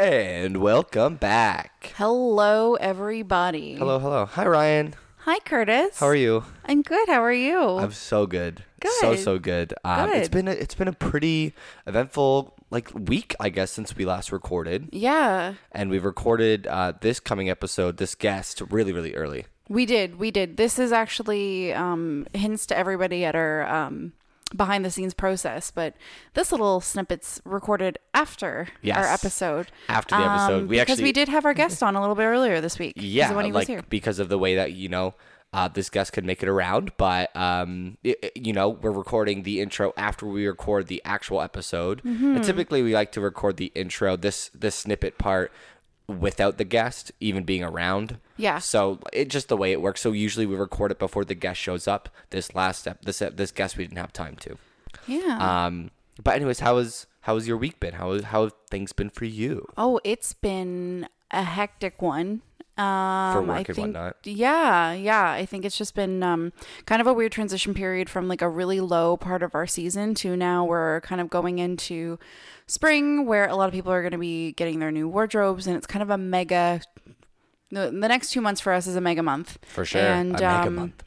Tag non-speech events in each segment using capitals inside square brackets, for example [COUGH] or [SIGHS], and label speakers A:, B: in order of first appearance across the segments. A: And welcome back.
B: Hello, everybody.
A: Hello, hello. Hi, Ryan.
B: Hi, Curtis.
A: How are you?
B: I'm good. How are you?
A: I'm so good. So
B: Good.
A: so good. Um, It's
B: Good.
A: been a, it's been a pretty eventful like week, I guess, since we last recorded,
B: yeah,
A: and we've recorded uh, this coming episode, this guest, really really early.
B: we did. We did. This is actually um, hints to everybody at our um, behind the scenes process, but this little snippet's recorded after
A: Yes.
B: our episode. Um,
A: After the episode, Um, we
B: because
A: actually Mm-hmm.
B: we did have our guest on a little bit earlier this week. 'cause of
A: yeah,
B: when he was
A: like
B: here.
A: because of the way that you know. Uh, this guest could make it around, but um, it, it- you know we're recording the intro after we record the actual episode.
B: Mm-hmm.
A: And typically, we like to record the intro, this this snippet part, without the guest even being around.
B: Yeah.
A: So it just the way it works. So usually we record it before the guest shows up. This last step, this this guest we didn't have time to.
B: Yeah.
A: Um, but anyways, how was how was your week been? How how have things been for you?
B: Oh, it's been a hectic one. Um,
A: work
B: I
A: and
B: think,
A: whatnot.
B: Yeah, yeah. I think it's just been um, kind of a weird transition period from like a really low part of our season to now we're kind of going into spring where a lot of people are going to be getting their new wardrobes and it's kind of a mega. The, the next two months for us is a mega month.
A: For sure,
B: And,
A: a mega
B: um,
A: month.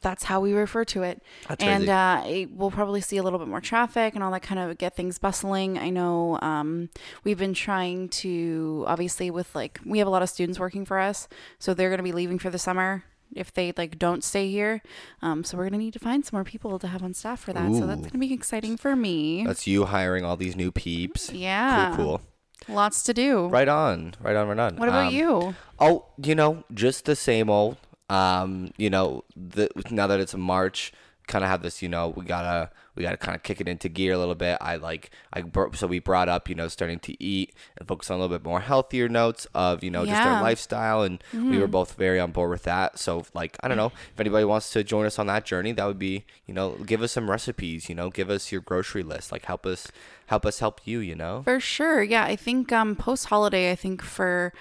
B: That's how we refer to it.
A: That's
B: and
A: crazy.
B: uh, it- we'll probably see a little bit more traffic and all that kind of get things bustling. I know um, we've been trying to, obviously, with like, we have a lot of students working for us. So they're going to be leaving for the summer if they like don't stay here. Um, so we're going to need to find some more people to have on staff for that. So that's
A: Ooh.
B: going to be exciting for me.
A: That's you hiring all these new peeps.
B: yeah.
A: Cool, cool.
B: Lots to do.
A: Right on, right on, right on.
B: What about
A: Um,
B: you?
A: Oh, you know, just the same old. Um, you know, the now that it's March, kind of have this. You know, we gotta we gotta kind of kick it into gear a little bit. I like I bro- so we brought up you know starting to eat and focus on a little bit more healthier notes of you know just
B: Yeah.
A: our lifestyle, and we were both very on board with that. So like I don't know if anybody wants to join us on that journey, that would be you know give us some recipes, you know, give us your grocery list, like help us help us help you, you know.
B: For sure. Yeah. I think um, post holiday, I think for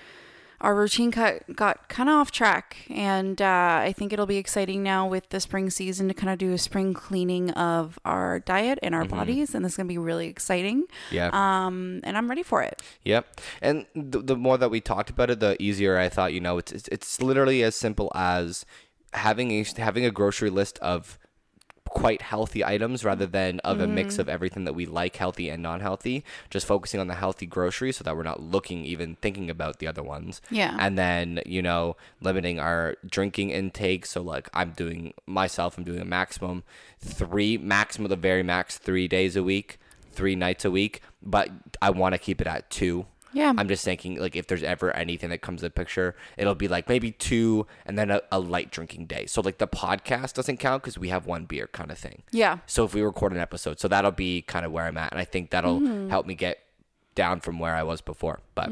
B: our routine cut got kind of off track. And uh, I think it'll be exciting now with the spring season to kind of do a spring cleaning of our diet and our bodies. And this is going to be really exciting.
A: Yeah.
B: Um, and I'm ready for it.
A: Yep. And th- the more that we talked about it, the easier I thought. You know, it's it's, it's literally as simple as having a, having a grocery list of quite healthy items rather than of a mix of everything that we like healthy and non-healthy just focusing on the healthy groceries so that we're not looking even thinking about the other ones
B: Yeah.
A: and then you know limiting our drinking intake so like i'm doing myself i'm doing a maximum three maximum the very max three days a week three nights a week but i want to keep it at two
B: Yeah.
A: I'm just thinking, like, if there's ever anything that comes in the picture, it'll be like maybe two and then a, a light drinking day. So, like, the podcast doesn't count because we have one beer kind of thing.
B: Yeah.
A: So, if we record an episode, so that'll be kind of where I'm at. And I think that'll help me get down from where I was before. But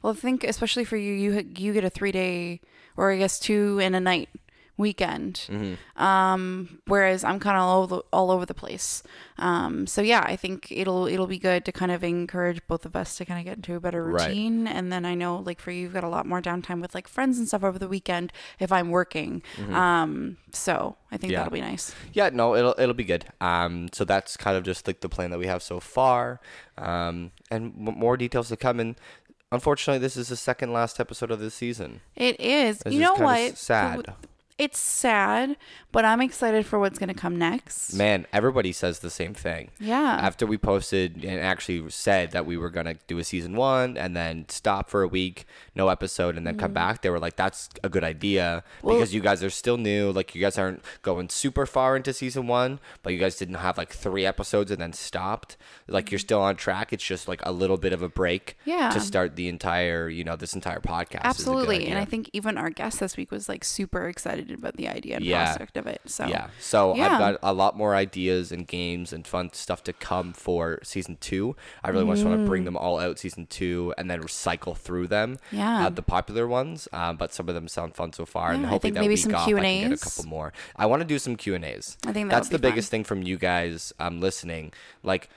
B: Well, I think especially for you, you you get a three day or I guess two and a night weekend,
A: Mm-hmm.
B: um, whereas I'm kind of all, over the- all over the place. Um, so yeah, I think it'll it'll be good to kind of encourage both of us to kind of get into a better
A: Right.
B: routine, and then I know like for you, you've got a lot more downtime with like friends and stuff over the weekend if I'm working. Um, so I think
A: Mm-hmm. Yeah.
B: that'll be nice.
A: yeah, no, it'll it'll be good. Um, so that's kind of just like the plan that we have so far. Um, and m- more details to come. And unfortunately, this is the second last episode of this season.
B: It is.
A: This
B: you
A: is
B: know
A: kinda
B: what?
A: s- sad.
B: It's sad, but I'm excited for what's gonna come next.
A: Man, everybody says the same thing.
B: Yeah.
A: After we posted and actually said that we were gonna do a season one and then stop for a week, no episode, and then come
B: Mm-hmm.
A: back, they were like, "That's a good idea," because you guys are still new. Like you guys aren't going super far into season one, but you guys didn't have like three episodes and then stopped. Like you're still on track. It's just like a little bit of a break.
B: Mm-hmm. Yeah.
A: To start the entire, you know, this entire podcast. is a good
B: Absolutely. And
A: idea.
B: I think even our guest this week was like super excited about the idea and
A: Yeah.
B: prospect of it. So
A: Yeah. So
B: Yeah.
A: I've got a lot more ideas and games and fun stuff to come for season two. I really just want to bring them all out season two and then recycle through them.
B: Yeah.
A: Uh, the popular ones, um, but some of them sound fun so far, and
B: Yeah, I
A: hopefully
B: think
A: that
B: maybe
A: week
B: some
A: off I can get a
B: Q&As.
A: couple more. I want to do some Q and As.
B: I think that
A: that's
B: would
A: the
B: be fun.
A: biggest thing from you guys um, listening. Like.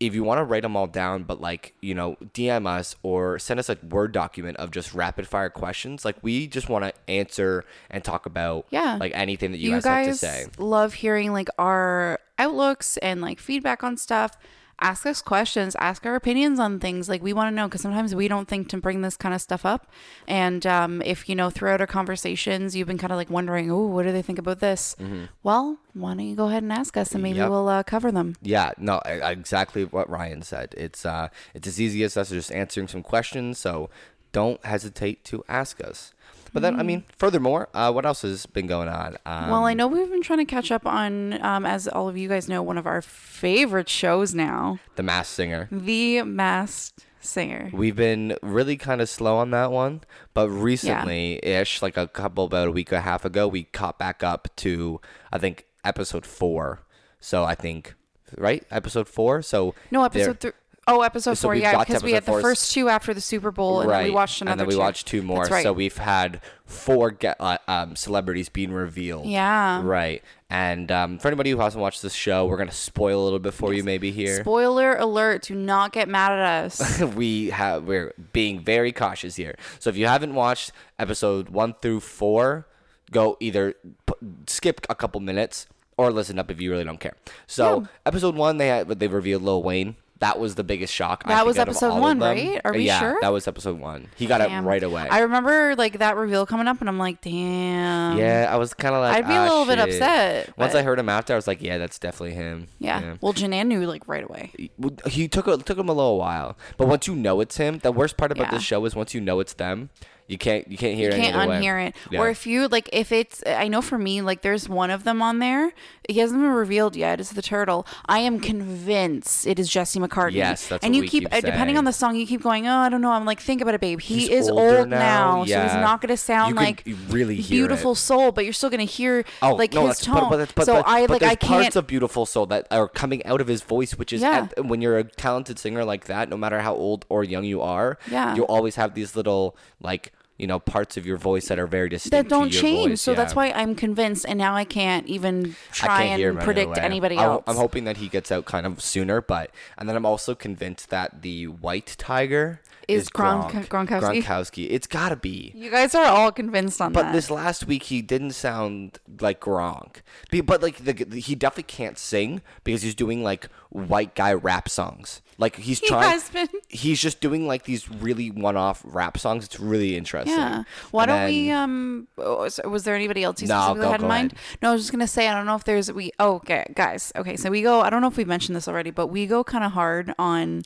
A: If you want to write them all down, but like, you know, DM us or send us a Word document of just rapid fire questions. Like, we just want to answer and talk about,
B: Yeah.
A: like, anything that you,
B: you
A: guys,
B: guys
A: have to say.
B: love hearing like our outlooks and like feedback on stuff. ask us questions, ask our opinions on things. Like we want to know because sometimes we don't think to bring this kind of stuff up. And um, if you know throughout our conversations, you've been kind of like wondering, oh, what do they think about this? Well, why don't you go ahead and ask us, and maybe
A: Mm-hmm. Yep.
B: we'll uh, cover them.
A: Yeah, no, e- exactly what Ryan said. It's uh, it's as easy as us just answering some questions. So don't hesitate to ask us. But then, I mean, furthermore, uh, what else has been going on? Um,
B: Well, I know we've been trying to catch up on, um, as all of you guys know, one of our favorite shows now,
A: the Mass Singer.
B: The Masked Singer.
A: We've been really kind of slow on that one, but recently ish, like a couple, about a week and a half ago, we caught back up to, I think, episode four. So I think, right? Episode four. So
B: No,
A: there-
B: episode three. Oh, episode
A: So
B: four.
A: we've
B: Yeah,
A: got to
B: because we had
A: episode
B: the
A: four.
B: first two after the Super Bowl, and then we watched another.
A: and then we
B: two.
A: watched two more.
B: That's right.
A: So we've had four ge- uh, um, celebrities being revealed.
B: Yeah.
A: Right. And um, for anybody who hasn't watched this show, we're gonna spoil a little bit for you, maybe here.
B: Spoiler alert! Do not get mad
A: [LAUGHS]
B: at us.
A: we have we're being very cautious here. So if you haven't watched episode one through four, go either p- skip a couple minutes or listen up if you really don't care. So episode one, they had they revealed Lil Wayne. That was the biggest shock.
B: That
A: think,
B: was
A: out of
B: episode
A: all of
B: one,
A: them. Uh,
B: right? Are we
A: yeah,
B: sure?
A: That was episode one. He got
B: Damn.
A: it right away.
B: I remember like that reveal coming up, and I'm like, damn.
A: Yeah, I was kind of like,
B: Um, I'd be a
A: "Ah,
B: little bit
A: shit."
B: upset,
A: Once
B: but-
A: I heard him after, I was like, yeah, that's definitely him.
B: Yeah. Well, Janan knew like right away.
A: He- well, He took a, took him a little while, but once you know it's him, the worst part about
B: Yeah.
A: this show is once you know it's them, you can't you can't hear it
B: You
A: any
B: can't
A: other way.
B: unhear it.
A: Yeah.
B: Or if you like, if it's, I know for me, like there's one of them on there. He hasn't been revealed yet. It's the turtle. I am convinced it is Jesse McCartney.
A: Yes, that's
B: And
A: what
B: you
A: we
B: keep,
A: keep
B: uh, depending
A: saying.
B: on the song, you keep going. Oh, I don't know. I'm like, think about it, babe. He
A: He's
B: is
A: older
B: old now, so he's
A: yeah.
B: not going to sound
A: You can
B: like
A: really hear it.
B: beautiful soul, but you're still going to hear
A: Oh,
B: like
A: no,
B: his
A: that's- but-
B: tone.
A: But, that's- but,
B: so
A: but-
B: I
A: but
B: like
A: there's
B: I can't.
A: parts of Beautiful Soul that are coming out of his voice, which is
B: Yeah.
A: and when you're a talented singer like that, no matter how old or young you are,
B: Yeah.
A: you always have these little like you know parts of your voice that are very distinct.
B: that
A: to
B: don't
A: your
B: change.
A: voice,
B: so that's
A: yeah.
B: why I'm convinced, and now I can't even
A: I
B: try
A: can't hear him
B: and
A: any
B: predict
A: way.
B: anybody
A: I ho-
B: else.
A: I'm hoping that he gets out kind of sooner, but and then I'm also convinced that the white tiger
B: Is
A: is,
B: Gronk-
A: Gronk,
B: Gronkowski?
A: Gronkowski. It's gotta be.
B: you guys are all convinced on
A: But
B: that. [LAUGHS]
A: this last week he didn't sound like Gronk. Be- But like the, the- he definitely can't sing because he's doing like white guy rap songs. Like he's
B: He
A: trying.
B: has been.
A: He's just doing like these really one-off rap songs. It's really interesting.
B: yeah. Why
A: And
B: don't
A: then-
B: we? Um. oh, so- Was there anybody else you
A: No,
B: specifically
A: go-
B: had in
A: go
B: mind?
A: ahead.
B: No, I was just gonna say I don't know if there's we. Oh, okay, guys. Okay, so we go. I don't know if we mentioned this already, but we go kind of hard on,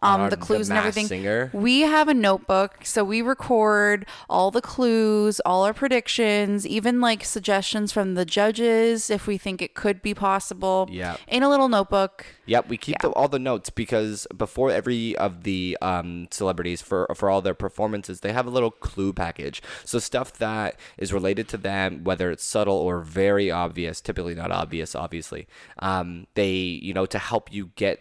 B: um,
A: On
B: the
A: The
B: clues and
A: Masked
B: everything.
A: Singer?
B: We have a notebook, so we record all the clues, all our predictions, even like suggestions from the judges if we think it could be possible.
A: Yeah.
B: In a little notebook.
A: Yep, we keep the, all the notes because before every of the um, celebrities for for all their performances, they have a little clue package. So stuff that is related to them, whether it's subtle or very obvious, typically not obvious, obviously. Um, they you know to help you get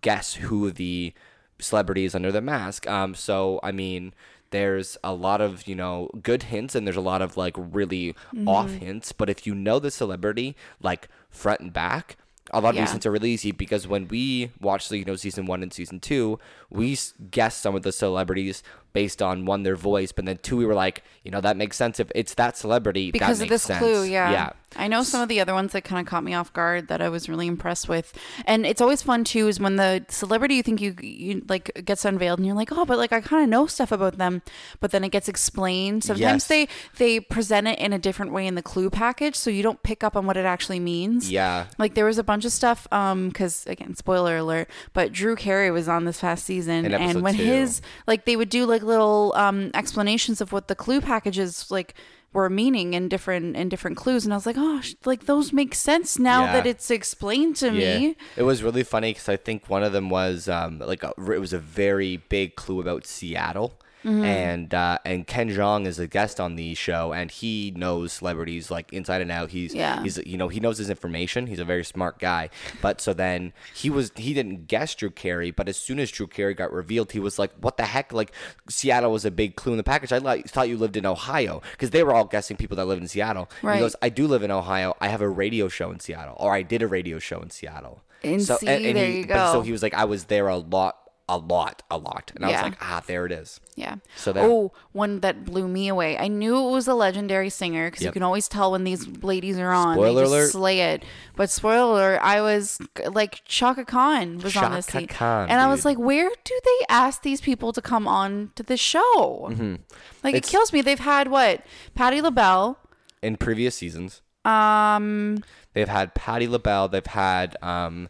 A: guess who the celebrity is under the mask. Um, so I mean, there's a lot of you know good hints, and there's a lot of like really
B: Mm-hmm.
A: off hints. But if you know the celebrity like front and back, a lot of
B: Yeah.
A: these hints are really easy because when we watched you know season one and season two, we s- guessed some of the celebrities based on one their voice, but then two we were like, you know that makes sense if it's that celebrity that
B: because of
A: makes
B: this
A: sense.
B: clue yeah
A: yeah.
B: i know some of the other ones that kind of caught me off guard that i was really impressed with and it's always fun too is when the celebrity you think you, you like gets unveiled and you're like oh but like i kind of know stuff about them but then it gets explained sometimes
A: Yes.
B: they they present it in a different way in the clue package so you don't pick up on what it actually means
A: Yeah.
B: like there was a bunch of stuff um because again spoiler alert but drew carey was on this past season
A: In
B: and
A: episode
B: when
A: two.
B: his like they would do like little um explanations of what the clue packages like were meaning in different in different clues and i was like oh sh- like those make sense now
A: Yeah.
B: that it's explained to me
A: It was really funny because I think one of them was um, like a, it was a very big clue about Seattle.
B: Mm-hmm.
A: And uh, and Ken Jeong is a guest on the show, and he knows celebrities like inside and out. He's
B: Yeah.
A: he's you know he knows his information. He's a very smart guy. But so then he was he didn't guess Drew Carey, but as soon as Drew Carey got revealed, he was like, "What the heck? Like Seattle was a big clue in the package. I like, thought you lived in Ohio because they were all guessing people that live in Seattle." And
B: Right.
A: he goes, "I do live in Ohio. I have a radio show in Seattle, or I did a radio show in Seattle."
B: And see,
A: and
B: there
A: he,
B: you
A: But so
B: go.
A: he was like, I was there a lot a lot, a lot. And I
B: Yeah.
A: was like, ah, there it is.
B: Yeah.
A: So that-
B: oh, one that blew me away. I knew it was a legendary singer because you
A: Yep.
B: can always tell when these ladies are on.
A: Spoiler
B: they just
A: alert.
B: slay it. But spoiler alert, I was like Chaka Khan was on this
A: Chaka
B: scene.
A: Khan,
B: and I was
A: dude.
B: like, where do they ask these people to come on to the show? Like
A: Mm-hmm. It's-
B: it kills me. They've had what? Patti LaBelle.
A: In previous seasons,
B: Um
A: they've had Patti LaBelle. They've had, um,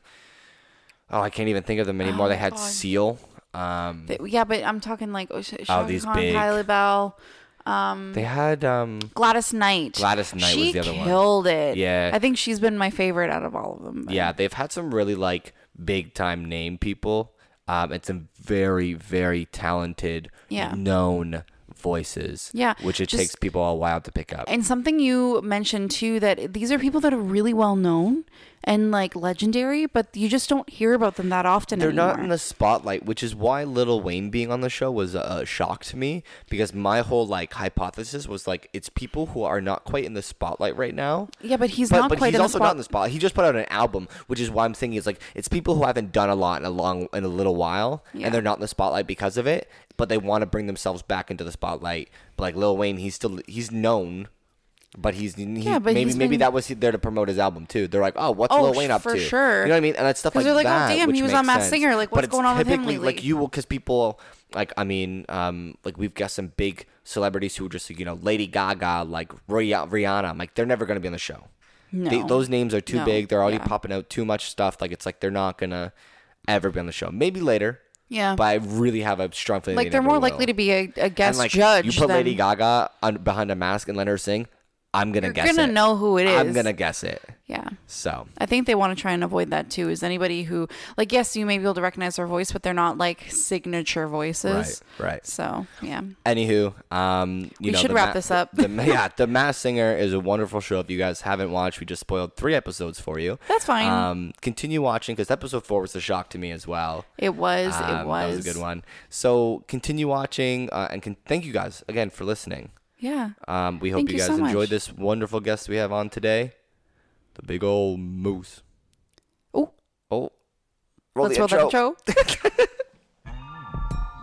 A: oh, I can't even think of them anymore.
B: Oh,
A: they had Seal. Um,
B: th- yeah, but I'm talking like oh, Sh- Chaka
A: these
B: Khan,
A: big-
B: Patti LaBelle. Mm.
A: they had, um,
B: Gladys Knight.
A: Gladys Knight was
B: She
A: the other one.
B: killed it.
A: Yeah.
B: I think she's been my favorite out of all of them. but-
A: yeah, they've had some really like big time name people, um, and some very very talented,
B: Yeah.
A: known voices.
B: Yeah,
A: which it
B: just-
A: takes people a while to pick up.
B: And something you mentioned too that these are people that are really well known and like legendary, but you just don't hear about them that often
A: They're
B: anymore.
A: not in the spotlight, which is why Little Wayne being on the show was a, a shock to me because my whole like hypothesis was like it's people who are not quite in the spotlight right now.
B: yeah, but he's
A: But,
B: not
A: but
B: quite
A: he's
B: in the
A: also
B: spot.
A: not in the spotlight. He just put out an album, which is why I'm thinking it's like it's people who haven't done a lot in a long in a little while,
B: Yeah.
A: and they're not in the spotlight because of it. But they want to bring themselves back into the spotlight. But like Lil Wayne, he's still he's known, but he's he,
B: Yeah, but
A: maybe
B: he's
A: maybe
B: been-
A: that was there to promote his album too. They're like, oh, what's
B: Oh,
A: Lil Wayne up
B: for
A: to?
B: sure.
A: You know what I mean? And it's stuff like
B: 'Cause they're like, oh,
A: that.
B: damn, he
A: which
B: was on
A: makes
B: Masked
A: sense.
B: Singer. Like,
A: But
B: what's
A: it's
B: going on with him
A: typically, Like
B: lately?
A: you will, because people like I mean, um, like we've got some big celebrities who are just like you know Lady Gaga, like Rih- Rihanna. I'm like they're never gonna be on the show. They,
B: No.
A: those names are too
B: No.
A: big. They're already
B: Yeah.
A: popping out too much stuff. Like it's like they're not gonna ever be on the show. Maybe later.
B: Yeah.
A: But I really have a strong feeling.
B: like
A: they
B: they're
A: never
B: more
A: will.
B: likely to be a, a
A: And,
B: guest
A: like,
B: judge.
A: You put
B: than
A: Lady Gaga on, behind a mask and let her sing. I'm gonna
B: You're
A: guess
B: gonna
A: it.
B: know who it
A: I'm
B: is.
A: gonna guess it.
B: yeah.
A: So
B: I think they want to try and avoid that too. Is anybody who like yes, you may be able to recognize their voice, but they're not like signature voices.
A: Right, right.
B: So yeah.
A: Anywho, um, you
B: We
A: know,
B: should
A: the
B: wrap this up.
A: the- yeah, the Mass Singer is a wonderful show. If you guys haven't watched, we just spoiled three episodes for you.
B: That's fine.
A: Um, continue watching because episode four was a shock to me as well.
B: It was. it
A: Um,
B: was.
A: that was a good one. So continue watching, uh, and can, thank you guys again for listening.
B: Yeah.
A: Um, we hope
B: Thank
A: you
B: you
A: guys
B: so much.
A: enjoyed this wonderful guest we have on today, the big old moose.
B: Oh,
A: Oh, roll
B: let's
A: the
B: roll
A: intro.
B: that intro.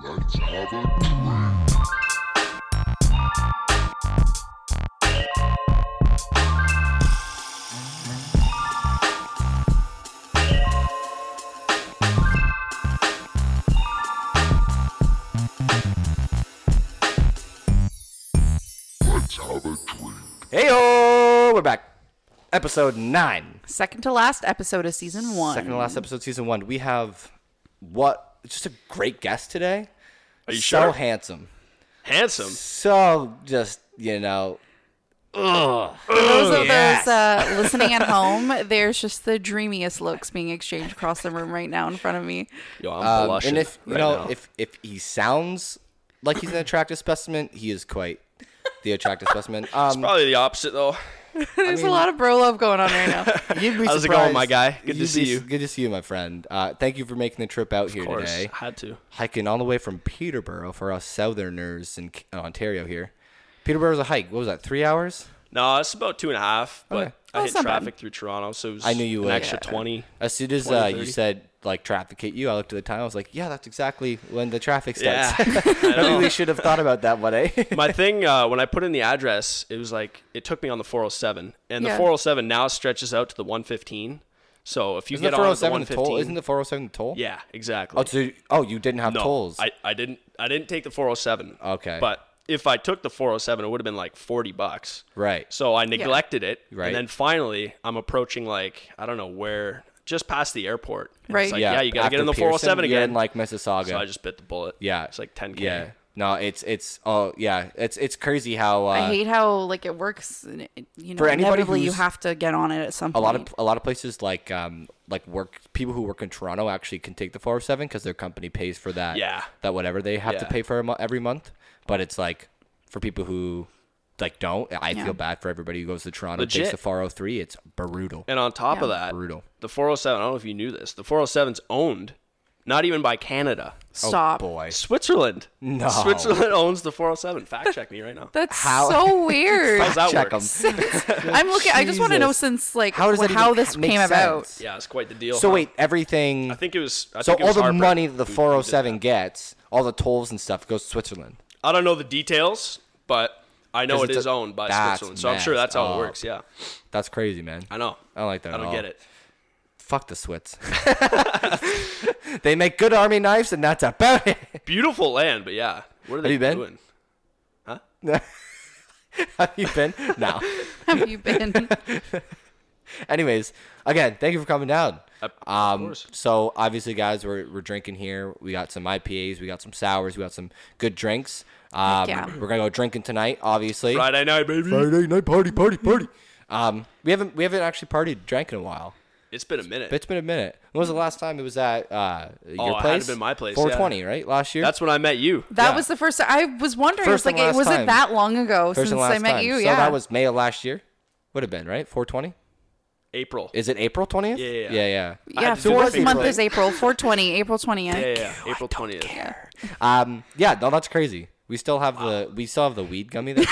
C: Let's have a drink. Let's have a drink.
A: Heyo, we're back. Episode nine.
B: Second to last episode of season one.
A: Second to last episode, season one. We have what? Just a great guest today.
D: Are you
A: so
D: sure?
A: handsome.
D: Handsome.
A: So just you know,
B: those of
A: Oh, yes.
B: those uh,
A: [LAUGHS]
B: listening at home, there's just the dreamiest looks being exchanged across the room right now in front of me.
D: Yo, I'm
A: um,
D: blushing.
A: and if you
D: right
A: know
D: now.
A: if if he sounds like he's an attractive specimen, he is quite the attractive
D: [LAUGHS]
A: specimen. Um,
D: probably the opposite though.
B: There's a lot of bro love going on right now.
A: [LAUGHS] you'd be
D: How's it going, my
A: surprised.
D: guy? Good to
A: You'd
D: see
A: be-
D: you.
A: Good to see you, my friend. Uh, thank you for making the trip out here
D: Of course,
A: today.
D: had to.
A: Hiking all the way from Peterborough for us Southerners in K- uh, Ontario here. Peterborough's a hike. What was that? Three hours?
D: No, it's about two and a half, but
A: Okay.
D: I
B: Oh, it's
D: hit
B: not bad.
D: traffic through Toronto, so it was
A: I knew you
D: an
A: would.
D: extra
A: Yeah.
D: twenty.
A: As soon as uh,
D: 20,
A: you
D: 30.
A: said like traffic hit you, I looked at the time. I was like, yeah, that's exactly when the traffic
D: Yeah.
A: starts.
D: [LAUGHS] I
A: [LAUGHS] Maybe
D: know.
A: we should have thought about that one,
D: [LAUGHS]
A: eh?
D: My thing uh, when I put in the address, it was like it took me on the 407, and
B: Yeah.
D: the 407 now stretches out to the 115. So if you
A: Isn't
D: get
A: the
D: on at the
A: 407 the toll?
D: 115,
A: Isn't the 407 the toll?
D: yeah, exactly.
A: Oh, so you- oh, you didn't have
D: no,
A: tolls.
D: I, I didn't I didn't take the 407.
A: Okay.
D: But if I took the 407, it would have been like 40 bucks.
A: right.
D: So I neglected it.
A: Right.
D: And then finally, I'm approaching like I don't know where, just past the airport. And
B: Right.
D: It's like, yeah, you got to
A: after
D: get in the
A: Pearson,
D: 407
A: You're
D: again.
A: in like Mississauga.
D: so I just bit the bullet.
A: yeah.
D: It's like 10k.
A: Yeah. No, it's it's oh yeah, it's it's crazy how uh,
B: I hate how like it works. and it- You know,
A: For anybody
B: inevitably you
A: who's-
B: have to get on it at some
A: a
B: point.
A: lot of a lot of places like um like work people who work in Toronto actually can take the 407 because their company pays for that
D: Yeah.
A: that whatever they have to
D: Yeah.
A: pay for a mo- every month. But it's like for people who like don't, I
B: Yeah.
A: feel bad for everybody who goes to Toronto takes
D: Legit.
A: the 403. It's brutal.
D: And on top of
B: Yeah.
D: that, oh
A: Brutal.
D: the 407. I don't know if you knew this. The 407's owned, not even by Canada.
B: Stop.
A: Oh,
D: [LAUGHS]
A: boy.
D: Switzerland.
A: No. [LAUGHS]
D: Switzerland [LAUGHS] owns the 407. Fact check me right now.
B: That's
A: How- [LAUGHS]
B: so weird.
D: How's that
A: Check
D: work?
A: 'em.
B: [LAUGHS] I'm looking. I just want to know
A: Jesus.
B: since like
A: How does that
B: wh- how
A: even
B: this
A: make
B: came about.
A: sense?
D: Yeah, it's quite the deal.
A: So
D: huh?
A: wait, everything.
D: I think it was. I
A: so
D: think it
A: all
D: was
A: the
D: Harper
A: money the
D: who- who did
A: 407 gets, all the tolls and stuff goes to Switzerland.
D: that. I don't know the details, but I know
A: 'Cause
D: it
A: it's
D: is
A: a-
D: owned by
A: that's
D: Switzerland. So I'm sure that's
A: messed
D: how
A: up.
D: it works. Yeah,
A: That's crazy, man.
D: I know.
A: I don't like that
D: I
A: at
D: don't
A: all.
D: get it.
A: Fuck the Swiss. [LAUGHS] they make good army knives, and that's about it. [LAUGHS]
D: Beautiful land, but yeah. What are they
A: you been?
D: doing?
A: Have you been? No.
B: [LAUGHS] Have
A: [LAUGHS]
B: you been?
A: Anyways, again, thank you for coming down.
D: Of
A: Um,
D: course.
A: so obviously, guys, we're, we're drinking here. We got some IPAs, we got some sours, we got some good drinks. Um,
B: yeah.
A: We're gonna go drinking tonight, obviously.
D: Friday night, baby.
A: Friday night party, party, party. um, we haven't we haven't actually partied, drank in a while.
D: It's been a minute.
A: It's been a minute. When was the last time it was at uh, your
D: Oh, it had
A: place?
D: to been my place, yeah.
A: 420, right? Last year.
D: That's when I met you.
B: That
A: Yeah.
B: was the first. I was wondering.
A: First
B: I
A: and
B: was like, it
A: last
B: wasn't
A: time.
B: that long ago
A: first and
B: since
A: last
B: I met
A: time.
B: you.
A: so
B: yeah.
A: that was May of last year. Would have been right 420.
D: April.
A: Is it April 20th?
D: Yeah, yeah, yeah.
A: yeah. yeah.
B: yeah.
D: to do
B: So this
D: everything
B: month
D: right.
B: is April 420, April 20th.
D: yeah, yeah, yeah. April twentieth.
A: Um, yeah, no, that's crazy. We still have the we still have the weed gummy that,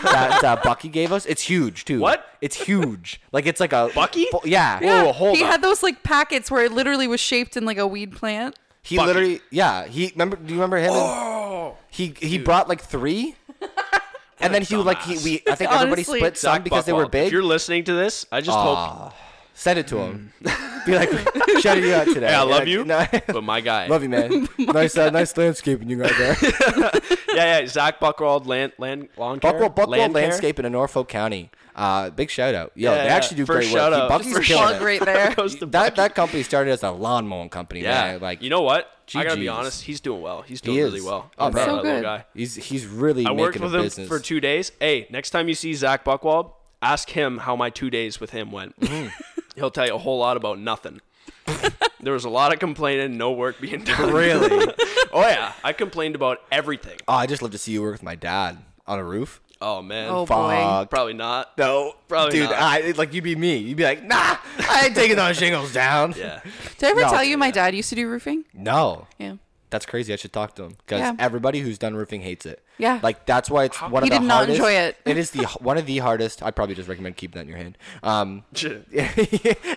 A: [LAUGHS] that uh, Bucky gave us. It's huge too.
D: What?
A: It's huge. Like it's like a
D: Bucky?
A: Fu- yeah.
B: Yeah,
D: Whoa, hold
B: he
D: up.
B: had those like packets where it literally was shaped in like a weed plant.
A: He
D: Bucky.
A: literally yeah. He remember? Do you remember him?
D: Oh,
A: he he brought like
D: [LAUGHS]
A: three, and then he would, like he
D: dumbass.
A: we I think everybody
B: Honestly.
A: split some
D: Zach
A: because they were
D: Buckwald, If
A: big.
D: you're listening to this, I just hope.
A: Send it to him. [LAUGHS] Be like, shutting
D: [LAUGHS]
A: you out today.
D: Mm. Hey,
A: You're
D: I love
A: like, [LAUGHS]
D: you,
A: "No."
D: but my guy.
A: Love you, man. nice, uh, nice landscaping you got
D: [LAUGHS]
A: there.
D: Yeah, yeah. Zach Buckwald, land, land, lawn care,
A: Buckwell, Buckwell
D: land care? [LAUGHS]
A: Landscaping in Norfolk County. Uh, big shout out. Yo,
D: Yeah,
A: they
D: yeah.
A: actually do
D: First
A: great work.
D: shout
A: Dude,
D: out.
A: Bucky's
D: First
A: killing
B: Plug
A: it.
D: [LAUGHS]
B: right there.
D: Goes to
A: That
D: Bucky.
A: that company started as a lawn mowing company.
D: Yeah,
A: man. like
D: you know what? I gotta be
A: GGs.
D: honest. He's doing well. He's doing really
A: is.
D: well.
A: Oh,
D: I'm
A: man.
D: proud of
B: So
D: that little
B: good.
D: guy.
A: he's he's really
D: I
A: making
D: worked with
A: a
D: him
A: business.
D: for two days. Hey, next time you see Zach Buckwald, ask him how my two days with him went.
A: Mm.
D: [LAUGHS] He'll tell you a whole lot
A: [LAUGHS]
D: about nothing. there was a lot of complaining, no work being done.
A: Really?
D: [LAUGHS] oh yeah, I complained about everything.
A: oh, I just love to see you work with my dad on a roof.
D: Oh man,
B: Oh
A: Fuck.
B: boy.
D: probably not.
A: [LAUGHS] No,
D: Probably
A: dude.
D: not.
A: I it's like you'd be me. You'd be like, nah, I ain't taking those shingles down.
D: [LAUGHS] Yeah,
B: Did I ever
A: No,
B: tell you my dad used to do roofing?
A: No,
B: Yeah.
A: that's crazy. I should talk to him because
B: Yeah.
A: everybody who's done roofing hates it.
B: Yeah.
A: like that's why it's one of
B: You
A: the
B: did not
A: hardest.
B: enjoy it.
A: it is the one of the hardest. I'd probably just recommend keeping that in your hand. Um, [LAUGHS]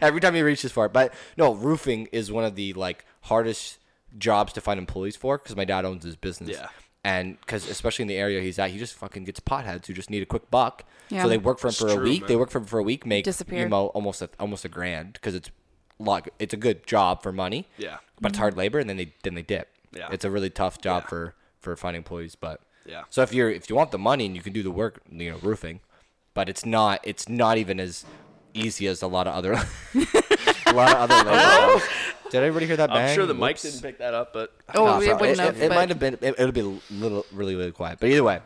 A: every time he reaches for it, but no, roofing is one of the like hardest jobs to find employees for because my dad owns his business.
D: Yeah.
A: And because especially in the area he's at, he just fucking gets potheads who just need a quick buck.
B: Yeah.
A: So they work for him for a
D: true,
A: week.
D: man.
A: They work for him for a week, make
B: Disappear.
A: you know almost a, almost a grand because it's like it's a good job for money.
D: Yeah.
A: But it's hard labor, and then they then they dip.
D: Yeah.
A: It's a really tough job for for finding employees, but
D: Yeah.
A: So if you're if you want the money and you can do the work, you know, roofing, but it's not it's not even as easy as a lot of other [LAUGHS] a lot of other labor.
D: [LAUGHS]
A: jobs. Did everybody hear that?
D: I'm
A: Bang?
D: sure the mic
A: Whoops.
D: didn't pick that up, but
B: Oh,
A: No,
B: it
A: sorry.
B: wouldn't have.
A: it, it
B: but-
A: might have been. It, it'll be a little, really, really quiet. But either way,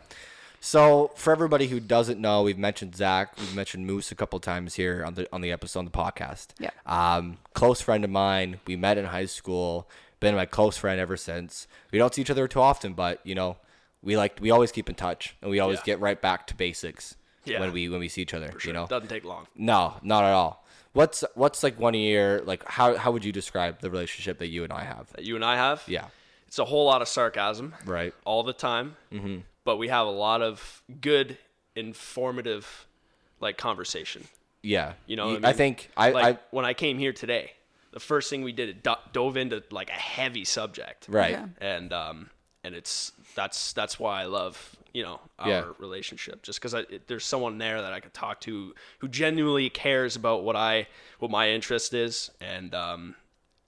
A: so for everybody who doesn't know, we've mentioned Zach, we've mentioned Moose a couple times here on the on the episode on the podcast.
B: Yeah.
A: Um, close friend of mine. We met in high school. Been my close friend ever since. We don't see each other too often, but you know, we like we always keep in touch, and we always
D: Yeah.
A: get right back to basics
D: Yeah.
A: when we when we see each other.
D: sure,
A: You know,
D: doesn't take long.
A: no, not at all. What's what's like one year? Like how how would you describe the relationship that you and I have?
D: That you and I have.
A: Yeah.
D: It's a whole lot of sarcasm.
A: Right.
D: All the time. Mm-hmm. But we have a lot of good, informative, like conversation.
A: Yeah.
D: You know,
A: I,
D: what I, mean?
A: think I,
D: like
A: I
D: when I came here today, the first thing we did it do- dove into like a heavy subject.
A: right.
B: Yeah.
D: And um and it's that's that's why I love you know our
A: Yeah.
D: relationship just because there's someone there that I could talk to who genuinely cares about what I what my interest is and um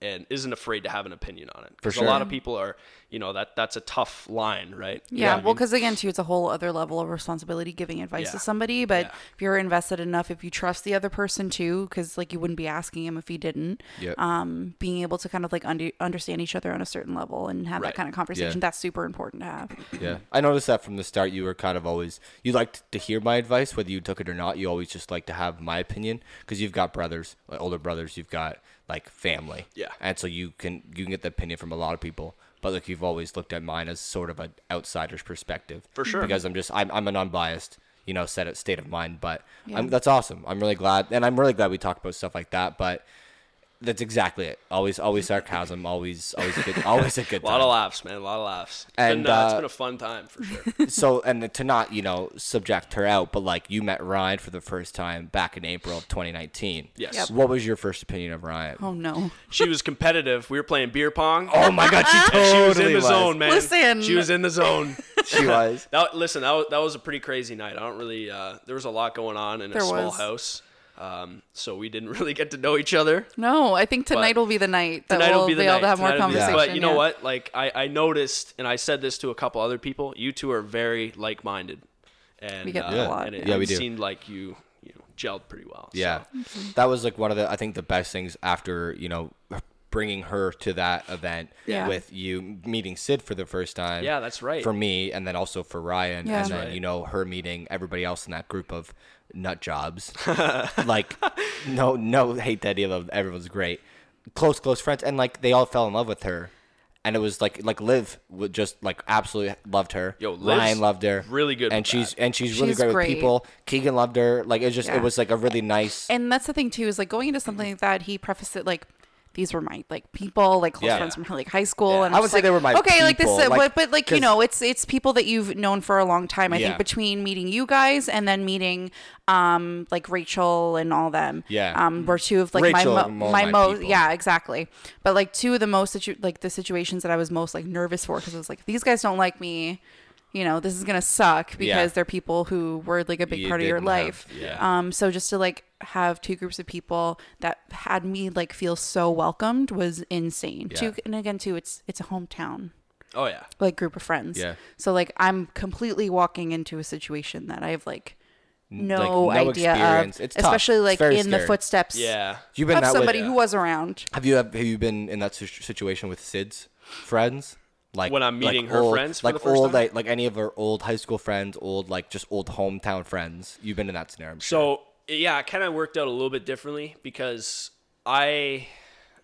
D: and isn't afraid to have an opinion on it because
A: sure.
D: a lot of people are you know that that's a tough line right
B: Yeah, well, because again, too, it's a whole other level of responsibility giving advice
D: Yeah.
B: to somebody. But
D: Yeah.
B: if you're invested enough, if you trust the other person too, because like you wouldn't be asking him if he didn't.
A: Yep.
B: Um, being able to kind of like under- understand each other on a certain level and have
D: Right.
B: that kind of conversation
A: Yeah.
B: that's super important to have.
A: Yeah. I noticed that from the start you were kind of always you liked to hear my advice whether you took it or not. You always just like to have my opinion because you've got brothers, like older brothers, you've got like family.
D: Yeah.
A: And so you can you can get the opinion from a lot of people. But like you've always looked at mine as sort of an outsider's perspective.
D: For sure.
A: Because I'm just I'm I'm an unbiased, you know, set state of mind, but I'm, that's awesome. I'm really glad and I'm really glad we talked about stuff like that, but That's exactly it. Always, always sarcasm. Always, always, a good, always a good
D: A [LAUGHS] lot of
A: time.
D: laughs, man. A lot of laughs. It's
A: And,
D: been, uh, it's
A: uh,
D: been a fun time for sure.
A: So, and to not, you know, subject her out, but like you met Ryan for the first time back in April of 2019.
D: Yes. Yep.
A: What was your first opinion of Ryan?
B: Oh no.
D: she was competitive. We were playing beer pong.
A: Oh my God, she [LAUGHS] totally
D: she was in the zone, man.
B: Listen.
D: She was in the
B: [LAUGHS]
D: zone.
A: She was.
D: That, listen, that was, that was a pretty crazy night. I don't really. Uh, there was a lot going on in
B: There
D: a small
B: was.
D: house, um, so we didn't [LAUGHS] really get to know each other.
B: No, I think tonight
D: But-
B: will be the night that
D: Tonight
B: we'll
D: will be the
B: be
D: night.
B: able to have more
D: Tonight will be the night.
B: conversation.
D: But you know
B: yeah.
D: what? Like I, I noticed, and I said this to a couple other people. You two are very like-minded, and
B: We get
D: uh,
B: that a lot.
D: And it,
A: Yeah,
D: it
A: we do.
D: seemed like you, you know, gelled pretty well. so.
A: Yeah, that was like one of the I think the best things after you know bringing her to that event
B: Yeah.
A: with you meeting Sid for the first time.
D: Yeah, that's right.
A: For me, and then also for Ryan,
B: Yeah. That's
A: and then
D: right.
A: you know her meeting everybody else in that group of nut
D: [LAUGHS]
A: jobs. like, no, no, hate the idea of everyone's great, close, close friends, and like they all fell in love with her. And it was like like Liv would just like absolutely loved her.
D: Yo, Liv's
A: Ryan loved her.
D: really good
A: and
D: with
A: she's and she's really
B: She's
A: great,
B: great.
A: with people. Keegan loved her. Like it just
B: Yeah.
A: it was like a really nice
B: And that's the thing too is like going into something like that. He prefaced it like these were my like people, like close
A: Yeah.
B: friends from like high school, and
A: I
B: I'm
A: would
B: just
A: say
B: like,
A: they were my
B: okay, like this,
A: people,
B: uh,
A: like,
B: but but like you
A: 'cause-
B: know, it's it's people that you've known for a long time. I
A: Yeah.
B: think between meeting you guys and then meeting um like Rachel and all them,
A: Yeah.
B: um, were two of like
A: Rachel
B: my
A: and
B: mo-
A: all
B: my
A: my
B: most
A: people.
B: yeah exactly, but like two of the most situ- like the situations that I was most like nervous for because I was like these guys don't like me. You know, this is gonna suck because they're people who were like a big
A: You
B: part of your
A: didn't have-
B: life.
A: yeah.
B: Um, so just to like have two groups of people that had me like feel so welcomed was insane. Two and again too, it's it's a hometown
D: Oh yeah.
B: like group of friends.
A: Yeah.
B: So like I'm completely walking into a situation that I have like
A: like,
B: no,
A: no
B: idea
A: experience.
B: of,
A: It's tough.
B: especially
A: It's
B: like
A: very
B: in the
A: scary.
B: footsteps
D: Yeah.
A: You've been
B: of
A: that
B: somebody
A: way.
B: who was around.
A: Have you have, have you been in that situ- situation with Sid's friends? Like
D: When I'm
A: like
D: meeting her
A: old-
D: friends for
A: like
D: the first
A: old,
D: time?
A: Like, like any of her old high school friends, old like just old hometown friends. You've been in that scenario. I'm sure.
D: So yeah, it kind of worked out a little bit differently because I,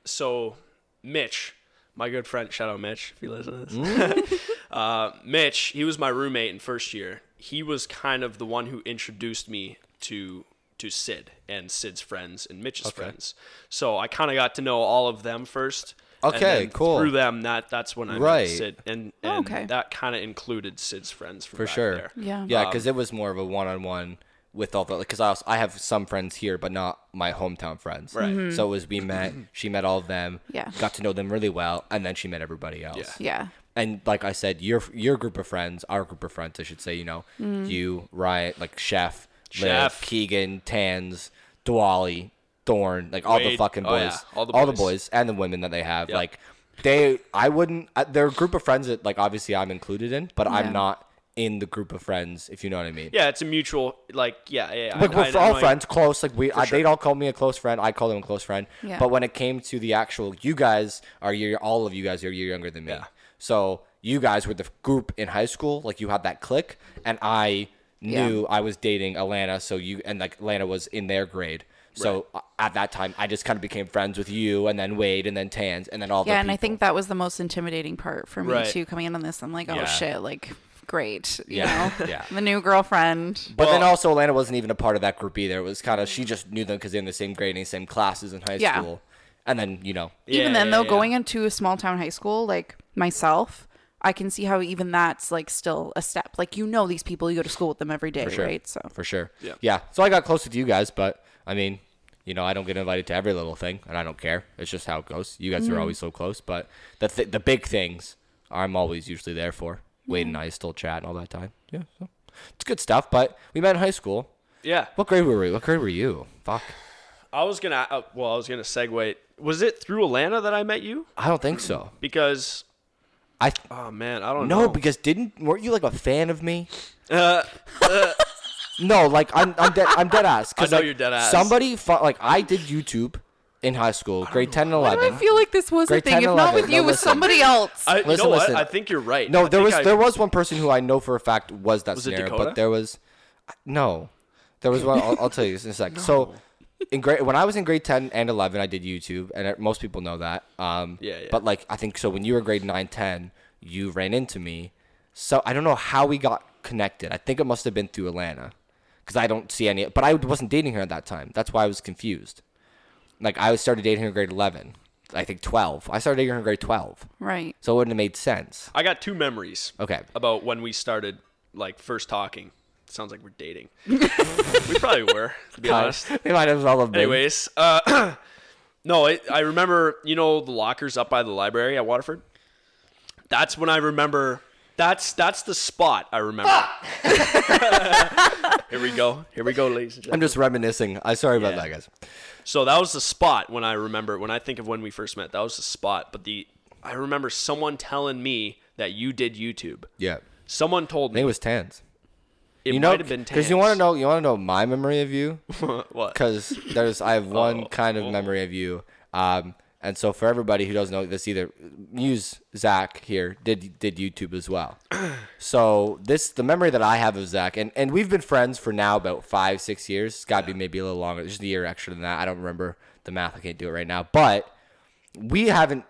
D: so Mitch, my good friend, shout out Mitch if you listen to this.
A: Mm.
D: [LAUGHS] uh, Mitch, he was my roommate in first year. He was kind of the one who introduced me to to Sid and Sid's friends and Mitch's friends. So I kind of got to know all of them first. and
A: Okay,
D: then
A: cool.
D: Through them, that that's when I
A: Right.
D: met Sid, and, and
B: Oh, okay.
D: that kind of included Sid's friends from
A: for
D: back
A: sure.
D: there. Um,
B: Yeah.
A: yeah, because it was more of a one-on-one with all the because I also, I have some friends here, but not my hometown friends.
D: Right.
A: So it was we met. She met all of them.
B: Mm-hmm. Yeah.
A: Got to know them really well, and then she met everybody else.
B: Yeah.
D: Yeah.
A: and like I said, your your group of friends, our group of friends, I should say, you know, you, Ryan, like Chef, Liv,
D: Chef.
A: Keegan, Tans, Dwally, Thorn, like all the
D: Wade.
A: fucking boys,
D: Oh, yeah. All the boys.
A: and the women that they have,
D: Yep.
A: like they, I wouldn't, I- they're a group of friends that like obviously I'm included in, but
B: Yeah.
A: I'm not in the group of friends, if you know what I mean.
D: Yeah, it's a mutual like yeah yeah. I-
A: Like
D: [LAUGHS] I
A: we're
D: know
A: all
D: I-
A: friends, close. Like we, I,
D: sure.
A: they'd all call me a close friend. I call them a close friend.
B: Yeah.
A: But when it came to the actual, you guys are you all of you guys are a year younger than me.
D: Yeah.
A: So you guys were the group in high school. Like you had that clique, and I
B: Yeah.
A: knew I was dating Atlanta. So you and like Atlanta was in their grade. So uh, at that time, I just kind of became friends with you, and then Wade, and then Tans, and then all. the
B: Yeah, and I
A: people.
B: think that was the most intimidating part for me
D: Right.
B: too. Coming in on this, I'm like, oh
A: Yeah.
B: shit, like great,
A: [LAUGHS]
B: you
A: Yeah.
B: know, [LAUGHS]
A: Yeah.
B: the new girlfriend.
A: But then
D: Well-
A: also, Alana wasn't even a part of that group either. It was kind of she just knew them because they're in the same grade and the same classes in high
B: Yeah.
A: school. And then you know,
B: even
D: Yeah,
B: then
D: yeah,
B: though
D: yeah.
B: going into a small town high school like myself i can see how even that's like still a step like you know these people you go to school with them every day
A: sure.
B: right so
A: for sure.
D: Yeah.
A: Yeah. So I got close with you guys, but I mean, you know, I don't get invited to every little thing, and I don't care. It's just how it goes. You guys
B: Mm-hmm.
A: are always so close, but the th- the big things I'm always usually there for. Wade and I still chat and all that time. Yeah. So it's good stuff. But we met in high school.
D: Yeah,
A: What grade were we? What grade were you? Fuck.
D: I was gonna. Uh, well, I was gonna segue. Was it through Atlanta that I met you?
A: I don't think so.
D: Because
A: I
D: oh man, I don't
A: no,
D: know.
A: because didn't weren't you like a fan of me?
D: uh,
A: [LAUGHS] No, like I'm I'm dead I'm dead ass. 'cause,
D: [LAUGHS] I know
A: like,
D: you're dead ass.
A: Somebody fu- like I did YouTube in high school, grade ten and eleven.
B: i feel like this was
A: Grade
B: a thing
A: 10,
B: if not
A: 11.
B: with you
A: No,
B: with
A: listen.
B: somebody else
D: I, you
A: Listen,
D: know what?
A: listen.
D: I think you're right.
A: No,
D: I
A: there
D: think
A: was
D: I-
A: there was one person who I know for a fact was that
D: it
A: scenario,
D: Dakota?
A: but there was no, there was one. I'll, I'll tell you this in a sec. So, in grade when I was in grade ten and eleven, I did YouTube, and uh, most people know that. Um,
D: Yeah, yeah.
A: But like, I think so. When you were grade 9, 10, you ran into me. So I don't know how we got connected. I think it must have been through Atlanta, because I don't see any. But I wasn't dating her at that time. That's why I was confused. Like I started dating her in grade eleven. I think twelve. I started dating her in grade twelve.
B: Right.
A: So it wouldn't have made sense.
D: I got two memories.
A: Okay.
D: About when we started, like first talking. Sounds like we're dating. [LAUGHS] we probably were, to be honest.
A: [LAUGHS] They might as well have been.
D: Anyways, uh, [CLEARS THROAT] no, I, I remember you know the lockers up by the library at Waterford. That's when I remember. That's that's the spot I remember. [LAUGHS] Here we go. Here we go, ladies and
A: I'm
D: gentlemen.
A: just reminiscing. I sorry about
D: Yeah.
A: that, guys.
D: So that was the spot when I remember when I think of when we first met. That was the spot. But the I remember someone telling me that you did YouTube.
A: Yeah.
D: Someone told
A: I think
D: me
A: it was tans.
D: it
A: you know,
D: might have been
A: because you want to know, you want to know my memory of you,
D: know what?
A: because there's I have one
D: Oh,
A: kind of memory of you. Um, and so for everybody who doesn't know this either, Muse Zach here did did YouTube as
D: [CLEARS THROAT]
A: well. so this the memory that I have of Zach, and and we've been friends for now about five six years. It's got to be maybe a little longer, just a year extra than that. I don't remember the math. I can't do it right now, but we haven't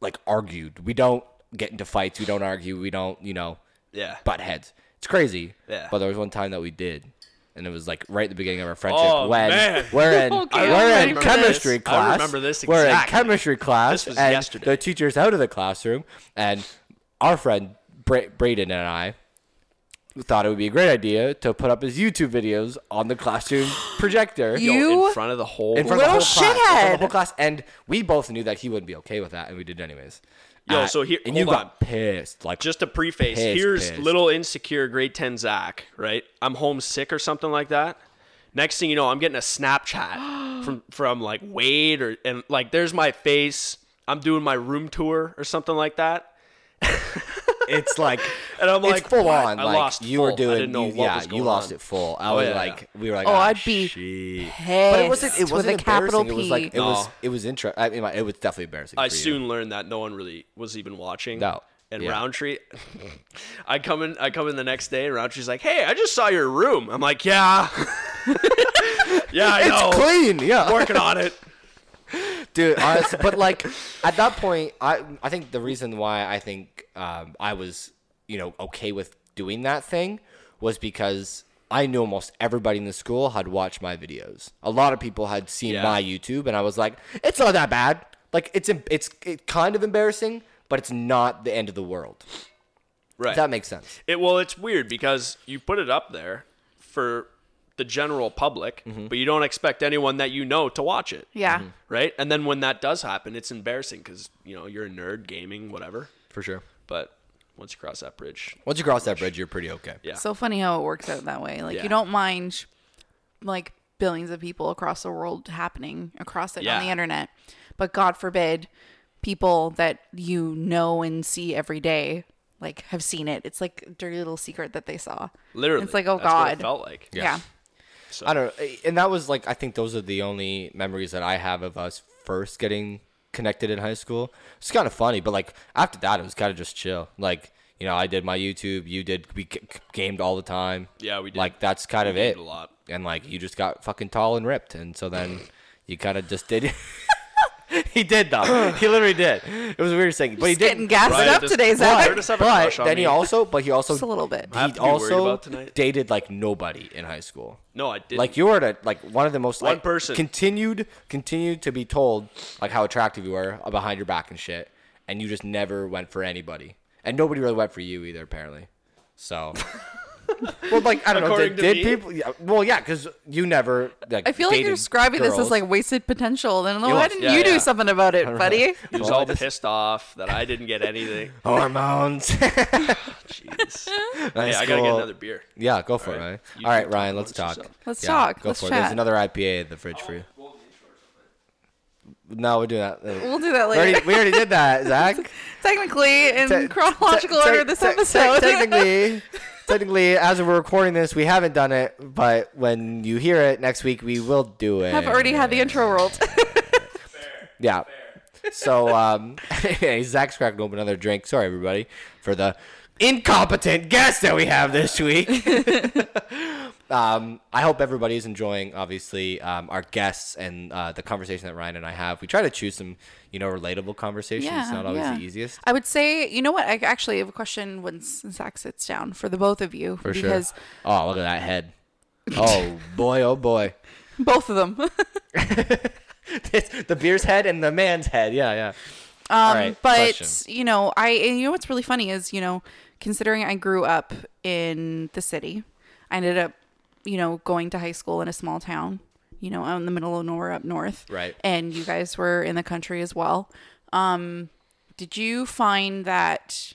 A: like argued. We don't get into fights. We don't argue. We don't you know
D: Yeah.
A: butt heads. It's crazy.
D: Yeah.
A: But there was one time that we did, and it was like right at the beginning of our friendship
D: Oh,
A: when
D: man.
A: we're in
B: [LAUGHS] Okay, I
A: we're in
B: remember
A: chemistry
D: this. I
A: class.
D: remember this
A: We're in
D: exactly.
A: chemistry class,
D: This was
A: and
D: yesterday.
A: the teacher's out of the classroom, and our friend Bra- Braden and I thought it would be a great idea to put up his YouTube videos on the
D: [GASPS]
A: classroom projector.
D: Yo, in
B: You-
D: front of the whole
A: in front of the whole
B: Little
A: class, in front of the
B: shithead.
A: whole class, and we both knew that he wouldn't be okay with that, and we did it anyways. Uh,
D: Yo, so here-
A: and you
D: hold
A: got pissed, like
D: just to preface,
A: Pissed,
D: here's
A: pissed.
D: little insecure grade 10 Zach, right? I'm homesick or something like that. Next thing you know, I'm getting a
A: [GASPS]
D: Snapchat from from like Wade or and like there's my face. I'm doing my room tour or something like that.
A: it's like
D: And I'm
A: it's
D: like,
A: full
D: what?
A: on.
D: I
A: like,
D: lost
A: you
D: full.
A: were doing
D: I didn't know
A: you,
D: what
A: yeah,
D: was
A: you
D: going
A: lost
D: on.
A: it full. I
D: Oh,
A: was
D: yeah,
A: like we were like
B: Oh,
A: "Ah,
B: I'd be
A: shit." But
B: But
A: it wasn't it
B: with
A: wasn't
B: a capital
A: embarrassing. It
B: P.
A: was like it was
D: No.
A: it was intra- I mean like, it was definitely embarrassing.
D: I
A: for you.
D: soon learned that no one really was even watching.
A: No.
D: And
A: Yeah.
D: Roundtree, [LAUGHS] I come in. I come in the next day. and Roundtree's like, "Hey, I just saw your room." I'm like, "Yeah, [LAUGHS] yeah, I know.
A: It's clean, yeah.
D: Working on it."
A: dude honest, but like at that point i i think the reason why i think um, i was you know okay with doing that thing was because i knew almost everybody in the school had watched my videos a lot of people had seen
D: Yeah.
A: my youtube and i was like it's not that bad like it's em- it's it kind of embarrassing but it's not the end of the world
D: Right.
A: if that makes sense
D: It well, it's weird because you put it up there for the general public,
A: Mm-hmm.
D: but you don't expect anyone that you know to watch it.
B: Yeah.
D: Right? And then when that does happen, it's embarrassing cuz you know, you're a nerd gaming whatever,
A: for sure
D: but once you cross that bridge,
A: once you cross that bridge you're pretty okay
D: yeah.
B: So funny how it works out that way. Like
D: Yeah.
B: you don't mind sh- like billions of people across the world happening across it on the
D: Yeah.
B: internet. But God forbid people that you know and see every day like have seen it. It's like a dirty little secret that they saw.
D: Literally.
B: It's like, oh
D: that's what
B: God.
D: it felt like.
B: Yeah.
A: I don't know. eh, And that was like, I think those are the only memories that I have of us first getting connected in high school. It's kind of funny, but like after that, it was kind of just chill. Like, you know, I did my YouTube, you did, we g- g- gamed all the time.
D: Yeah, we did.
A: Like, that's kind of it.
D: gamed a lot.
A: And like, you just got fucking tall and ripped. And so then you kind of just did. [LAUGHS] he did,
B: [LAUGHS]
A: though. he literally did. It was a weird thing. But he
B: He's getting
A: didn't.
B: gassed
D: Right,
B: up
D: just-
B: today,
D: Right.
B: Zach.
D: Just
A: But,
D: have a
A: but
D: crush on
A: then he
D: me.
A: also, but he also,
B: Just a little bit.
D: I have
A: he
D: to be worried
A: also
D: about tonight.
A: dated like nobody in high school.
D: No, I didn't.
A: Like you were at like one of the most
D: One
A: like,
D: person.
A: continued continued to be told like how attractive you were uh, behind your back and shit, and you just never went for anybody, and nobody really went for you either apparently.
D: [LAUGHS]
A: So, well, like I don't know,
D: According to
A: did, did
D: me?
A: people? Yeah, well, yeah, because you never. Like,
B: I feel like you're
A: dated
B: describing this
A: girls.
B: as like wasted potential. Then
A: was-
B: why didn't
D: yeah,
B: you
D: yeah.
B: do something about it, buddy?
D: he was
A: Well, I
D: all
A: just-
D: pissed off that I didn't get
A: [LAUGHS]
D: anything.
A: [LAUGHS] hormones.
D: Jeez.
A: Nice
D: hey, I got to get
A: goal.
D: another beer.
A: Yeah, go for
D: All
A: it,
D: right.
A: Ryan. All
D: You two
A: right,
D: talk
A: Ryan, let's talk.
D: amongst yourself.
B: Let's
A: Yeah,
B: talk.
A: Go
B: Let's
A: for it. There's
B: chat.
A: another IPA in the fridge for you. No, we're doing that. later.
B: We'll do that
A: We already,
B: later.
A: we already did
B: [LAUGHS]
A: that, Zach.
B: technically, in
A: Te-
B: [LAUGHS] chronological
A: te- te-
B: order, this
A: te- te-
B: episode. [LAUGHS]
A: technically, technically, as we're recording this, we haven't done it, but when you hear it next week, we will do it.
B: I've already had the intro rolled. [LAUGHS]
A: Yeah. So, um, [LAUGHS] anyway, Zach's cracking open another drink. Sorry, everybody, for the incompetent guest that we have this
B: [LAUGHS]
A: week. um, I hope everybody is enjoying, obviously, um, our guests and uh, the conversation that Ryan and I have. We try to choose some, you know, relatable conversations. it's not always
B: yeah.
A: the easiest.
B: I would say, you know what? I actually have a question once Zach sits down for the both of you
A: For
B: because
A: sure. Oh, [LAUGHS] look at that head. Oh boy, oh boy.
B: [LAUGHS] both of them.
A: It's [LAUGHS] the beer's head and the man's head. Yeah, yeah. All
B: Um,
A: right,
B: but
A: question.
B: you know, I and you know what's really funny is you know, considering I grew up in the city, I ended up, you know, going to high school in a small town, you know, out in the middle of nowhere up north.
A: Right.
B: And you guys were in the country as well. Um, did you find that?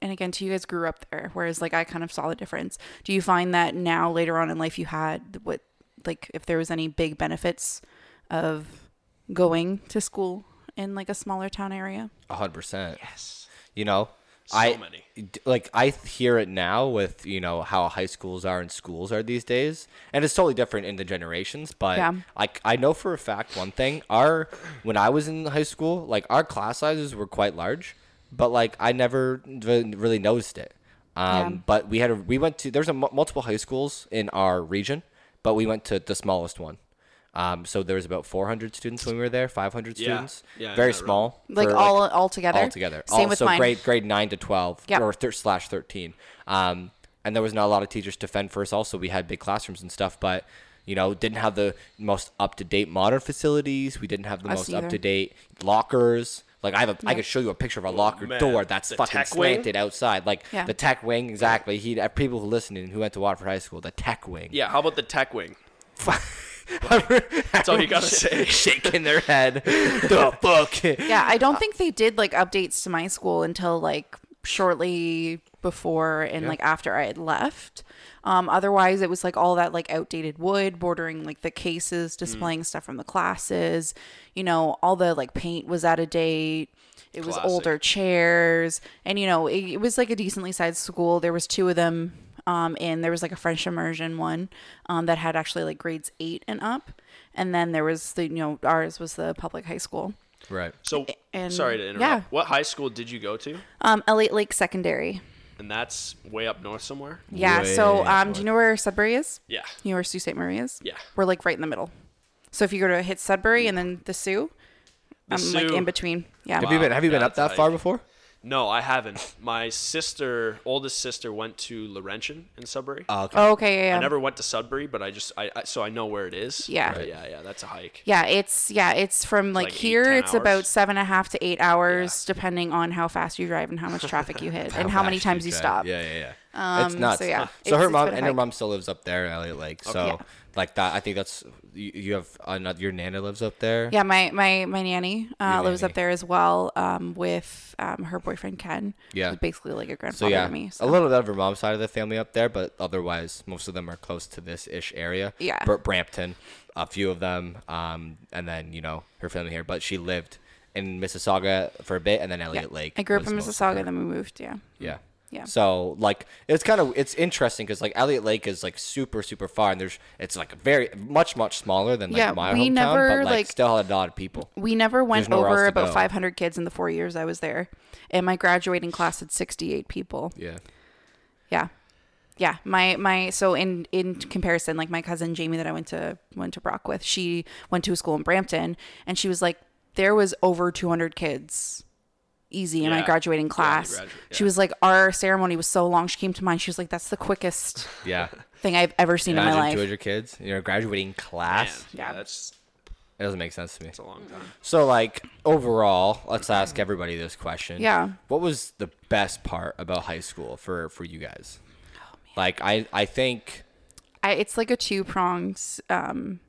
B: And again, to you guys grew up there, whereas like I kind of saw the difference. Do you find that now later on in life you had what like if there was any big benefits of going to school in like a smaller town area?
A: A hundred percent. Yes. You know, I
D: many.
A: d- like I th- hear it now with you know how high schools are and schools are these days, and it's totally different in the generations. But
B: Yeah.
A: like I know for a fact one thing: our when I was in high school, like our class sizes were quite large, but like I never re- really noticed it. Um,
B: Yeah.
A: But we had a we went to there's a mu- multiple high schools in our region, but we went to the smallest one. Um, so there was about 400 students when we were there, 500
D: Yeah.
A: students, very
D: Yeah, not really.
A: small
B: Like
A: for,
B: all all together.
A: all together.
B: Same
A: All-
B: with
A: Oh, so
B: mine.
A: grade grade nine to twelve
B: Yep.
A: or thir- slash thirteen. Um, and there was not a lot of teachers to fend for us. Also, we had big classrooms and stuff, but you know, didn't have the most up to date modern facilities. We didn't have the
B: Us
A: most
B: either.
A: up to date lockers. Like I have, a, I could show you a picture of a locker
D: man.
A: door that's
D: The
A: fucking
D: tech wing?
A: slanted outside, like
B: Yeah.
A: the tech wing. Exactly. He uh, people who listening who went to Waterford High School, the tech wing.
D: Yeah, how about the tech wing?
A: [LAUGHS] that's
D: all you
A: [LAUGHS]
D: gotta say.
A: Shaking their
D: [LAUGHS]
A: head. the fuck.
B: Yeah, I don't think they did like updates to my school until like shortly before and like after I had left. Um, otherwise, it was like all that like outdated wood bordering like the cases, displaying stuff from the classes. You know, all the like paint was out of date. It was
D: Classic.
B: older chairs, and you know, it, it was like a decently sized school. There was two of them. Um, and there was like a French immersion one um, that had actually like grades eight and up, and then there was the you know ours was the public high school.
A: [LAUGHS] Right.
D: So
B: and-
D: sorry to interrupt.
B: yeah.
D: What high school did you go to?
B: Um, Elliot Lake Secondary.
D: And that's way up north somewhere.
B: Yeah. so,
A: Way
B: um, do you know where Sudbury is?
D: Yeah.
B: You know where Sault Ste. Marie is?
D: Yeah.
B: We're like right in the middle. So if you go to hit Sudbury and then the Sioux, I'm like
D: Sioux.
B: in between. Yeah.
A: Have you been Have you been
D: Yeah,
A: up that
D: that's
A: far
D: like-
A: before?
D: No, I haven't. My sister, oldest sister, went to Laurentian in Sudbury.
A: okay.
B: Oh, okay. Yeah. yeah.
D: I never went to Sudbury, but I just I, I so I know where it is.
B: Yeah.
D: But yeah, yeah. That's a hike.
B: yeah, it's yeah, it's from like,
D: like eight,
B: here.
D: 10
B: it's about
D: hours.
B: seven and a half to eight hours, depending on how fast you drive and how much traffic
A: [LAUGHS]
B: you hit and how many
A: Actually
B: times you
A: drive.
B: stop.
A: Yeah, yeah, yeah. it's
B: Um,
A: nuts.
B: so yeah,
A: So
B: it's-
A: her
B: it's
A: mom
B: been a
A: and her
B: hike. Oh,
A: mom still lives up there, in Elliot Lake. So
B: Yeah.
A: like that, I think that's you, you have another. Your nana lives up there.
B: Yeah, my my my nanny uh,
A: Your
B: lives
A: nanny.
B: up there as well um, with um, her boyfriend Ken.
A: Yeah.
B: who's basically like a
A: So
B: grandfather
A: yeah,
B: to me.
A: a little bit of her mom's side of the family up there, but otherwise most of them are close to this ish area.
B: Yeah.
A: Br- Brampton, a few of them, um, and then you know her family here. But she lived in Mississauga for a bit, and then Elliot Lake.
B: I grew up
A: was
B: in
A: most of
B: Mississauga,
A: her-
B: then we moved. Yeah.
A: Yeah.
B: Yeah.
A: So like it's kind of it's interesting because like Elliot Lake is like super super far and there's it's like very much much smaller than like
B: Yeah,
A: my
B: we
A: hometown
B: never,
A: but like,
B: like-
A: still had a lot of people.
B: We never
A: There's
B: went
A: nowhere else
B: over
A: to
B: about
A: go.
B: 500 kids in the four years I was there, and my graduating class had 68 people.
A: Yeah.
B: Yeah, yeah. My my so in in comparison, like my cousin Jamie that I went to went to Brock with, she went to a school in Brampton, and she was like, there was over 200 kids, easy in my
D: Yeah.
B: graduating class.
D: graduate-
B: She was like, our ceremony was so long. She came to mine. She was like, that's the quickest
A: Yeah.
B: thing I've ever seen [LAUGHS] in my
A: Imagine
B: life.
A: two hundred kids in your graduating
D: Man,
A: class.
D: yeah.
B: Yeah.
D: That's
A: It doesn't make sense to me.
D: it's a long time.
A: So like overall, let's ask everybody this question.
B: Yeah.
A: What was the best part about high school for for you guys?
B: Oh,
A: Like I I think
B: I, it's like a two pronged um,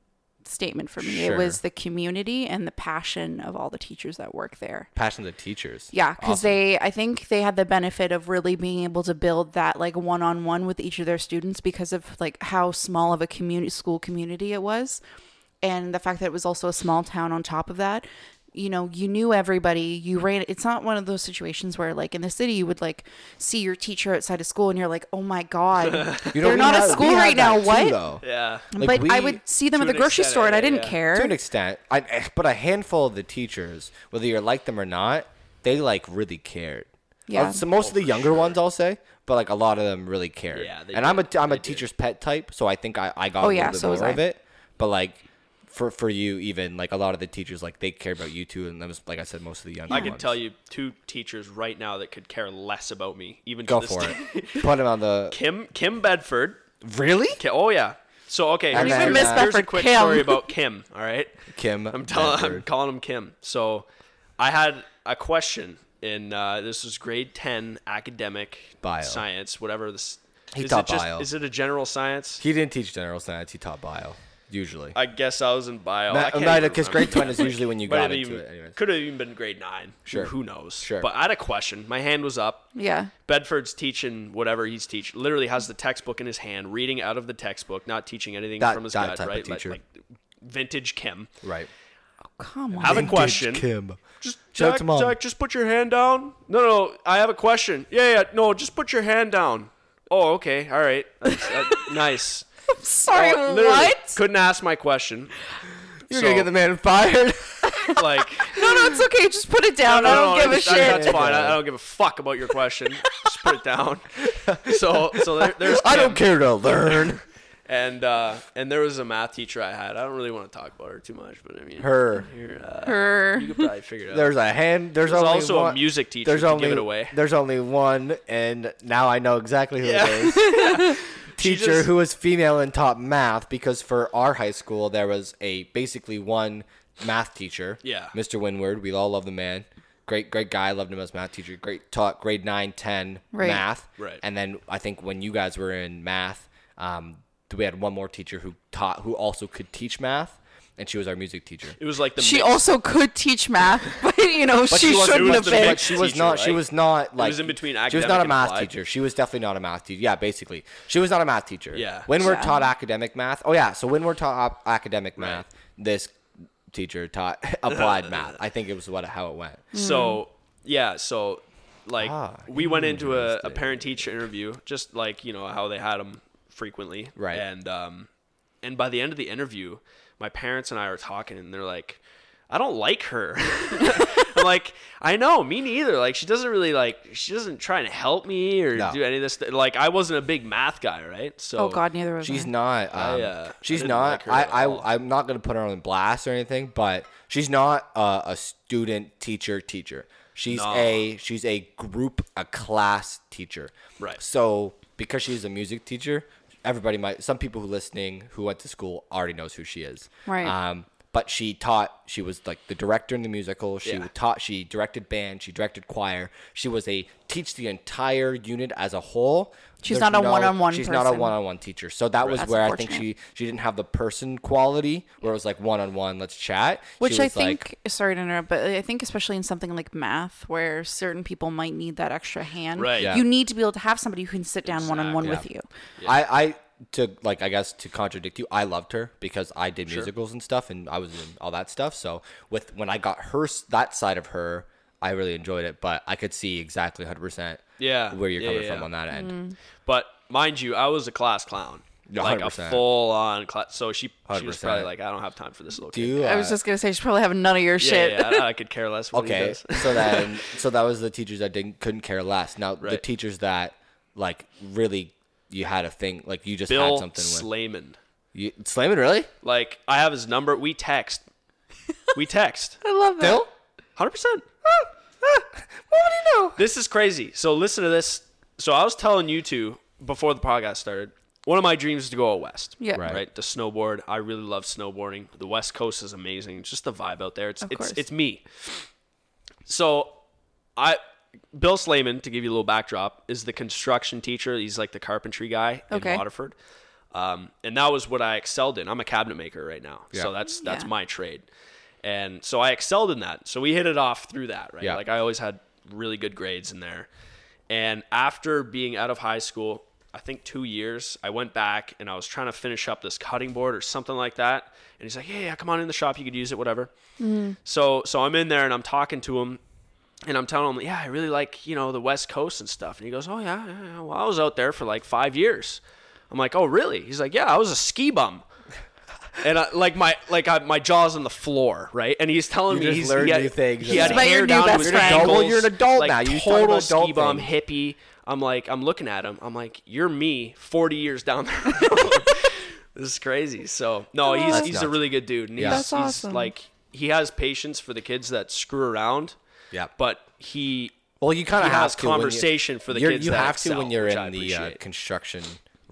B: statement for me.
A: Sure.
B: It was the community and the passion of all the teachers that work there.
A: passion of the teachers.
B: Yeah, because
A: Awesome.
B: they, I think they had the benefit of really being able to build that like one on one with each of their students because of like how small of a community school community it was, and the fact that it was also a small town on top of that. You know, you knew everybody. You ran. It's not one of those situations where, like in the city, you would like see your teacher outside of school, and you're like, "Oh my god,
A: [LAUGHS] You know,
B: they're
A: we
B: not
A: had-
B: at
A: we
B: school
A: had
B: right
A: that
B: now."
A: too,
B: what?
A: though.
D: Yeah.
A: Like,
B: but I
A: we-
B: would see them
D: to
B: at the
D: an
B: grocery
D: extent,
B: store, and I
D: yeah,
B: didn't
D: yeah.
B: care.
A: to an extent I, but a handful of the teachers whether you like them or not they like really cared
B: Yeah.
A: Uh, so most of the younger ones i'll say but like a lot of them really cared
D: Oh, Yeah, they
A: and i'm a
D: did.
A: i'm a
D: They did.
A: teacher's pet type so i think i, I got
B: Oh,
A: a
B: yeah,
A: little bit
B: so was
A: more of
B: I.
A: it but like for for you even like a lot of the teachers like they cared about you too and that was like i said most of the younger
D: I can
A: ones.
D: tell you two teachers right now that could care less about me. Even to
A: go
D: this
A: [LAUGHS]
D: [LAUGHS]
A: for
D: day.
A: it put him on the
D: Kim Kim Bedford.
A: really
D: Ki- Oh yeah. So okay,
A: And
D: here's,
A: then,
D: here's-
A: uh,
D: here's a
B: Miss
D: quick
B: Buffer, Kim.
D: story about Kim. All right,
A: [LAUGHS] Kim.
D: I'm telling I'm
A: Bedford.
D: calling him Kim. So I had a question in uh, this was grade ten academic
A: Bio.
D: science whatever this.
A: He
D: is
A: taught
D: it just-
A: bio.
D: Is it a general science?
A: He didn't teach general science. He taught bio usually.
D: I guess I was in bio. I can't even
A: Because grade
D: remember.
A: ten is [LAUGHS] usually
D: [LAUGHS]
A: when you
D: Might
A: got
D: have
A: into
D: even-
A: it. Anyways.
D: Could have even been grade nine.
A: Sure.
D: Who knows?
A: Sure.
D: But I had a question. My hand was up.
B: Yeah.
D: Bedford's teaching whatever he's teaching. Literally has the textbook in his hand, reading out of the textbook, not teaching anything
A: That-
D: from his
A: that
D: gut.
A: type of
D: right?
A: teacher.
D: Like, like vintage Kim.
A: Right.
B: Come on.
D: I have a question.
A: Kim.
D: Just
A: Shout out
D: Jack,
A: to Mom.
D: Jack, just put your hand down. No, no, I have a question. Yeah, yeah, no, just put your hand down. Oh, okay, all right, That's- that- [LAUGHS] nice.
B: Sorry,
D: Oh, literally,
B: what?
D: Couldn't ask my question.
A: You're
D: So,
A: gonna get the man fired.
D: like.
B: No, no, it's okay. Just put it down. [LAUGHS] I don't give a
D: that's-
B: shit.
D: That's fine. I I don't give a fuck about your question. Just put
A: [LAUGHS]
D: it down. So, so there, there's.
A: I don't care
D: Kim.
A: to learn.
D: And uh, and there was a math teacher I had. I don't really want to talk about her too much, but I
A: [LAUGHS]
D: mean,
A: Her.
D: you're, uh,
B: Her.
D: you could probably figure it out.
A: There's a hand. There's,
D: There's
A: only
D: also a
A: one-
D: music teacher,
A: There's
D: to give
A: only
D: it away.
A: there's only one, and now I know exactly who
D: Yeah.
A: it is. Teacher
D: just-
A: who was female and taught math because for our high school there was a basically one math teacher.
D: Yeah.
A: Mr. Winward, we all love the man. Great, great guy. Loved him as math teacher. Great taught grade 9, 10
B: Right.
A: math.
D: Right.
A: And then I think when you guys were in math, um, we had one more teacher who taught who also could teach math, and she was our music teacher.
D: [LAUGHS] It was like the
B: She
D: mix-
B: also could teach math, [LAUGHS] but you know she
A: wasn't-
D: it
B: shouldn't
D: was
B: have
D: the
B: been.
D: mix.
A: But she was
D: teacher,
A: not. She
D: right?
A: was not like.
D: in between
A: She was
D: academic
A: not a
D: and
A: math
D: applied.
A: teacher. She was definitely not a math teacher. Yeah, basically, she was not a math teacher.
D: Yeah.
A: When we're
B: Yeah.
A: taught academic math. Oh yeah. So when we're taught op- academic math, this teacher taught [LAUGHS] applied
D: [LAUGHS]
A: math. I think it was what how it went.
D: So yeah, so like
A: Ah,
D: we went into a, a parent teacher interview, just like you know how they had them frequently,
A: Right.
D: And um, and by the end of the interview, my parents and I were talking, and they're like, "I don't like her." [LAUGHS] I'm like, "I know, me neither." Like she doesn't really like she doesn't try to help me or
A: No.
D: do any of this. Th- like I wasn't a big math guy, right? So
B: Oh God, neither of
A: She's
B: them.
A: not. Um,
D: uh, I
A: she's
D: didn't
A: not.
D: like her
A: I,
D: at all.
A: I, I'm not going to put her on blast or anything, but she's not uh, a student teacher teacher. She's a she's a group a class teacher.
D: Right.
A: So because she's a music teacher, everybody might some people who listening who went to school already knows who she is.
B: Right.
A: Um, but she taught. She was like the director in the musical. She
D: Yeah.
A: taught. She directed band. She directed choir. She was a teach the entire unit as a whole.
B: She's
A: There's
B: not a one-on-one
A: She's not a
B: person.
A: one-on-one teacher. So that was
B: That's
A: where I think she
B: unfortunate.
A: she didn't have the person quality where it was like one-on-one, let's chat. She
B: Which I
A: was like,
B: think, sorry to interrupt, but I think especially in something like math, where certain people might need that extra hand,
D: Right. Yeah.
B: you need to be able to have somebody who can sit down one on one with
A: Yeah.
B: you.
A: I I to like I guess to contradict you, I loved her because I did musicals and stuff and I was in all that stuff. So with when I got her s- that side of her, I really enjoyed it, but I could see exactly 100%
D: Yeah.
A: where you're
D: Yeah,
A: coming
D: yeah,
A: from
D: yeah.
A: on that end.
B: Mm-hmm.
D: But mind you, I was a class clown.
A: Yeah,
D: Like a
A: 100%.
D: full on class. So she, she was
A: 100%.
D: probably like, I don't have time for this little
A: Do
D: kid."
A: you,
B: I was
A: uh,
B: just gonna say she probably have none of your
D: Yeah,
B: shit.
D: Yeah, I, I could care less. What
A: [LAUGHS]
D: He
A: Okay,
D: does.
A: so then, so that was the teachers that didn't couldn't care less. Now the
D: Right.
A: teachers that like really you had a thing like you just had
D: [LAUGHS] Bill
A: something with
D: Slayman.
A: you, Slayman really
D: Like I have his number. We text.
A: [LAUGHS]
D: We text.
B: [LAUGHS] I love that.
A: Bill.
D: Hundred percent.
A: What do you know?
D: [LAUGHS] This is crazy. So listen to this. So I was telling you two before the podcast started. One of my dreams is to go out west.
B: Yeah.
A: Right.
D: Right. To snowboard. I really love snowboarding. The West Coast is amazing. It's just the vibe out there. It's it's
B: course.
D: it's me. So I Bill Slayman, to give you a little backdrop, is the construction teacher. He's like the carpentry guy
B: Okay.
D: in Waterford. Um, and that was what I excelled in. I'm a cabinet maker right now.
A: Yeah.
D: So that's that's
B: Yeah.
D: my trade. And so I excelled in that. So we hit it off through that, right?
A: Yeah.
D: Like I always had really good grades in there. And after being out of high school, I think two years, I went back and I was trying to finish up this cutting board or something like that. And he's like, Yeah, yeah, come on in the shop, you could use it, whatever. So so I'm in there and I'm talking to him and I'm telling him, yeah, I really like, you know, the West Coast and stuff. And he goes, oh, yeah, yeah, yeah. Well, I was out there for like five years. I'm like, oh, really? He's like, yeah, I was a ski bum.
A: [LAUGHS]
D: And I, like my like I, my jaw's on the floor, right? And he's telling
A: You
D: me
A: just
D: he's
A: learned
D: he had,
A: new things
D: He had
A: about-
B: About your
D: hair
B: new
D: down
B: best
D: to his
B: friend.
D: ankles,
A: Well, you're an adult
D: like,
A: now. You talk
D: total
A: about adult
D: ski bum
A: things.
D: hippie. I'm like, I'm looking at him. I'm like, you're me, 40 years down the [LAUGHS] road. this is crazy. So no, he's
A: That's
D: he's a
A: nuts.
D: really good dude. And he's,
B: That's
D: he's
B: awesome.
D: like he has patience for the kids that screw around
A: Yeah, but
D: but he
A: well, you kind
D: he
A: of have
D: has
A: to when you-
D: conversation for the
A: you're-
D: kids
A: You
D: that
A: have to
D: excel,
A: when you're
D: which I
A: in the uh,
D: appreciate.
A: construction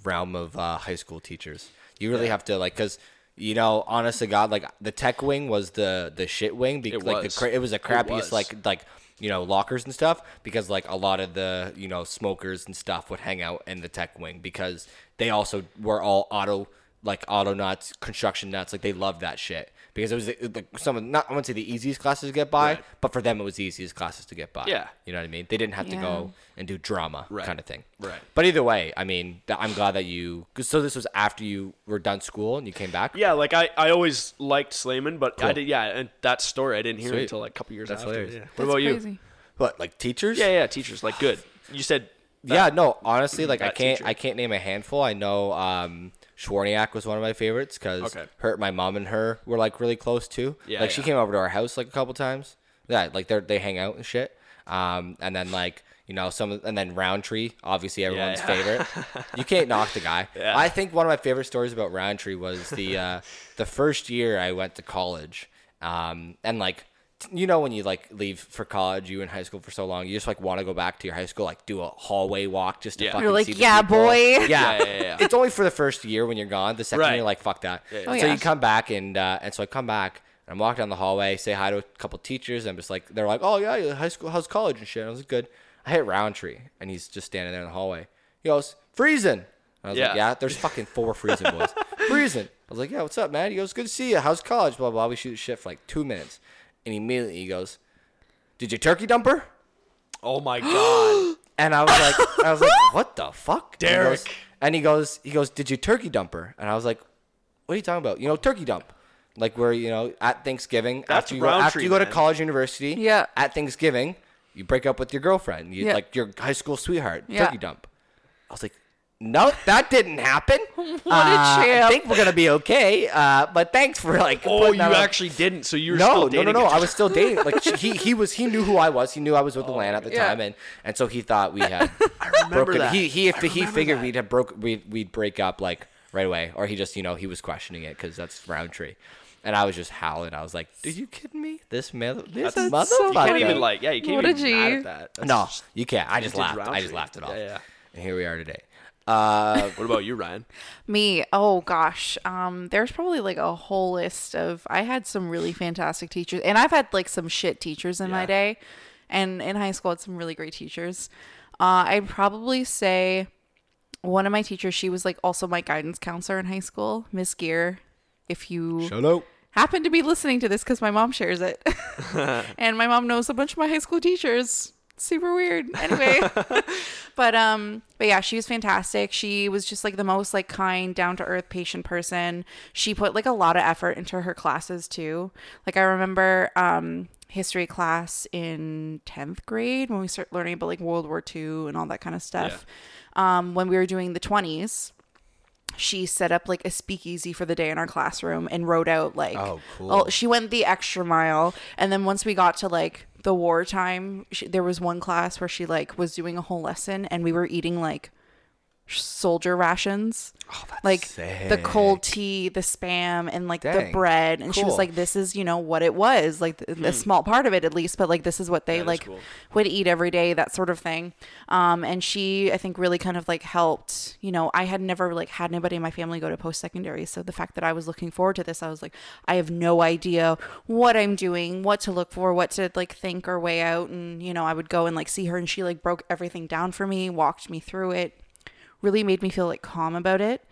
A: realm of uh, high school teachers. You really have to like because. You know, honest to God, like the tech wing was the the shit wing. Because,
D: It
A: like
D: was.
A: the cra- it was the
D: It
A: crappiest
D: was.
A: like like you know lockers and stuff because like a lot of the you know smokers and stuff would hang out in the tech wing because they also were all auto like auto nuts construction nuts like they loved that shit because it was uh, like some of not I wouldn't say the easiest classes to get by
D: Right.
A: but for them it was the easiest classes to get by
D: Yeah.
A: you know what I mean they didn't have to
B: Yeah.
A: go and do drama
D: Right.
A: kind of thing
D: Right.
A: but either way I mean th- I'm glad that you 'cause- so this was after you were done school and you came back
D: Yeah, like I, I always liked Slayman, but I
A: Cool.
D: did yeah, and that story I didn't hear
A: Sweet.
D: until like a couple years
A: That's
D: after.
A: hilarious.
D: yeah. What
B: That's
D: about you?
B: crazy.
A: but like teachers
D: Yeah, yeah, teachers like good. You said
A: yeah, no, honestly, like I
D: that
A: can't,
D: teacher.
A: I can't name a handful. I know um, Schwarniak was one of my favorites because
D: Okay.
A: her, my mom and her were like really close too.
D: Yeah,
A: like she
D: yeah.
A: came over to our house like a couple times. Yeah, like they are they hang out and shit. Um, and then like you know some, of- and then Roundtree, obviously everyone's
D: yeah. [LAUGHS]
A: favorite. You can't knock the guy. I think one of my favorite stories about Roundtree was the
D: [LAUGHS]
A: uh, the first year I went to college, um, and like t- you know when you like leave for college, you in high school for so long, you just like want to go back to your high school, like do a hallway walk just to
D: Yeah.
A: fucking
B: You're like,
A: see the
B: "Yeah,
A: people."
B: boy.
A: [LAUGHS] Yeah.
D: yeah, yeah, yeah.
A: It's only for the first year when you're gone. The second
D: Right.
A: year, you're like fuck that.
B: yeah. Oh,
A: so
B: yeah.
A: you come back and uh, and so I come back. and I'm walking down the hallway, say hi to a couple teachers. And I'm just like, they're like, oh yeah, you're high school, how's college and shit. And I was like, good. I hit Roundtree, and he's just standing there in the hallway. He goes, freezing. And I was
D: Yeah.
A: like, yeah, there's fucking four freezing
D: [LAUGHS]
A: boys. freezing. I was like, yeah, what's up, man? He goes, good to see you. How's college? Blah blah. We shoot shit for like two minutes, and immediately he goes, did you turkey dumper?
D: [LAUGHS] Oh my [GASPS] god.
A: And I was like, I was
D: [LAUGHS]
A: like, what the fuck, And he goes-
D: Derek.
A: And he goes, he goes, did you turkey dumper? And I was like, what are you talking about? You know, turkey dump, like where you know at Thanksgiving
D: That's
A: after you go, after
D: Roundtree,
A: you go to
D: man.
A: college, university,
B: Yeah.
A: at Thanksgiving you break up with your girlfriend, you,
B: Yeah.
A: like your high school sweetheart,
B: Yeah.
A: turkey dump. I was like. No, that didn't
B: [LAUGHS]
A: happen. what uh, I
B: champ.
A: think we're gonna be okay. Uh, but thanks for like.
D: oh,
A: putting
D: you
A: that on-
D: actually didn't. So you were
A: no,
D: still
A: no,
D: dating
A: no, no.
D: a-
A: I was still dating.
D: [LAUGHS]
A: Like she, he, he was, he knew who I was. He knew I was with Atlanta at the
B: Yeah.
A: time, and and so he thought we
D: [LAUGHS]
A: had
D: remember
A: broken.
D: that.
A: He he if he figured we'd have broke we'd we'd break up like right away, or he just you know he was questioning it because that's Roundtree, and I was just howling. I was like, "Are you kidding me? This mother, this motherfucker."
B: That's so
D: You can't
B: Okay.
D: even like yeah, you can't
B: What
D: even
B: a
D: be mad
B: G.
D: at that. That's
A: no,
D: just-
A: you can't. I just
D: did
A: laughed. I
D: Roundtree.
A: just laughed it off.
D: Yeah, yeah.
A: And here we are today. Uh,
D: What about you, [LAUGHS] Ryan?
B: Me, oh gosh, um, there's probably like a whole list of. I had some really fantastic teachers, and I've had like some shit teachers in
D: Yeah.
B: my day, and in high school, I had some really great teachers. Uh, I'd probably say one of my teachers. She was like also my guidance counselor in high school, Miss Gear. If you
A: Hello.
B: happen to be listening to this, because my mom shares it, and my mom knows a bunch of my high school teachers. Super weird. Anyway. but um but yeah she was fantastic she was just like the most like kind down to earth patient person she put like a lot of effort into her classes too like i remember um history class in 10th grade when we started learning about like world war ii and all that kind of stuff um when we were doing the 20s she set up like a speakeasy for the day in our classroom and wrote out like
A: Oh, cool.
B: all- she went the extra mile and then once we got to like the wartime she, there was one class where she like was doing a whole lesson and we were eating like soldier rations oh, that's like the cold tea the spam and like
A: Dang.
B: the bread and she was
A: Cool.
B: like this is you know what it was like th- a small part of it at least but like this is what they
D: Hmm. is
B: like
D: cool.
B: would eat every day that sort of thing um and she i think really kind of like helped you know i had never like had anybody in my family go to post-secondary so the fact that i was looking forward to this i was like i have no idea what i'm doing what to look for what to like think or weigh out and you know i would go and like see her and she like broke everything down for me walked me through it really made me feel like calm about it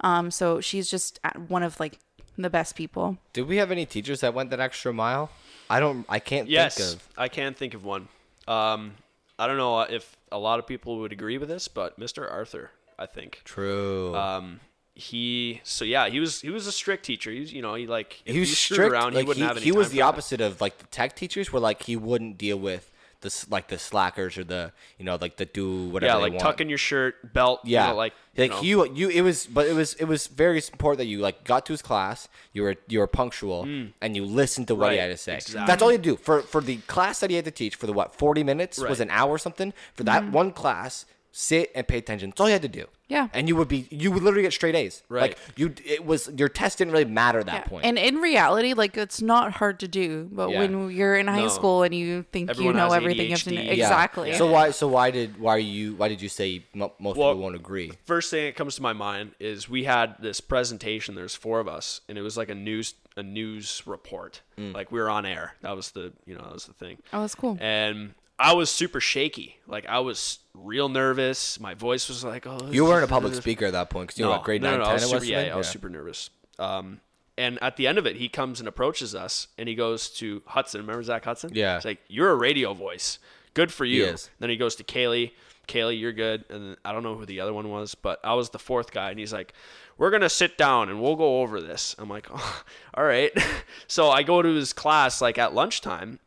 B: um so she's just at- one of like the best people
A: Did we have any teachers that went that extra mile? I don't. I can't think
D: Yes,
A: of.
D: I can think of one. Um, I don't know if a lot of people would agree with this, but Mr. Arthur, I think.
A: True.
D: Um, he so yeah, he was he was a strict teacher. He was you know he like if
A: he was
D: you screwed
A: strict.
D: around,
A: like,
D: he wouldn't have any.
A: he was
D: time
A: the
D: for that.
A: opposite of like the tech teachers, where like he wouldn't deal with the s- like the slackers or the you know like the do whatever.
D: Yeah,
A: they
D: like
A: want.
D: tuck in your shirt, belt. you
A: Yeah,
D: know, like
A: like
D: you know.
A: you, you, it was, but it was, it was very important that you like got to his class. You were, you were punctual, and you listened to what he
D: Hmm. Right,
A: had to say.
D: exactly.
A: That's all you do for for the class that he had to teach for the what forty minutes
D: Right.
A: was an hour or something for that one class. sit and pay attention. That's all you had to do.
B: Mm-hmm. Yeah.
A: And you would be you would literally get straight A's.
D: Right.
A: Like you it was your test didn't really matter at that
B: Yeah.
A: point.
B: And in reality, like it's not hard to do. But
A: Yeah.
B: when you're in high
D: No.
B: school and you think
D: Everyone
B: you know
D: has
B: everything, you have to know.
D: ADHD.
A: Yeah.
B: exactly.
A: So why so why did why are you why did you say mo- most
D: Well-
A: people won't agree?
D: first thing that comes to my mind is we had this presentation. There's four of us, and it was like a news a news report.
A: Mm.
D: Like we were on air. That was the you know that was the thing.
B: Oh, that's cool.
D: And I was super shaky. Like I was real nervous. My voice was like, oh,
A: You weren't a
D: [LAUGHS]
A: public speaker at that point because you were what, grade nine,
D: I
A: ten.
D: was
A: it
D: super,
A: was
D: yeah,
A: something?
D: I was super nervous. Um, and at the end of it, he comes and approaches us, and he goes to Hudson. Remember Zach Hudson?
A: Yeah.
D: He's like, "You're a radio voice. Good for you."
A: is.
D: Then he goes to Kaylee. Kaylee, you're good. And then I don't know who the other one was, but I was the fourth guy, and he's like, "We're gonna sit down and we'll go over this." I'm like, [LAUGHS] oh, "All right." [LAUGHS] so I go to his class like at lunchtime,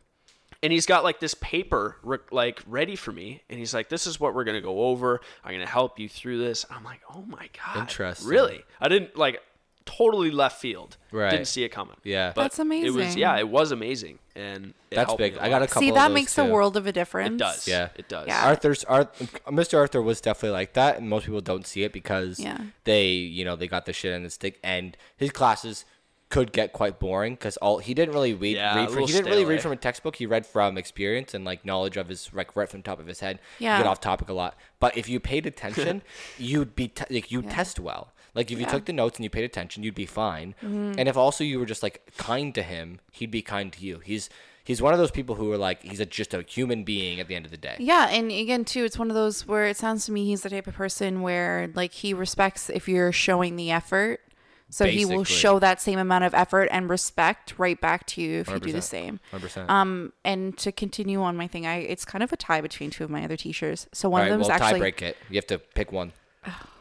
D: and he's got like this paper re- like ready for me and he's like this is what we're gonna go over i'm gonna help you through this i'm like oh my god
A: Interesting.
D: really i didn't like totally left field
A: Right.
D: didn't see it coming
A: Yeah.
D: but
B: That's
D: it was
B: amazing.
D: yeah it was amazing and it
A: That's
D: helped
A: big.
D: me
A: I got a
D: lot.
A: couple
B: See,
A: of
B: that
A: those,
B: makes a
A: too.
B: world of a difference.
D: it does
A: Yeah.
D: it does
B: Yeah.
A: Arthur's Arth Mr. Arthur was definitely like that, and most people don't see it because
B: Yeah.
A: they, you know, they got the shit on the stick, and his classes could get quite boring because all he didn't really read,
D: Yeah, a
A: read from,
D: little
A: he didn't really
D: stale, eh?
A: read from a textbook. He read from experience and like knowledge of his like right from the top of his head. You
B: Yeah.
A: get off topic a lot, but if you paid
B: [LAUGHS]
A: attention, you'd be te- like you would test well. Like if you took the notes and you paid attention, you'd be fine.
B: Mm-hmm.
A: And if also you were just like kind to him, he'd be kind to you. He's he's one of those people who are like he's a, just a human being at the end of the day.
B: Yeah, and again too, it's one of those where it sounds to me he's the type of person where like he respects if you're showing the effort. So he
A: Basically.
B: will show that same amount of effort and respect right back to you if you do the
A: 100%.
B: same.
A: 100%.
B: Um, and to continue on my thing, I it's kind of a tie between two of my other teachers. So one of them is
A: well,
B: actually
A: tie break it. You have to pick one.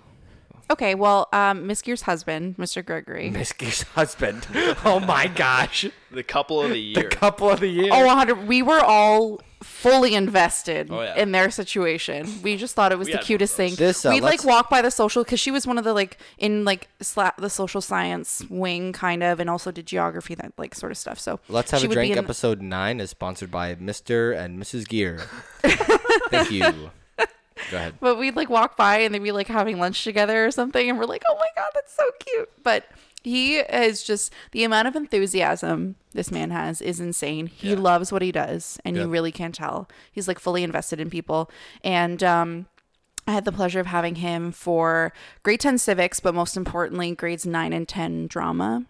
A: [LAUGHS]
B: okay. Well, um, Miss Gear's husband, Mr. Gregory.
A: Miski's husband. [LAUGHS] Oh my gosh.
D: the couple
A: [LAUGHS]
D: of the year
A: Couple of the year.
B: Oh, 100. We were all fully invested
D: Oh, yeah.
B: in their situation. We just thought it was
D: We
B: the
D: had one of
B: cutest thing.
A: those. This, uh,
B: We'd like
A: let's-
B: walk by the social because she was one of the like in like sla- the social science wing kind of, and also did geography that like sort of stuff. So
A: Let's have
B: she
A: a
B: would be
A: drink.
B: in-
A: Episode nine is sponsored by Mister and Mrs.
B: [LAUGHS]
A: Gear. Thank you. Go ahead.
B: But we'd like walk by and they'd be like having lunch together or something, and we're like, oh my god, that's so cute. But he is just the amount of enthusiasm this man has is insane. He loves what he does, and you
A: Yep.
B: really can tell. He's like fully invested in people, and um, I had the pleasure of having him for grade 10 civics, but most importantly, grades 9 and 10 drama.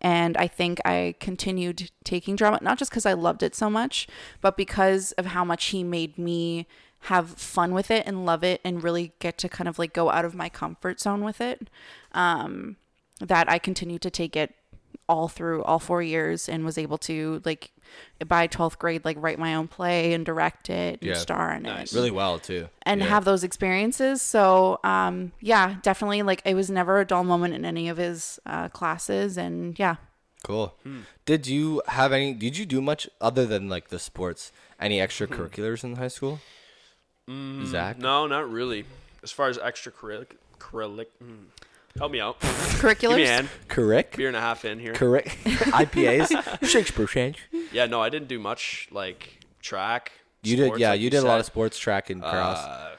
B: And I think I continued taking drama, not just because I loved it so much, but because of how much he made me have fun with it and love it and really get to kind of like go out of my comfort zone with it. Um, that I continued to take it all through all four years and was able to, like, by 12th grade, like write my own play and direct it and
A: Yeah.
B: star in it
A: Really well too.
B: and
A: Yeah.
B: have those experiences. So, um, yeah, definitely. Like, it was never a dull moment in any of his uh, classes, and yeah,
A: cool.
D: Hmm.
A: Did you have any? Did you do much other than like the sports? Any extracurriculars in high school? Zach.
D: Mm, no not really as far as extracurricular mm. help me out [LAUGHS] Give me a
B: curriculars.
D: hand.
A: Correct.
D: beer and a half in here
A: Correct.
D: [LAUGHS]
A: IPAs. Shakespeare change.
D: yeah no i didn't do much like track
A: You
D: sports,
A: did. Yeah,
D: like
A: you did a lot of
D: said.
A: sports, track, and cross.
D: uh,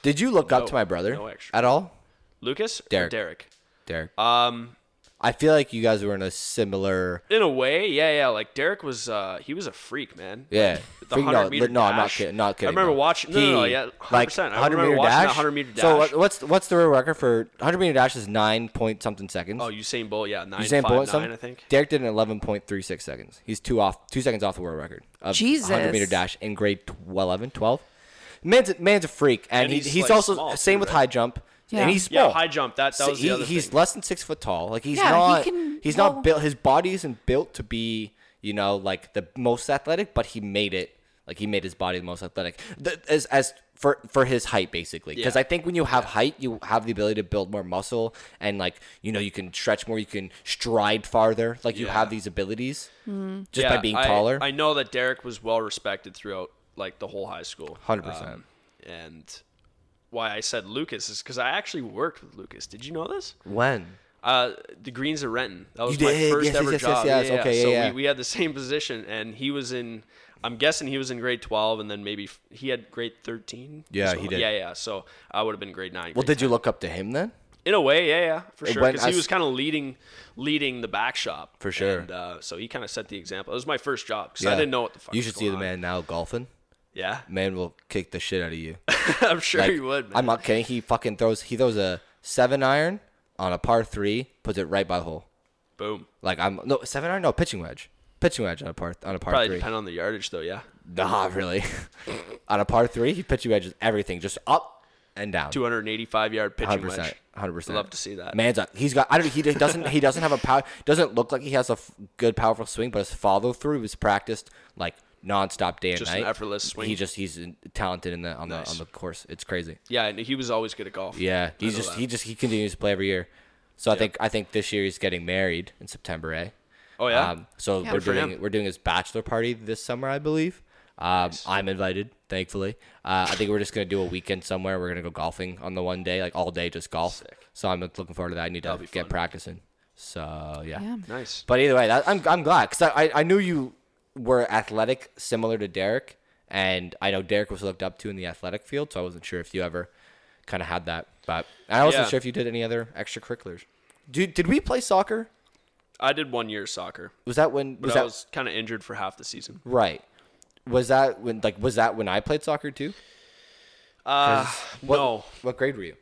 A: did you look up to
D: no,
A: my brother
D: no extra.
A: at all,
D: lucas or
A: Derek.
D: derek
A: Derek?
D: um
A: I feel like you guys were in a similar.
D: In a way, yeah, yeah. Like Derek was, uh, he was a freak, man.
A: Yeah.
D: The
A: Freak-
D: 100
A: no,
D: meter
A: no, I'm not
D: dash.
A: kidding. Not kidding.
D: I remember
A: no.
D: watching. No, no, no,
A: He,
D: yeah, 100%.
A: like,
D: I
A: 100
D: remember
A: dash?
D: watching that 100 meter dash.
A: So what- what's what's the record for 100 meter dash is nine point something seconds.
D: oh, Usain Bolt, yeah, nine
A: Usain Bolt
D: five nine,
A: something?
D: I think.
A: Derek did it in 11.36 seconds. He's two off, two seconds off the world record of 100 meter
B: Jesus.
A: dash in grade 12, 11, 12. Man's a, man's a freak, and,
D: And
A: he-
D: he's,
A: he's,
D: like,
A: also
D: small,
A: same
D: too,
A: with
D: right?
A: high jump,
B: Yeah.
A: and he's small.
D: Yeah, high jump. That that
A: So
D: was
A: he-
D: the other
A: he's
D: thing.
A: less than six foot tall. Like he's
B: Yeah, he
A: not.
B: can-
A: he's
B: well-
A: not built. His body isn't built to be, you know, like the most athletic. But he made it. Like he made his body the most athletic. The, as as for for his height, basically. Because
D: Yeah.
A: I think when you have height, you have the ability to build more muscle, and like you know, you can stretch more. You can stride farther. Like you
D: Yeah.
A: have these abilities
B: Mm.
A: just
D: yeah,
A: by being
D: I-
A: taller.
D: I know that Derek was well respected throughout like the whole high school.
A: 100%.
D: Um, and why I said Lucas is because I actually worked with Lucas. Did you know this?
A: when
D: Uh, the Greens of Renton. That was
A: You
D: my
A: did?
D: first
A: Yes,
D: ever
A: yes, yes,
D: job.
A: yes,
D: Yeah, yeah,
A: okay, yeah,
D: so
A: yeah.
D: We, we had the [LAUGHS] same position, and he was in. I'm guessing he was in grade 12, and then maybe f- he had grade 13.
A: Yeah,
D: so-
A: he did.
D: Yeah, yeah. So I would have been grade nine.
A: Well,
D: grade
A: did you look up to him then?
D: in a way, yeah, yeah, for
A: It
D: sure.
A: went
D: Because he
A: as-
D: was kind of leading, leading the back shop
A: For sure.
D: And, uh, so he kind of set the example. It was my first job because I didn't know what the fuck.
A: You
D: was
A: should see the
D: going on.
A: man now golfing. [LAUGHS]
D: Yeah, [LAUGHS]
A: Man will kick the shit out of you.
D: I'm sure
A: Like,
D: he would. Man.
A: I'm not kidding. He fucking throws. He throws a seven iron on a par three, puts it right by the hole.
D: Boom.
A: Like I'm no seven iron, no pitching wedge, pitching wedge on a par on a par
D: Probably
A: three.
D: depend on the yardage though. Yeah,
A: Nah, [LAUGHS] really. on a par three, he pitching wedges everything, just up and down.
D: 285 yard pitching
A: Hundred percent,
D: wedge.
A: hundred percent.
D: Love to see that.
A: Man's up. He's got. I don't. He doesn't. He doesn't have a power. Doesn't look like he has a f- good, powerful swing, but his follow through is practiced like nonstop day and
D: Just
A: night.
D: an effortless swing.
A: He just. He's talented in the on
D: Nice.
A: the on the course. It's crazy.
D: Yeah, and he was always good at golf.
A: Yeah,
D: I know
A: he's just
D: that.
A: he just he continues to play every year. So I think I think this year he's getting married in September, eh?
D: Oh yeah.
A: so we're
D: Good for
A: doing
D: him.
A: we're doing his bachelor party this summer, I believe. Um, I'm invited, thankfully. Uh, I think we're just gonna do a weekend somewhere. We're gonna go golfing on the one day, like all day, just golf. So I'm looking forward to that. I need
D: That'll
A: to
D: be
A: get
D: fun.
A: practicing. So yeah.
B: Yeah.
D: nice.
A: But either way, that, I'm I'm glad because I, I I knew you were athletic, similar to Derek, and I know Derek was looked up to in the athletic field, so I wasn't sure if you ever kind of had that. But I wasn't
D: Yeah.
A: sure if you did any other extracurriculars. Did did we play soccer?
D: I did one year of soccer,
A: Was that when
D: but
A: was
D: I
A: that
D: was kind of injured for half the season.
A: right? Was that when like was that when I played soccer too?
D: Uh,
A: 'Cause what-
D: no,
A: What grade were you?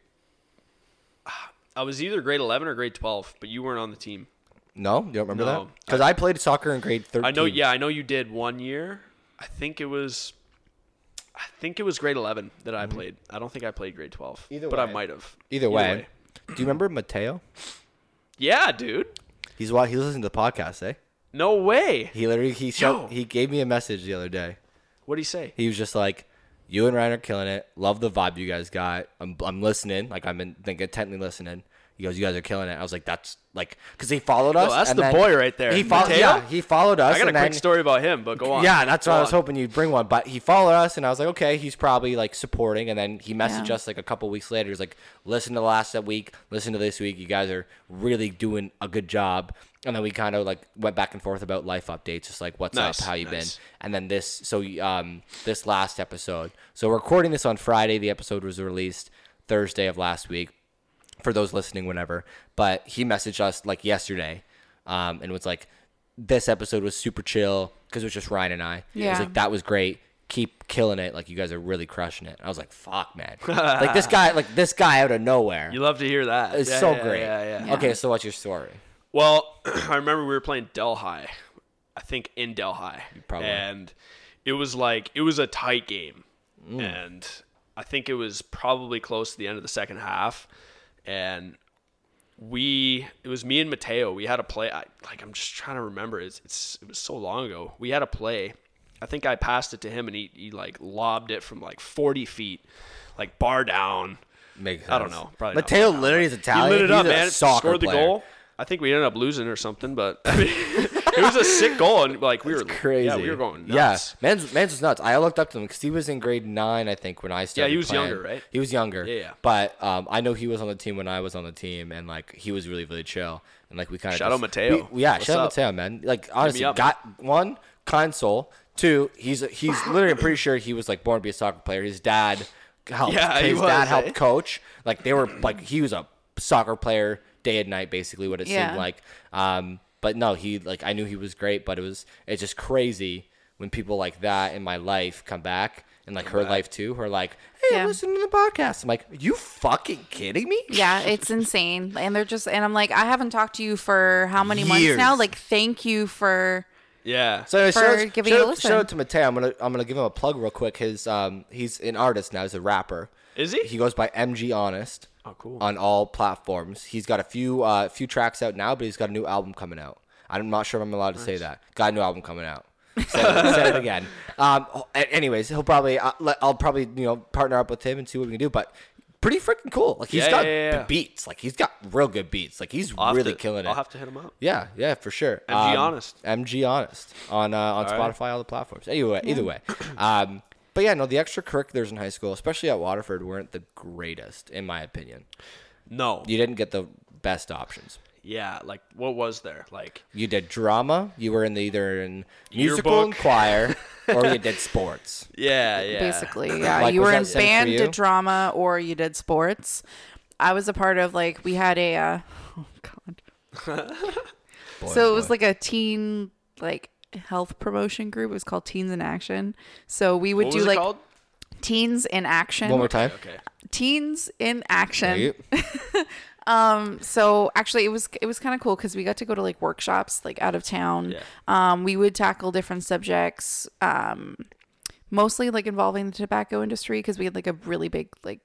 D: I was either grade 11 or grade 12, but you weren't on the team.
A: No, you don't remember
D: No.
A: that? Because I played soccer in grade thirteen.
D: I know. Yeah, I know you did one year. I think it was, I think it was grade 11 that I played. I don't think I played grade 12.
A: Mm-hmm. Either
D: but I
A: way.
D: might have.
A: Either way, do you remember Mateo?
D: Yeah, dude.
A: He's why he listened to the podcast, eh?
D: No way.
A: He literally he showed,
D: Yo.
A: he gave me a message the other day.
D: What do you say?
A: he was just like, "You and Ryan are killing it. Love the vibe you guys got. I'm, I'm listening. Like I'm in, like intently listening." He goes, "You guys are killing it." I was like, "That's like," because he followed us.
D: that's
A: and
D: the
A: then-
D: boy right there.
A: He followed.
D: Mateo?
A: Yeah, he followed us.
D: I got a
A: and
D: quick
A: then-
D: story about him, but go on.
A: Yeah, that's
D: Go
A: why I was
D: on.
A: hoping you'd bring one. But he followed us, and I was like, okay, he's probably like supporting. And then he messaged
B: Yeah.
A: us like a couple weeks later. He's like, listen to last week, listen to this week. You guys are really doing a good job. And then we kind of like went back and forth about life updates, just like what's
D: Nice,
A: up, how you
D: nice.
A: been, and then this. So um, this last episode. So we're recording this on Friday. The episode was released Thursday of last week for those listening whenever but he messaged us like yesterday um, and was like this episode was super chill because it was just ryan and i he was
B: Yeah.
A: like that was great keep killing it like you guys are really crushing it i was like fuck man
D: [LAUGHS]
A: like this guy like this guy out of nowhere
D: You love to hear that.
A: it's
D: Yeah,
A: so
D: yeah,
A: great
D: Yeah, yeah.
A: okay so what's your story
D: Well, [CLEARS THROAT] I remember we were playing Delhi. I think in Delhi.
A: Probably.
D: And it was like it was a tight game. And I think it was probably close to the end of the second half. And we it was me and Mateo. We had a play. I, like I'm just trying to remember. It's, it's it was so long ago. We had a play. I think I passed it to him and he, he like lobbed it from like 40 feet, like bar down.
A: Makes
D: I don't
A: sense.
D: know. Probably not
A: mateo
D: bar down,
A: literally is italian
D: He lit it
A: He's
D: up,
A: a
D: man.
A: soccer
D: Scored the
A: player.
D: goal. I think we ended up losing or something, but I mean, [LAUGHS] it was a sick goal, and like we
A: [LAUGHS]
D: were
A: crazy
D: Yeah, we were going nuts.
A: yeah man's man's was nuts i looked up to him because he was in grade nine i think when i started
D: he was
A: playing.
D: younger, right?
A: he was younger
D: Yeah, yeah.
A: but um i know he was on the team when i was on the team and like he was really really chill and like we kind of
D: Shout out Mateo.
A: we, yeah
D: What's
A: shout out
D: up?
A: Mateo, man like honestly
D: up.
A: got one console two he's he's literally I'm pretty sure he was like born to be a soccer player his dad helped
D: Yeah, he
A: his dad
D: was,
A: helped
D: eh?
A: coach like they were like he was a soccer player day and night basically what it
B: Yeah.
A: seemed like like um but no he like i knew he was great but it was it's just crazy when people like that in my life come back and like her life too who are like hey
B: Yeah.
A: listen to the podcast i'm like you fucking kidding me
B: Yeah, it's insane. And they're just, and I'm like, I haven't talked to you for how many months
A: Years.
B: now? Like, thank you for,
D: yeah.
A: so anyway,
B: For
A: shout, out-
B: giving
A: shout,
B: it a
A: out-
B: listen.
A: shout out to Mateo. I'm gonna I'm gonna give him a plug real quick. His um he's an artist now. He's a rapper.
D: Is he?
A: He goes by MG Honest.
D: Oh, cool.
A: On all platforms. He's got a few uh few tracks out now, but he's got a new album coming out. I'm not sure if I'm allowed to say that. Got a new album coming out. Said it, said it
D: [LAUGHS]
A: again. Um. a- Anyways, he'll probably I'll, let- I'll probably you know partner up with him and see what we can do, but. Pretty freaking cool. Like he's
D: Yeah,
A: got
D: yeah, yeah.
A: beats. Like he's got real good beats. Like he's
D: I'll have
A: really
D: to-
A: killing it.
D: I'll have to hit him up.
A: Yeah, yeah, for sure.
D: MG Honest.
A: MG Honest on uh, on
D: right.
A: Spotify, all the platforms. Anyway, either
B: [CLEARS THROAT]
A: way. Um, but yeah, no, the extracurriculars in high school, especially at Waterford, weren't the greatest, in my opinion.
D: No,
A: You didn't get the best options.
D: yeah, like what was there? Like
A: You did drama. You were in the, either in musical and
D: Yearbook.
A: choir, or you
D: [LAUGHS]
A: did sports.
D: yeah,
A: [LAUGHS]
D: yeah.
B: basically. Yeah,
A: Like,
B: you
A: was
B: were
A: that
B: in
A: the same for
B: band,
A: you?
B: did drama, or you did sports. I was a part of like we had a uh, oh god,
A: Boy,
B: so
A: oh
B: it was
A: boy.
B: like a teen like health promotion group. It was called Teens in Action. So we would
D: What
B: do
D: was it
B: like
D: called?
B: Teens in Action.
A: one more time.
D: Okay.
B: Teens in Action.
A: Right?
B: so actually it was it was kind of cool because we got to go to like workshops like out of town
D: Yeah.
B: um we would tackle different subjects um mostly like involving the tobacco industry because we had like a really big like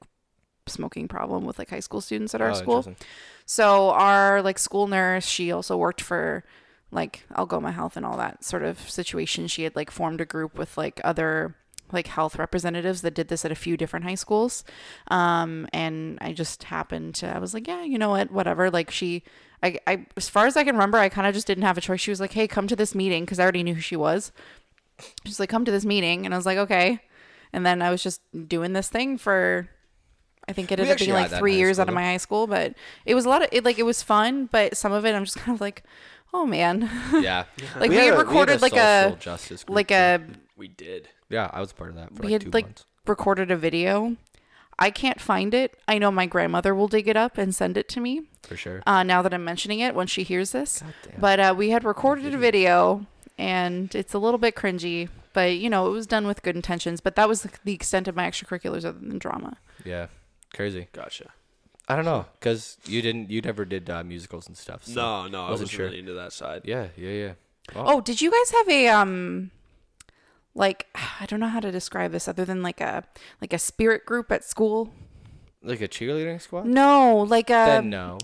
B: smoking problem with like high school students at our
A: Oh,
B: school [LAUGHS]
A: interesting.
B: so our like school nurse she also worked for like algoma health and all that sort of situation she had like formed a group with like other like health representatives that did this at a few different high schools um and i just happened to i was like yeah you know what whatever like she i, I as far as i can remember i kind of just didn't have a choice she was like hey come to this meeting because i already knew who she was she's like come to this meeting and i was like okay and then i was just doing this thing for i think it ended up
A: actually
B: being
A: had
B: like
A: that in
B: three
A: high
B: years
A: school,
B: out of
A: though.
B: my high school but it was a lot of it like it was fun but some of it i'm just kind of like oh man [LAUGHS]
A: Yeah.
B: Like, we had
A: a-
B: recorded, like, a-
A: social justice group
B: like
A: thing.
B: a
D: We did.
A: yeah. I was a part of that for
B: we
A: like two
B: had like
A: months.
B: recorded a video i can't find it i know my grandmother will dig it up and send it to me
A: for sure.
B: uh, now that i'm mentioning it when she hears this but uh, we had recorded a video and it's a little bit cringy but you know it was done with good intentions but that was the, the extent of my extracurriculars other than drama
A: yeah, crazy.
D: Gotcha.
A: I don't know because you didn't. You never did uh, musicals and stuff. So.
D: No, no, I
A: wasn't
D: wasn't,
A: sure.
D: really into that side.
A: Yeah. Yeah. Yeah.
B: Oh, did you guys have a um like [SIGHS] I don't know how to describe this other than like a like a spirit group at school?
A: Like a cheerleading squad.
B: No, Ah. like a
A: then no.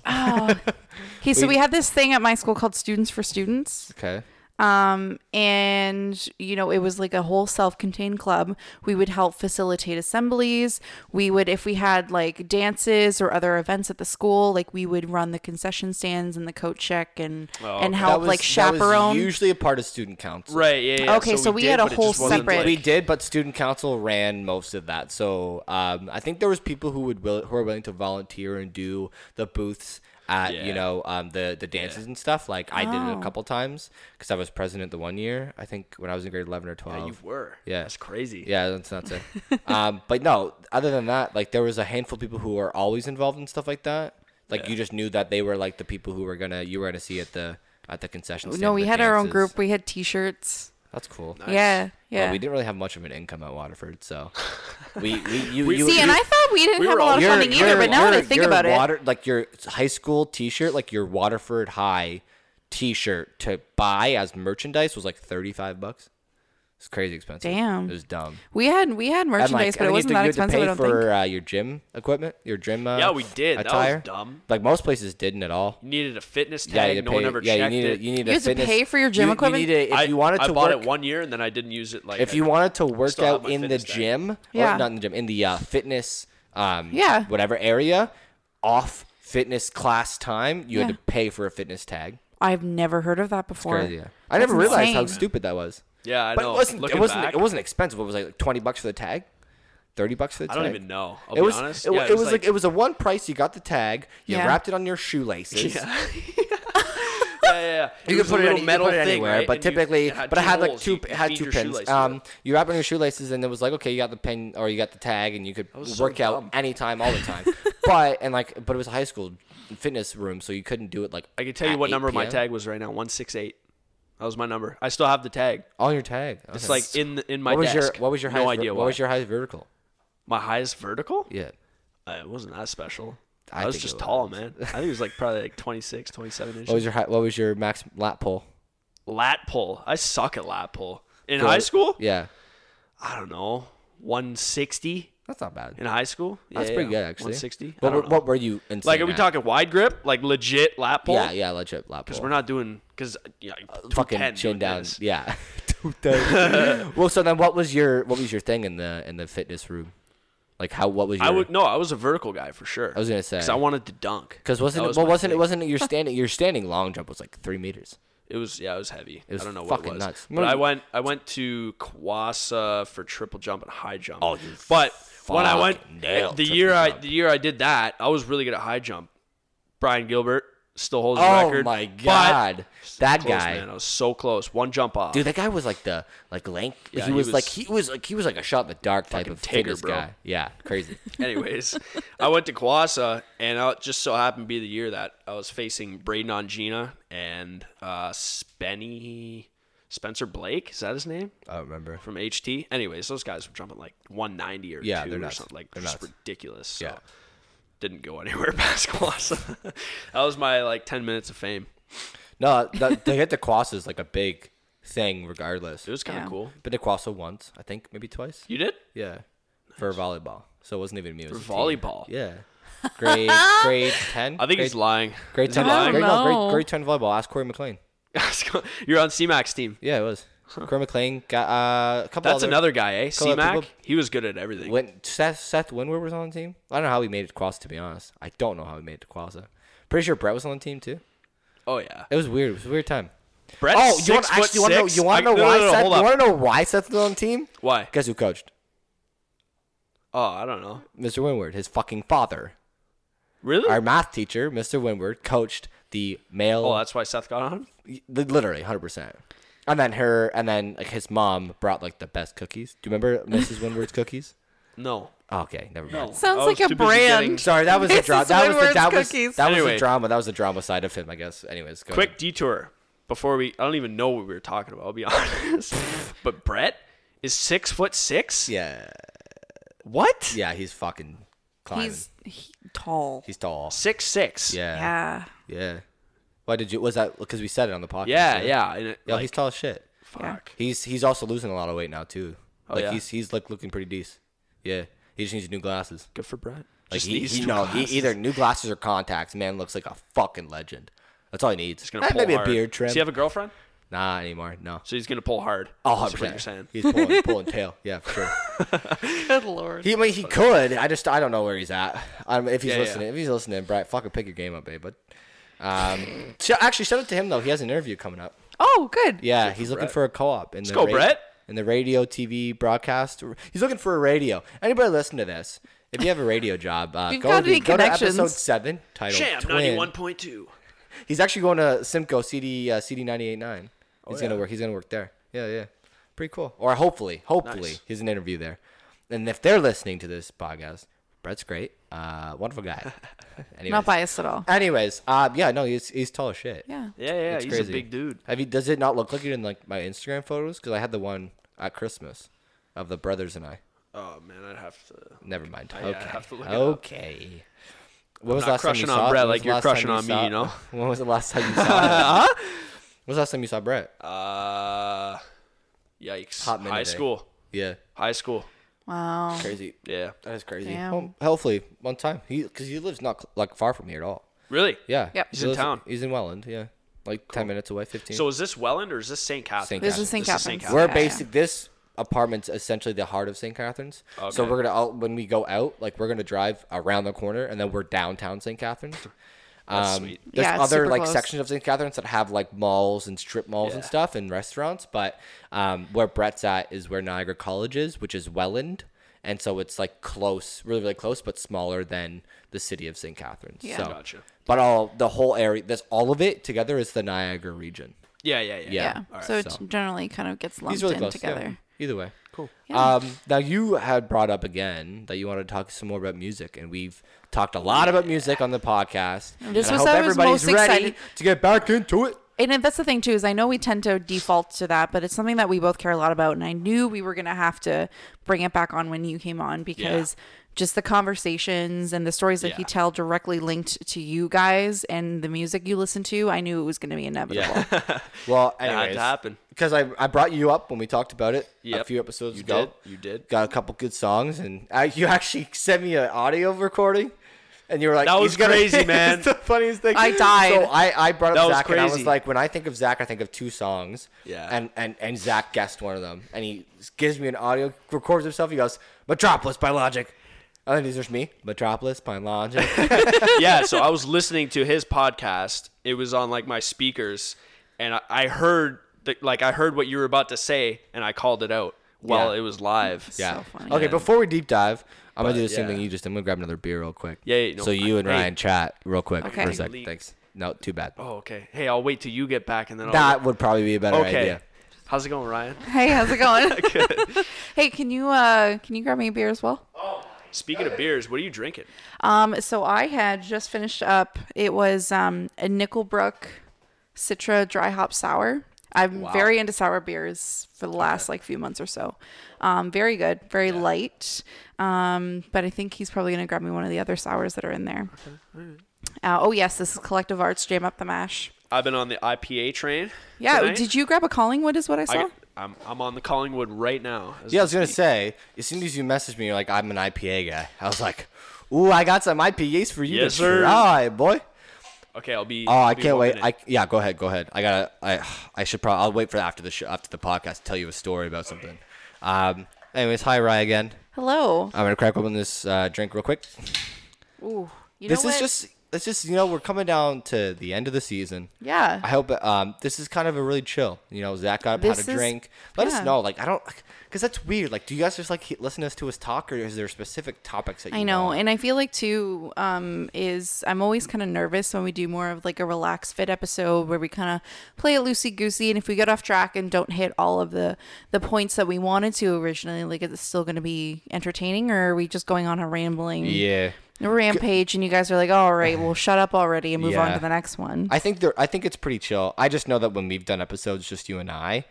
B: Okay, so we had this thing at my school called Students for Students.
A: Okay.
B: Um, and you know, it was like a whole self-contained club. We would help facilitate assemblies. We would, if we had like dances or other events at the school, like we would run the concession stands and the coat check and and
A: That
B: help
A: was-
B: like
A: that was
B: chaperone.
A: usually a part of student council.
D: Right, yeah, yeah.
B: Okay, so we had a
D: but it
B: whole
D: just wasn't,
B: separate-
A: We
D: like-
A: did, but student council ran most of that. So um, I think there was people who would will, who are willing to volunteer and do the booths at
D: Yeah.
A: you know um, the the dances and stuff. Like I did
B: Oh.
A: it a couple times because I was president the one year. I think when I was in grade eleven or twelve.
D: Yeah, you were.
A: Yeah.
D: That's crazy.
A: Yeah, that's not
B: [LAUGHS]
A: say. um, but no, other than that, like there was a handful of people who were always involved in stuff like that. Like you just knew that they were like the people who were gonna you were gonna see at the at the concession. Stand
B: no,
A: for
B: we
A: the
B: had our own
A: dances.
B: group. We had T-shirts.
A: That's cool.
B: Yeah,
A: Well,
B: yeah.
A: we didn't really have much of an income at Waterford,
B: [LAUGHS]
A: so we, we you,
D: We-
A: you
B: See,
A: you,
B: and I thought we didn't
D: we
B: have
D: were
B: a lot of
D: all-
B: funding either, but now that I think about it,
A: water, like your high school T-shirt, like your Waterford High T-shirt to buy as merchandise was like thirty-five bucks. It's crazy expensive.
B: Damn.
A: it was dumb.
B: we had we had
A: And, like,
B: merchandise,
A: I
B: but it
A: think
B: wasn't
A: you had
B: that
A: to-
B: expensive. I
A: You
B: don't
A: had to pay
B: think.
A: for uh, your gym equipment, your gym. Uh,
D: Yeah, we did. That was
A: Attire.
D: dumb.
A: Like most places didn't at all.
D: You needed a fitness
A: Yeah,
D: tag.
A: you
D: no
A: pay,
D: one ever
A: yeah, you
D: checked
A: need
D: it.
A: A, you need
B: You
A: a
B: had to
A: fitness-
B: pay for your gym
A: you-
B: equipment?
A: You need a, if
D: I,
A: you wanted
D: I
A: to
D: bought
A: work
D: it one year and then I didn't use it like
A: if
D: I-
A: you wanted to work
D: still have
A: out
D: my
A: in the
D: fitness tag.
A: gym,
B: Yeah.
A: or not in the gym, in the uh, fitness, um,
B: Yeah.
A: whatever area, off fitness class time, you
B: Yeah.
A: had to pay for a fitness tag.
B: I've never heard of that before.
A: Crazy. yeah. I
B: That's
A: never realized how
B: insane.
A: stupid that was.
D: Yeah, I
A: But
D: know.
A: it wasn't.
D: Looking
A: it wasn't.
D: back,
A: It wasn't expensive. It was like twenty bucks for the tag, thirty bucks for the
D: I
A: tag.
D: don't even know. I'll
A: it
D: be
A: was.
D: honest.
A: It, wa-
D: Yeah,
A: it was like, it was a one price. You got the tag. You
B: Yeah.
A: wrapped it on your shoelaces. [LAUGHS]
D: Yeah. yeah, yeah, yeah.
A: You
D: It
A: could
D: was a
A: put it, any, you
D: little
A: could
D: metal
A: put it
D: thing,
A: anywhere,
D: right?
A: but
D: And you-
A: typically,
D: it had
A: but I had like
D: holes.
A: two,
D: You-
A: it
D: you
A: had
D: feed
A: two
D: your
A: pins.
D: shoelace to
A: Um,
D: it.
A: you wrap it on your shoelaces, and it was like, okay, you got the pin or you got the tag, and you could
D: was so
A: work out
D: dumb.
A: anytime,
D: [LAUGHS]
A: all the time. but and like, but it was a high school fitness room, so you couldn't do it like.
D: I can tell
A: at
D: you what
A: 8
D: number my
A: PM.
D: tag was right now. One six eight. That was my number. I still have the tag.
A: On your tag.
D: It's
A: Okay.
D: like in the, in my
A: what was
D: desk.
A: your what was your
D: no
A: highest, ver-
D: idea
A: what was your highest vertical?
D: my highest vertical?
A: Yeah.
D: Uh, it wasn't that special.
A: I
D: I, was
A: think
D: just
A: it
D: tall,
A: was.
D: man. I think it was like probably like 26, 27 inches.
A: What was your high, what was your max lat pull?
D: lat pull. I suck at lat pull. In
A: Go-
D: high school?
A: Yeah,
D: I don't know. 160
A: that's not bad.
D: in high school?
A: That's
D: Yeah,
A: pretty
D: yeah,
A: good actually.
D: 160? I
A: What,
D: don't
A: were-
D: know.
A: what were you?
D: like,
A: insane
D: are we
A: at?
D: talking wide grip? Like, legit lat pull?
A: Yeah, yeah, legit lat pull.
D: Because we're not doing, because, yeah,
A: fucking
D: 210
A: chin
D: doing
A: down.
D: this. [LAUGHS]
A: Yeah. well, so then what was your what was your thing in the in the fitness room? Like how what was your
D: I would, no, I was a vertical guy for sure.
A: I was gonna say.
D: Because I wanted to dunk.
A: Because
D: That
A: wasn't
D: was
A: well
D: my
A: wasn't it
D: thing.
A: wasn't it your standing your standing long jump was like three meters.
D: It was yeah, it was heavy.
A: was
D: I don't know what
A: fucking
D: it was.
A: nuts.
D: But I
A: Remember-
D: went I went to Kwasa for triple jump and high jump.
A: Oh, you
D: but when I
A: fucking
D: went
A: nailed
D: the
A: triple
D: year I
A: jump.
D: the year I did that, I was really good at high jump. Brian Gilbert, still holds [LAUGHS] the
A: Oh
D: record.
A: my
D: but-
A: god, that
D: Close,
A: guy,
D: man. I was so close. One jump off.
A: dude, that guy was like the like lank.
D: Yeah,
A: he,
D: he
A: was, like
D: was-
A: he was like he was like a shot in the dark type
D: Fucking
A: of
D: Tigger,
A: fitness
D: bro.
A: guy. Yeah, crazy.
D: [LAUGHS] Anyways, I went to Kawasa, and it just so happened to be the year that I was facing Braden Ongina and uh, Spenny Spencer Blake. Is that his name
A: [LAUGHS] I don't remember.
D: from HT? Anyways, those guys were jumping like 190 or
A: Yeah,
D: 2
A: they're
D: or
A: nuts.
D: something like
A: They're
D: just
A: nuts.
D: ridiculous. So
A: Yeah.
D: didn't go anywhere [LAUGHS] past Kawasa. [LAUGHS] that was my like 10 minutes of fame.
A: No, that, to hit the cross is like a big thing, regardless.
D: It was kind of
B: Yeah.
D: cool.
A: Been to Quasso once, I think, maybe twice.
D: You did
A: Yeah, for volleyball. So it wasn't even me. It was
D: For
A: a team.
D: volleyball.
A: Yeah. Grade grade ten.
D: I think
A: grade,
D: he's lying. [LAUGHS]
A: grade
D: Is he
A: ten.
B: lying?
A: Grade, no, grade,
B: No.
A: grade ten volleyball. Ask Corey McLean.
D: You're on CMAX team.
A: Yeah, it was. Corey McLean got uh, a couple.
D: That's
A: other,
D: another guy, eh?
A: couple other
D: CMAC.
A: people-
D: He was good at everything.
A: When Seth Seth Winward was on the team. I don't know how he made it to Quasa. To be honest, I don't know how he made it to Quasa. Pretty sure Brett was on the team too.
D: Oh yeah.
A: It was weird. It was a weird time.
D: Brett.
A: oh, you want actually you want to know you want to know why Seth? You want to know why Seth's on the team?
D: Why?
A: Guess who coached?
D: Oh, I don't know.
A: Mr. Winward, his fucking father.
D: Really?
A: Our math teacher, Mr. Winward, coached the male
D: oh, that's why Seth got on.
A: Li- literally 100% and then her and then like his mom brought like the best cookies do you remember mrs winward's cookies
D: No.
A: oh, okay never mind
B: Sounds
D: I was
B: like
D: too
B: a
D: busy getting-
B: brand.
A: sorry that was the
B: Mrs.
A: drama that was the
B: Winward's
A: that was,
B: cookies.
A: that was
D: Anyway.
A: the drama that was the drama side of him i guess anyways go
D: Quick
A: ahead.
D: detour. Before we, I don't even know what we were talking about. I'll be [LAUGHS] honest. but Brett is six foot six.
A: yeah
D: What?
A: yeah he's fucking climbing he's,
B: He's he, tall.
A: tall
D: Six six.
A: yeah
B: yeah.
A: yeah, why did you was that because we said it on the podcast
D: Yeah.
A: right?
D: Yeah. And it,
A: Yo,
D: like,
A: he's tall as shit
D: fuck.
A: he's he's also losing a lot of weight now too like
D: Oh, yeah?
A: he's he's like looking pretty decent yeah he just needs new glasses
D: Good for Brett.
A: Like
D: Just
A: he,
D: needs
A: he,
D: two
A: no, he
D: glasses.
A: either new glasses or contacts. Man looks like a fucking legend. That's all he needs.
D: He's gonna
A: Eh,
D: pull
A: maybe
D: hard.
A: a beard trim.
D: Does he have a girlfriend?
A: nah anymore. No.
D: So he's gonna pull hard.
A: Oh,
D: That's
A: 100%.
D: what you're saying.
A: He's
D: [LAUGHS]
A: pulling, pulling tail. Yeah, for sure.
B: Good lord.
A: He, I mean, he could. I just, I don't know where he's at. Um, if he's
D: Yeah, yeah.
A: listening, if he's listening, Bright, fucking pick your game up, babe. But um, [LAUGHS] so actually, shout out to him though. He has an interview coming up.
B: oh, good.
A: Yeah, he's looking for a co-op in the
D: go, Brett.
A: in the radio TV broadcast. He's looking for a radio. Anybody listen to this? If you have a radio job, uh,
B: We've
A: go,
B: got
A: to,
B: any
A: go to episode
B: connections.
A: seven titled
D: Sham
A: Twin.
D: ninety one point two.
A: He's actually going to Simcoe CD uh, CD ninety eight nine. He's gonna
D: Oh, yeah.
A: work. He's gonna work there. Yeah, yeah. Pretty cool. Or hopefully, hopefully,
D: Nice.
A: he's an interview there. And if they're listening to this podcast, Brett's great. Uh, wonderful
D: [LAUGHS]
A: guy. Anyways.
B: Not biased at all.
A: Anyways, uh, yeah, no, he's he's tall as shit.
B: Yeah.
D: Yeah, yeah.
A: It's
D: he's
A: crazy.
D: a big dude.
A: Have you? Does it not look like it in like my Instagram photos? Because I had the one at Christmas of the brothers and I.
D: Oh man, I'd have to.
A: Never mind.
D: I- Oh, yeah, I
A: okay.
D: have to look it up.
A: okay. When was
D: not
A: the last time you
D: crushing on
A: saw it?
D: Brett
A: When was
D: like
A: the
D: you're
A: last time
D: crushing on me,
A: saw-
D: you know?
A: [LAUGHS] When was the last
D: [LAUGHS]
A: time you saw? Huh? When was the last time you saw Brett?
D: Uh, yikes.
A: Hot minute,
D: High
A: eh?
D: school.
A: Yeah,
D: High school.
B: Wow.
A: crazy.
D: Yeah.
A: That is crazy.
B: Oh. Damn.
A: Well, hopefully, one time he because he lives not cl- like far from here at all.
D: Really?
A: Yeah.
B: Yep.
A: He
D: He's in
A: lives-
D: town.
A: He's in Welland. Yeah, like ten minutes away, fifteen.
D: So is this Welland or is this St. Catharines?
A: St.
B: This
A: Catharines.
B: is St.
D: This is St.
B: Catharines.
A: We're
B: Yeah,
A: basic. This apartment's essentially the heart of St. Catharines. So
D: Okay.
A: we're gonna out when we go out, like we're gonna drive around the corner, and then we're downtown St. Catharines.
D: That's sweet.
A: There's
B: Yeah, it's
A: other
B: super
A: like
B: close.
A: sections of St. Catharines that have like malls and strip malls and
D: Yeah.
A: stuff and restaurants, but um, where Brett's at is where Niagara College is, which is Welland, and so it's like close, really really close, but smaller than the city of St. Catharines.
B: Yeah.
A: So,
D: Gotcha.
A: but all the whole area, this all of it together is the Niagara region.
D: Yeah, yeah, yeah.
A: Yeah.
B: Yeah.
D: All right,
B: so it
A: so-
B: generally kind of gets lumped
A: He's really
B: in
A: close yeah.
B: together.
A: Either way, cool.
B: Yeah.
A: Um, now you had brought up again that you want to talk some more about music, and we've talked a lot about music on the podcast. And
B: This
A: I
B: was-
A: hope
B: I was
A: everybody's
B: most
A: ready
B: excited.
A: to get back into it.
B: And if- that's the thing too is I know we tend to default to that, but it's something that we both care a lot about. And I knew we were gonna have to bring it back on when you came on because just the conversations and the stories that
D: Yeah.
B: you tell directly linked to you guys and the music you listen to. I knew it was gonna be inevitable.
A: Well,
D: to
A: anyways,
D: happen.
A: because I, I brought you up when we talked about it a
D: Yep.
A: few episodes
D: You
A: ago.
D: did. You did.
A: Got a couple good songs, and uh, you actually sent me an audio recording, and you were like,
D: That
A: "He's
D: was
A: gonna-"
D: crazy,
A: [LAUGHS] It's
D: man.
A: the funniest thing.
B: I died.
A: So I, I brought up
D: That was
A: Zach, and I was
D: crazy.
A: like, when I think of Zach, I think of two songs.
D: Yeah.
A: And and and Zach guessed one of them, and he gives me an audio, records himself. He goes, "Metropolis by Logic." And then he's just me, Metropolis by Logic.
D: [LAUGHS] yeah, so I was listening to his podcast. It was on like my speakers, and I, I heard the, like I heard what you were about to say, and I called it out while
A: Yeah.
D: it was live.
A: Yeah.
B: funny.
A: Okay,
D: And-
A: before we deep dive, I'm gonna
D: But,
A: do the same thing
D: yeah.
A: you just. I'm gonna grab another beer real quick.
D: Yeah, yeah, no,
A: so you
D: I-
A: and
D: hey.
A: Ryan chat real quick
B: Okay.
A: for a sec.
D: Leak.
A: Thanks. No, too bad.
D: Oh, okay. Hey, I'll wait till you get back and then I'll.
A: That would probably be a better
D: okay.
A: idea.
D: How's it going, Ryan?
B: Hey, how's it
D: [LAUGHS]
B: going? [LAUGHS] hey, can you uh can you grab me a beer as well?
D: Speaking of beers, what are you drinking?
B: Um, so I had just finished up. It was um a Nickelbrook Citra dry hop sour. I'm very into sour beers for the last like few months or so. Um, very good, very light. Um, but I think he's probably gonna grab me one of the other sours that are in there. Uh, oh yes, this is Collective Arts Jam Up the Mash.
D: I've been on the IPA train.
B: Yeah,
D: tonight.
B: did you grab a Collingwood? Is what I saw.
D: I, I'm I'm on the Collingwood right now. as
A: Yeah, I
D: we
A: was gonna
D: speak.
A: say, as soon as you messaged me, you're like, I'm an IPA guy. I was like, Ooh, I got some IPAs for you
D: Yes,
A: to
D: sir.
A: try, boy.
D: Okay, I'll be.
A: Oh,
D: I'll
A: I
D: be
A: can't
D: one
A: wait.
D: minute.
A: I yeah, go ahead, go ahead. I gotta. I I should probably. I'll wait for after the show, after the podcast to tell you a story about something. Um. Anyways, hi Rye again.
B: Hello.
A: I'm gonna crack open this uh, drink real quick.
B: Ooh, you
A: this
B: know
A: is
B: what?
A: just. It's just you know we're coming down to the end of the season.
B: Yeah.
A: I hope um, this is kind of a really chill. You know, Zach got up,
B: This
A: had a
B: is-
A: drink. Let
B: yeah.
A: us know. Like, I don't, because that's weird. Like, do you guys just like he- listen to us- to us talk, or is there specific topics that you
B: I know,
A: want?
B: and I feel like too um, is I'm always kind of nervous when we do more of like a relaxed fit episode where we kind of play it loosey goosey, and if we get off track and don't hit all of the the points that we wanted to originally, like is it still going to be entertaining, or are we just going on a rambling
A: yeah.
B: rampage? And you guys are like, all right, well, shut up already and move on
A: Yeah.
B: to the next one.
A: I think there. I think it's pretty chill. I just know that when we've done episodes, just you and I,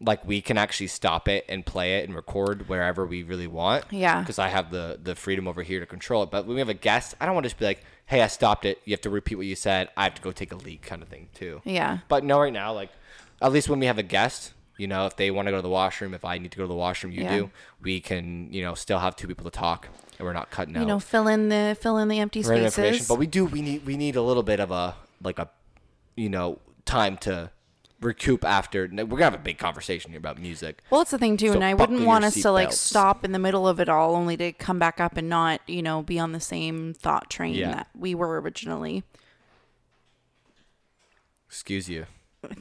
A: like we can actually stop it and play it and record wherever we really want.
B: Yeah.
A: Because I have the the freedom over here to control it. But when we have a guest, I don't want to just be like, "Hey, I stopped it. You have to repeat what you said. I have to go take a leak," kind of thing too.
B: yeah,
A: But no, right now, like at least when we have a guest, you know, if they want to go to the washroom, if I need to go to the washroom, you
B: Yeah.
A: do. We can, you know, still have two people to talk, and we're not cutting
B: you
A: out
B: know, fill in the fill in the empty
A: random
B: spaces.
A: information. But we do. We need. We need a little bit of a like a, you know, time to recoup after. We're gonna have a big conversation here about music.
B: Well, that's the thing too,
A: So
B: and I
A: buckle
B: wouldn't
A: your
B: want us to like
A: seatbelts.
B: stop in the middle of it all, only to come back up and not, you know, be on the same thought train
A: Yeah.
B: that we were originally. [LAUGHS]
A: Excuse you.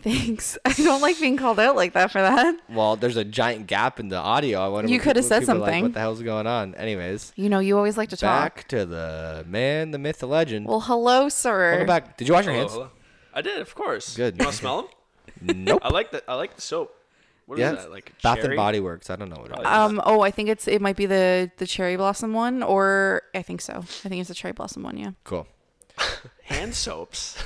B: Thanks. I don't like being called out like that for that.
A: Well, there's a giant gap in the audio. I wonder.
B: You
A: what
B: coulda
A: people-
B: said
A: people are like,
B: something.
A: what the hell's going on? Anyways,
B: You know, you always like to talk.
A: back to the man, the myth, the legend.
B: Well, hello, sir.
A: Welcome back. Did you wash your
D: Hello,
A: hands?
D: hello. Oh, I did, of course.
A: Good.
D: You want to smell them?
A: [LAUGHS] Nope.
D: I like the I like the soap. What is
A: Yeah.
D: that? Like
A: Bath
D: cherry?
A: and Body Works. I don't know what it is.
B: Um. Oh, I think it's it might be the the cherry blossom one, or I think so. I think it's the cherry blossom one. Yeah.
A: cool. [LAUGHS]
D: hand soaps.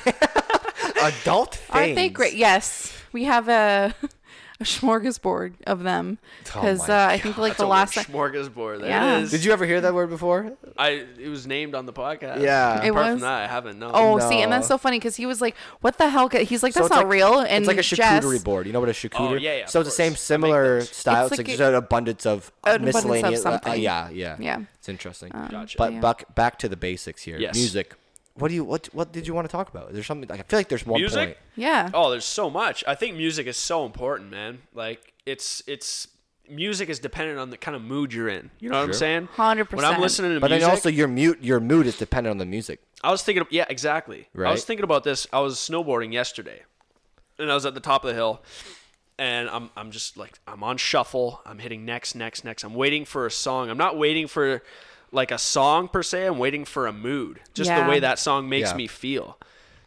A: Adult things.
B: Aren't they great? Yes, we have a [LAUGHS] a smorgasbord of them
A: Oh
B: because
A: my
B: uh, I think like
D: That's a
B: the
D: word,
B: last.
D: smorgasbord. There
B: Yeah.
D: it is.
A: Did you ever hear that word before?
D: I it was named on the podcast.
A: Yeah. It
D: Apart from
B: was?
D: that, I haven't. No.
B: Oh, see, and that's
A: No.
B: so funny because he was like, "What the hell?" He's like,
A: uh,
B: "That's
A: it's
B: not
A: like-
B: real." And
A: it's like a
B: Jess,
A: charcuterie board. You know what a charcuterie?
D: Oh, yeah, yeah, of
A: So it's the same
D: course. They make
A: similar
D: those.
A: style.
B: It's
A: It's, like,
B: like a-
A: just an abundance of
B: An abundance of
A: miscellaneous. uh, uh,
B: something.
A: yeah, yeah,
B: Yeah. Um,
A: It's interesting.
D: Gotcha.
A: But
B: Yeah.
A: back back to the basics here.
D: Yes.
A: Music. What do you what what did you want to talk about? Is there something? Like, I feel like there's one
D: Music?
A: point.
B: Yeah.
D: Oh, there's so much. I think music is so important, man. Like it's it's music is dependent on the kind of mood you're in. You know what I'm
A: Sure.
D: saying?
B: 100%.
D: When I'm listening to
A: But
D: music,
A: then also your mute your mood is dependent on the music.
D: I was thinking, yeah, exactly. I
A: Right.
D: was thinking about this. I was snowboarding yesterday, and I was at the top of the hill, and I'm I'm just like I'm on shuffle. I'm hitting next, next, next. I'm waiting for a song. I'm not waiting for like a song per se. I'm waiting for a mood, just
B: Yeah.
D: the way that song makes
A: Yeah.
D: me feel.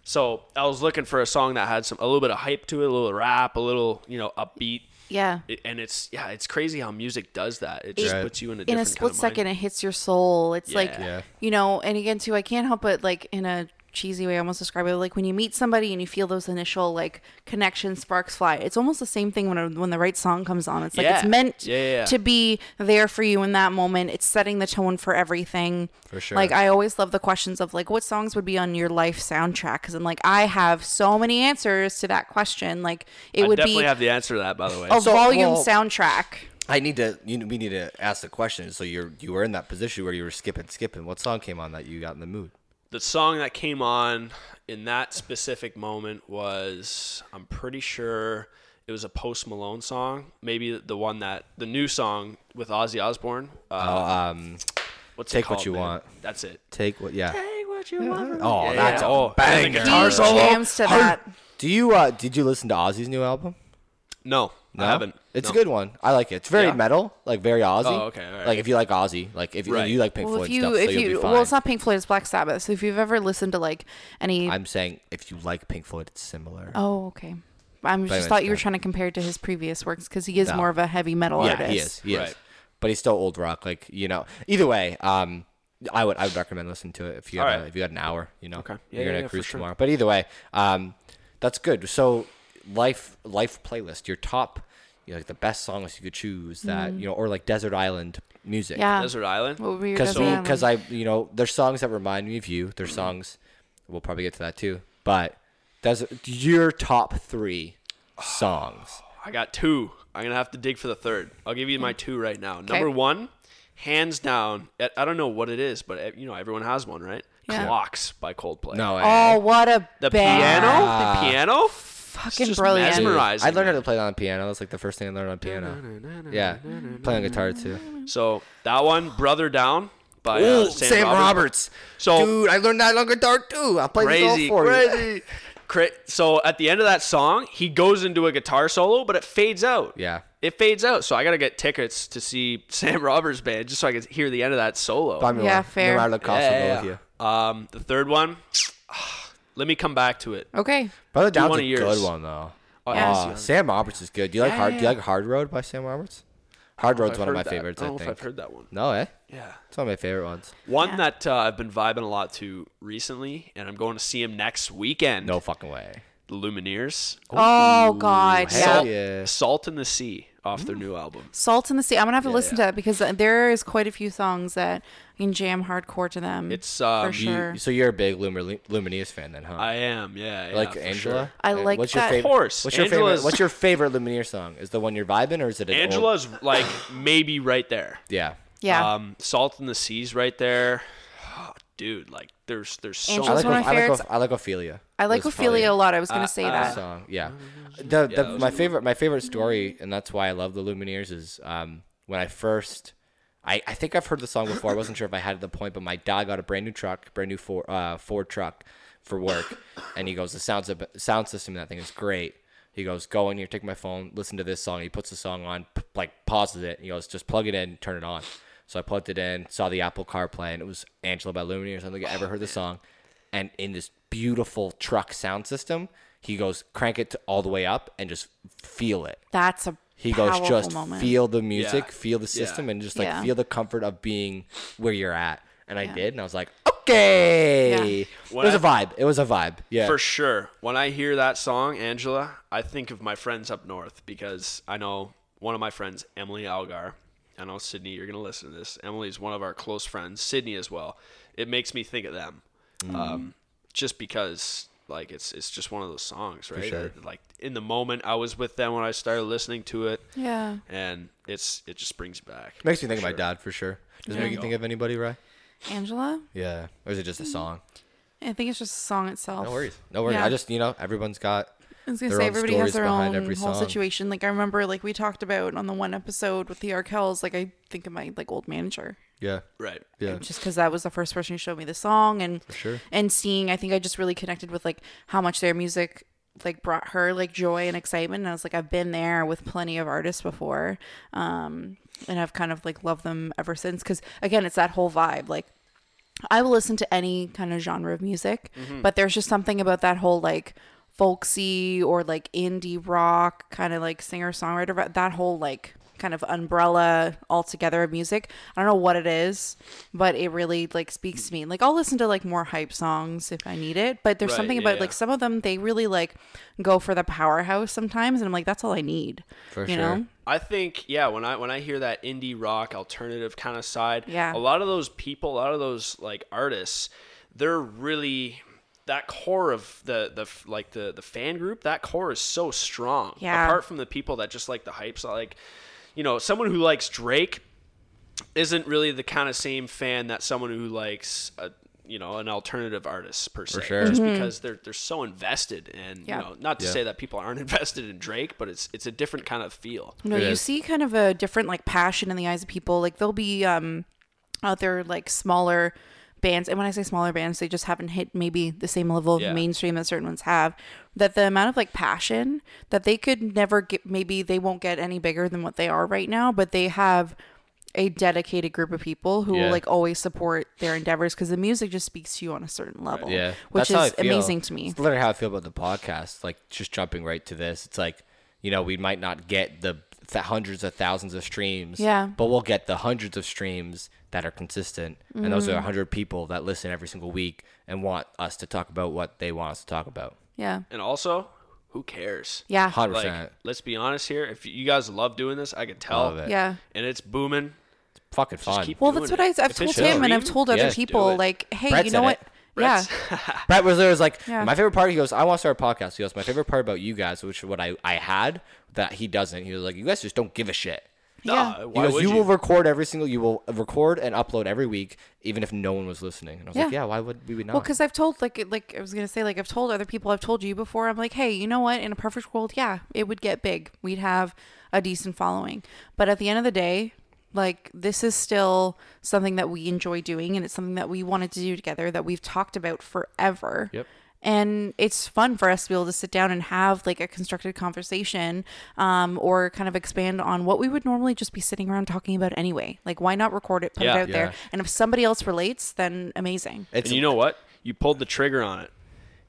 D: So I was looking for a song that had some a little bit of hype to it, a little rap, a little you know upbeat.
B: Yeah.
D: It- and it's yeah, it's crazy how music does that. It just
A: Right.
D: puts you in a
B: in
D: different
B: a split
D: kind of
B: second, it hits your soul. It's like,
D: Yeah.
A: Yeah.
B: you know, and again, too, I can't help but like in a cheesy way, I almost describe it like when you meet somebody and you feel those initial like connection sparks fly. It's almost the same thing when a, when the right song comes on. It's like it's
D: Yeah.
B: meant
D: Yeah, yeah, yeah.
B: to be there for you in that moment. It's setting the tone for everything. For
A: sure.
B: Like I always love the questions of like what songs would be on your life soundtrack because I'm like I have so many answers to that question. Like it
D: Mind. I
B: would
D: definitely
B: be
D: have the answer to that, by the way.
B: a
A: So,
B: Oh, volume
A: well-
B: soundtrack.
A: I need to. You know, we need to ask the question. So you're you were in that position where you were skipping, skipping. What song came on that you got in the mood?
D: the song that came on in that specific moment was I'm pretty sure it was a Post Malone song, maybe the one that the new song with Ozzy Osbourne. Uh,
A: Um,
D: what's it
A: Take What
D: called,
A: You
D: man?
A: Want.
D: That's it.
A: take what? Yeah.
D: Take what you want.
A: Oh, that's a
D: Oh, and the
A: banger.
D: guitar
B: He
D: solo.
B: jams to that.
A: Do you uh did you listen to Ozzy's new album?
D: No,
A: No?
D: I haven't.
A: It's
D: No.
A: a good one. I like it. It's very
D: Yeah?
A: metal, like very Aussie.
D: Oh, okay, all right.
A: Like if you like Aussie, like if you,
D: Right.
A: you like Pink
B: Well,
A: Floyd
B: if you
A: stuff,
B: if
A: so you'll
B: you
A: be fine.
B: well, it's not Pink Floyd, it's Black Sabbath. So if you've ever listened to like any,
A: I'm saying if you like Pink Floyd, it's similar.
B: oh okay, I am
A: anyways,
B: just thought you were
A: no.
B: trying to compare it to his previous works because he is
A: No.
B: more of a heavy metal
A: yeah,
B: artist.
A: he is. He is.
D: Right.
A: But he's still old rock. Like you know. Either way, um, I would I would recommend listening to it if you
D: All
A: have a,
D: right.
A: if you got an hour. You know,
D: Okay. Yeah,
A: you're
D: yeah,
A: gonna
D: yeah, for
A: cruise
D: sure.
A: tomorrow. But either way, um, that's good. So life life playlist your top. You know, like the best songs you could choose that you know, or like desert island music.
B: Mm-hmm. Yeah.
D: Desert Island.
B: What would be your
A: because
B: desert island?
A: because I you know there's songs that remind me of you. There's songs we'll probably get to that too. But that's your top three songs.
D: I got two. I'm gonna have to dig for the third. I'll give you my two right now. Number one, hands down. I- I don't know what it is, but eh, you know everyone has one, right?
B: Yeah.
D: Clocks by Coldplay.
A: No, I,
B: Oh, what a
D: The
B: band.
D: piano. the piano.
B: Fucking
D: it's just
B: brilliant.
A: dude,
D: mesmerizing.
A: I learned how to play on the piano. That's like the first thing I learned on piano. Yeah, playing guitar too.
D: So that one, Brother Down by uh,
A: Ooh,
D: Sam,
A: Sam
D: Roberts.
A: Roberts.
D: So-
A: dude, I learned that on guitar too. I played this all
D: Crazy,
A: for you.
D: crazy. Cra- so at the end of that song, he goes into a guitar solo, but it fades out.
A: Yeah.
D: It fades out. So I gotta get tickets to see [LAUGHS] Sam Roberts' band just so I can hear the end of that solo.
A: Buy me
B: Yeah,
A: one.
B: fair.
A: No matter the cost, I'll go with you.
D: Um, the third one, [SIGHS] let me come back to it.
B: Okay.
A: Brother Down's
D: one
A: a
D: of yours.
A: good one though.
D: Oh,
B: Yeah.
A: Uh, Sam Roberts is good. Do you like Hard? Do you like Hard Road by Sam Roberts? Hard Road's one of my favorites.
D: I
A: I,
D: don't know
A: think.
D: if I've heard that one.
A: No, eh?
D: Yeah.
A: It's one of my favorite ones.
D: One
B: Yeah.
D: that uh, I've been vibing a lot to recently, and I'm going to see him next weekend.
A: No fucking way.
D: The Lumineers.
B: Oh
A: hell
B: God. Yeah.
D: Salt,
A: yeah.
D: Salt in the Sea off
B: Mm.
D: their new album.
B: Salt in the Sea. I'm gonna have to listen to that because uh, there is quite a few songs that I can jam hardcore to them.
D: It's, um,
B: for
D: you-
B: sure.
A: You, so you're a big Lumin- Lumineous fan then, huh?
D: I am, yeah. yeah,
A: like
D: for
A: Angela.
D: sure.
B: I
A: Uh,
B: like
A: what's
B: that.
A: Your
B: Of
A: favorite,
D: course,
A: What's your
D: Angela's-
A: favorite? What's your favorite Lumineers song? Is the one you're vibing, or is it an old-
D: Angela's like maybe right there.
A: Yeah.
B: yeah.
D: Um, Salt in the Sea's right there. Ah, dude, like there's there's so
A: I like,
B: Angela's one
A: I,
B: of my
A: like
B: favorites.
A: Oph- I like Ophelia.
B: I like
A: was
B: Ophelia a
A: probably
B: lot. I was
D: Uh,
B: gonna say
A: a
B: that.
A: song. Yeah. The, the, my favorite my favorite story, and that's why I love the Lumineers, is um, when I first. I, I think I've heard the song before. I wasn't sure if I had it at the point, but my dad got a brand new truck, brand new Ford, uh, Ford truck for work. And he goes, The sound, sub- sound system in that thing is great. He goes, Go in here, take my phone, listen to this song. He puts the song on, p- like pauses it. And he goes, Just plug it in, turn it on. So I plugged it in, saw the Apple CarPlay, and it was Angela by Lumineers. I don't think I ever heard the song and in this beautiful truck sound system, he goes crank it to all the way up and just feel it.
B: That's a
A: He
B: powerful
A: goes just
B: moment.
A: feel the music,
D: Yeah.
A: feel the system,
D: Yeah.
A: and just like
B: Yeah.
A: feel the comfort of being where you're at. And I did, and I was like, okay,
B: Yeah.
A: it
D: What
A: was a
D: I-
A: vibe. It was a vibe. Yeah,
D: For sure. When I hear that song, Angela, I think of my friends up north because I know one of my friends, Emily Algar. I know Sydney, you're going to listen to this. Emily's one of our close friends, Sydney as well. It makes me think of them.
A: Mm.
D: Um, just because like it's it's just one of those songs, right?
A: sure.
D: Uh, Like in the moment I was with them when I started listening to it
B: Yeah.
D: and it's it just brings you back.
A: makes me think of my dad for sure. Does it make you think of anybody, right?
B: Angela.
A: Yeah, or is it just a song?
B: I think it's just the song itself.
A: No worries, no worries.
B: Mm. Yeah.
A: I just you know everyone's got
B: I was gonna
A: their
B: say
A: own
B: everybody has
A: stories
B: their own
A: behind every
B: whole
A: song.
B: situation. Like I remember, like we talked about on the one episode with the Arkells. Like I think of my like old manager,
A: yeah,
D: Right.
A: yeah.
B: just because that was the first person who showed me the song, and
A: sure.
B: and seeing. I think I just really connected with like how much their music like brought her like joy and excitement. And I was like, I've been there with plenty of artists before, um, and I've kind of like loved them ever since. Because again, it's that whole vibe, like. I will listen to any kind of genre of music,
D: Mm-hmm.
B: but there's just something about that whole like folksy or like indie rock kind of like singer songwriter, but that whole like kind of umbrella altogether of music. I don't know what it is, but it really like speaks to me. Like I'll listen to like more hype songs if I need it, but there's
D: Right,
B: something
D: yeah,
B: about
D: yeah.
B: like some of them they really like go for the powerhouse sometimes and I'm like that's all I need.
A: For
B: you
A: sure.
B: know?
D: I think yeah, when I when I hear that indie rock alternative kind of side,
B: Yeah.
D: a lot of those people, a lot of those like artists, they're really that core of the the f- like the the fan group, that core is so strong.
B: Yeah.
D: Apart from the people that just like the hypes, like you know, someone who likes Drake isn't really the kind of same fan that someone who likes a, you know an alternative artist per se
A: sure.
D: just because they're they're so invested and
B: Mm-hmm. Yeah.
D: you know not to
A: Yeah.
D: say that people aren't [LAUGHS] invested in Drake but it's it's a different kind of feel
B: No,
A: It
B: you
A: is.
B: see kind of a different like passion in the eyes of people. Like they'll be um out there like smaller bands, and when I say smaller bands, they just haven't hit maybe the same level of
D: Yeah.
B: mainstream that certain ones have. That the amount of like passion that they could never get, maybe they won't get any bigger than what they are right now, but they have a dedicated group of people who
D: Yeah.
B: will like always support their endeavors because the music just speaks to you on a certain level,
A: Yeah,
B: which
A: That's how
B: is
A: I feel.
B: amazing to me.
A: It's literally how I feel about the podcast. Like just jumping right to this, it's like you know we might not get the th- hundreds of thousands of streams,
B: Yeah.
A: but we'll get the hundreds of streams that are consistent, and those
B: Mm-hmm.
A: are hundred people that listen every single week and want us to talk about what they want us to talk about.
B: Yeah,
D: And also, who cares?
B: yeah,
A: Hundred
D: Like,
A: percent,
D: let's be honest here. If you guys love doing this, I can tell.
A: Love it.
B: yeah.
D: And it's booming.
A: fucking fun.
D: keep-
B: Well,
D: doing
B: that's what
D: it.
B: I, I've
D: If
B: told
D: it's
B: him, and
D: free,
B: I've told
A: yeah,
B: other
A: do
B: people,
D: it.
B: like, hey,
A: Brett's
B: you know
A: in
B: what?
A: it.
B: Yeah,
D: [LAUGHS]
A: Brett was there was like
B: Yeah.
A: my favorite part. He goes, I want to start a podcast. He goes, my favorite part about you guys, which is what I I had that he doesn't. He was like, you guys just don't give a shit.
B: Yeah.
D: Nah,
A: He
D: why
A: goes,
D: would
A: you,
D: you?
A: will record every single, you will record and upload every week, even if no one was listening. And I was like,
B: Yeah.
A: yeah, why would we would not?
B: Well, because I've told like it- like I was gonna say like I've told other people I've told you before. I'm like, hey, you know what? In a perfect world, yeah, it would get big. We'd have a decent following. But at the end of the day, like this is still something that we enjoy doing, and it's something that we wanted to do together that we've talked about forever.
A: Yep.
B: And it's fun for us to be able to sit down and have like a constructed conversation, um, or kind of expand on what we would normally just be sitting around talking about anyway. Like, why not record it, put
D: Yeah.
B: it out there,
A: Yeah.
B: and if somebody else relates, then amazing.
A: it's,
D: And you know what? You pulled the trigger on it.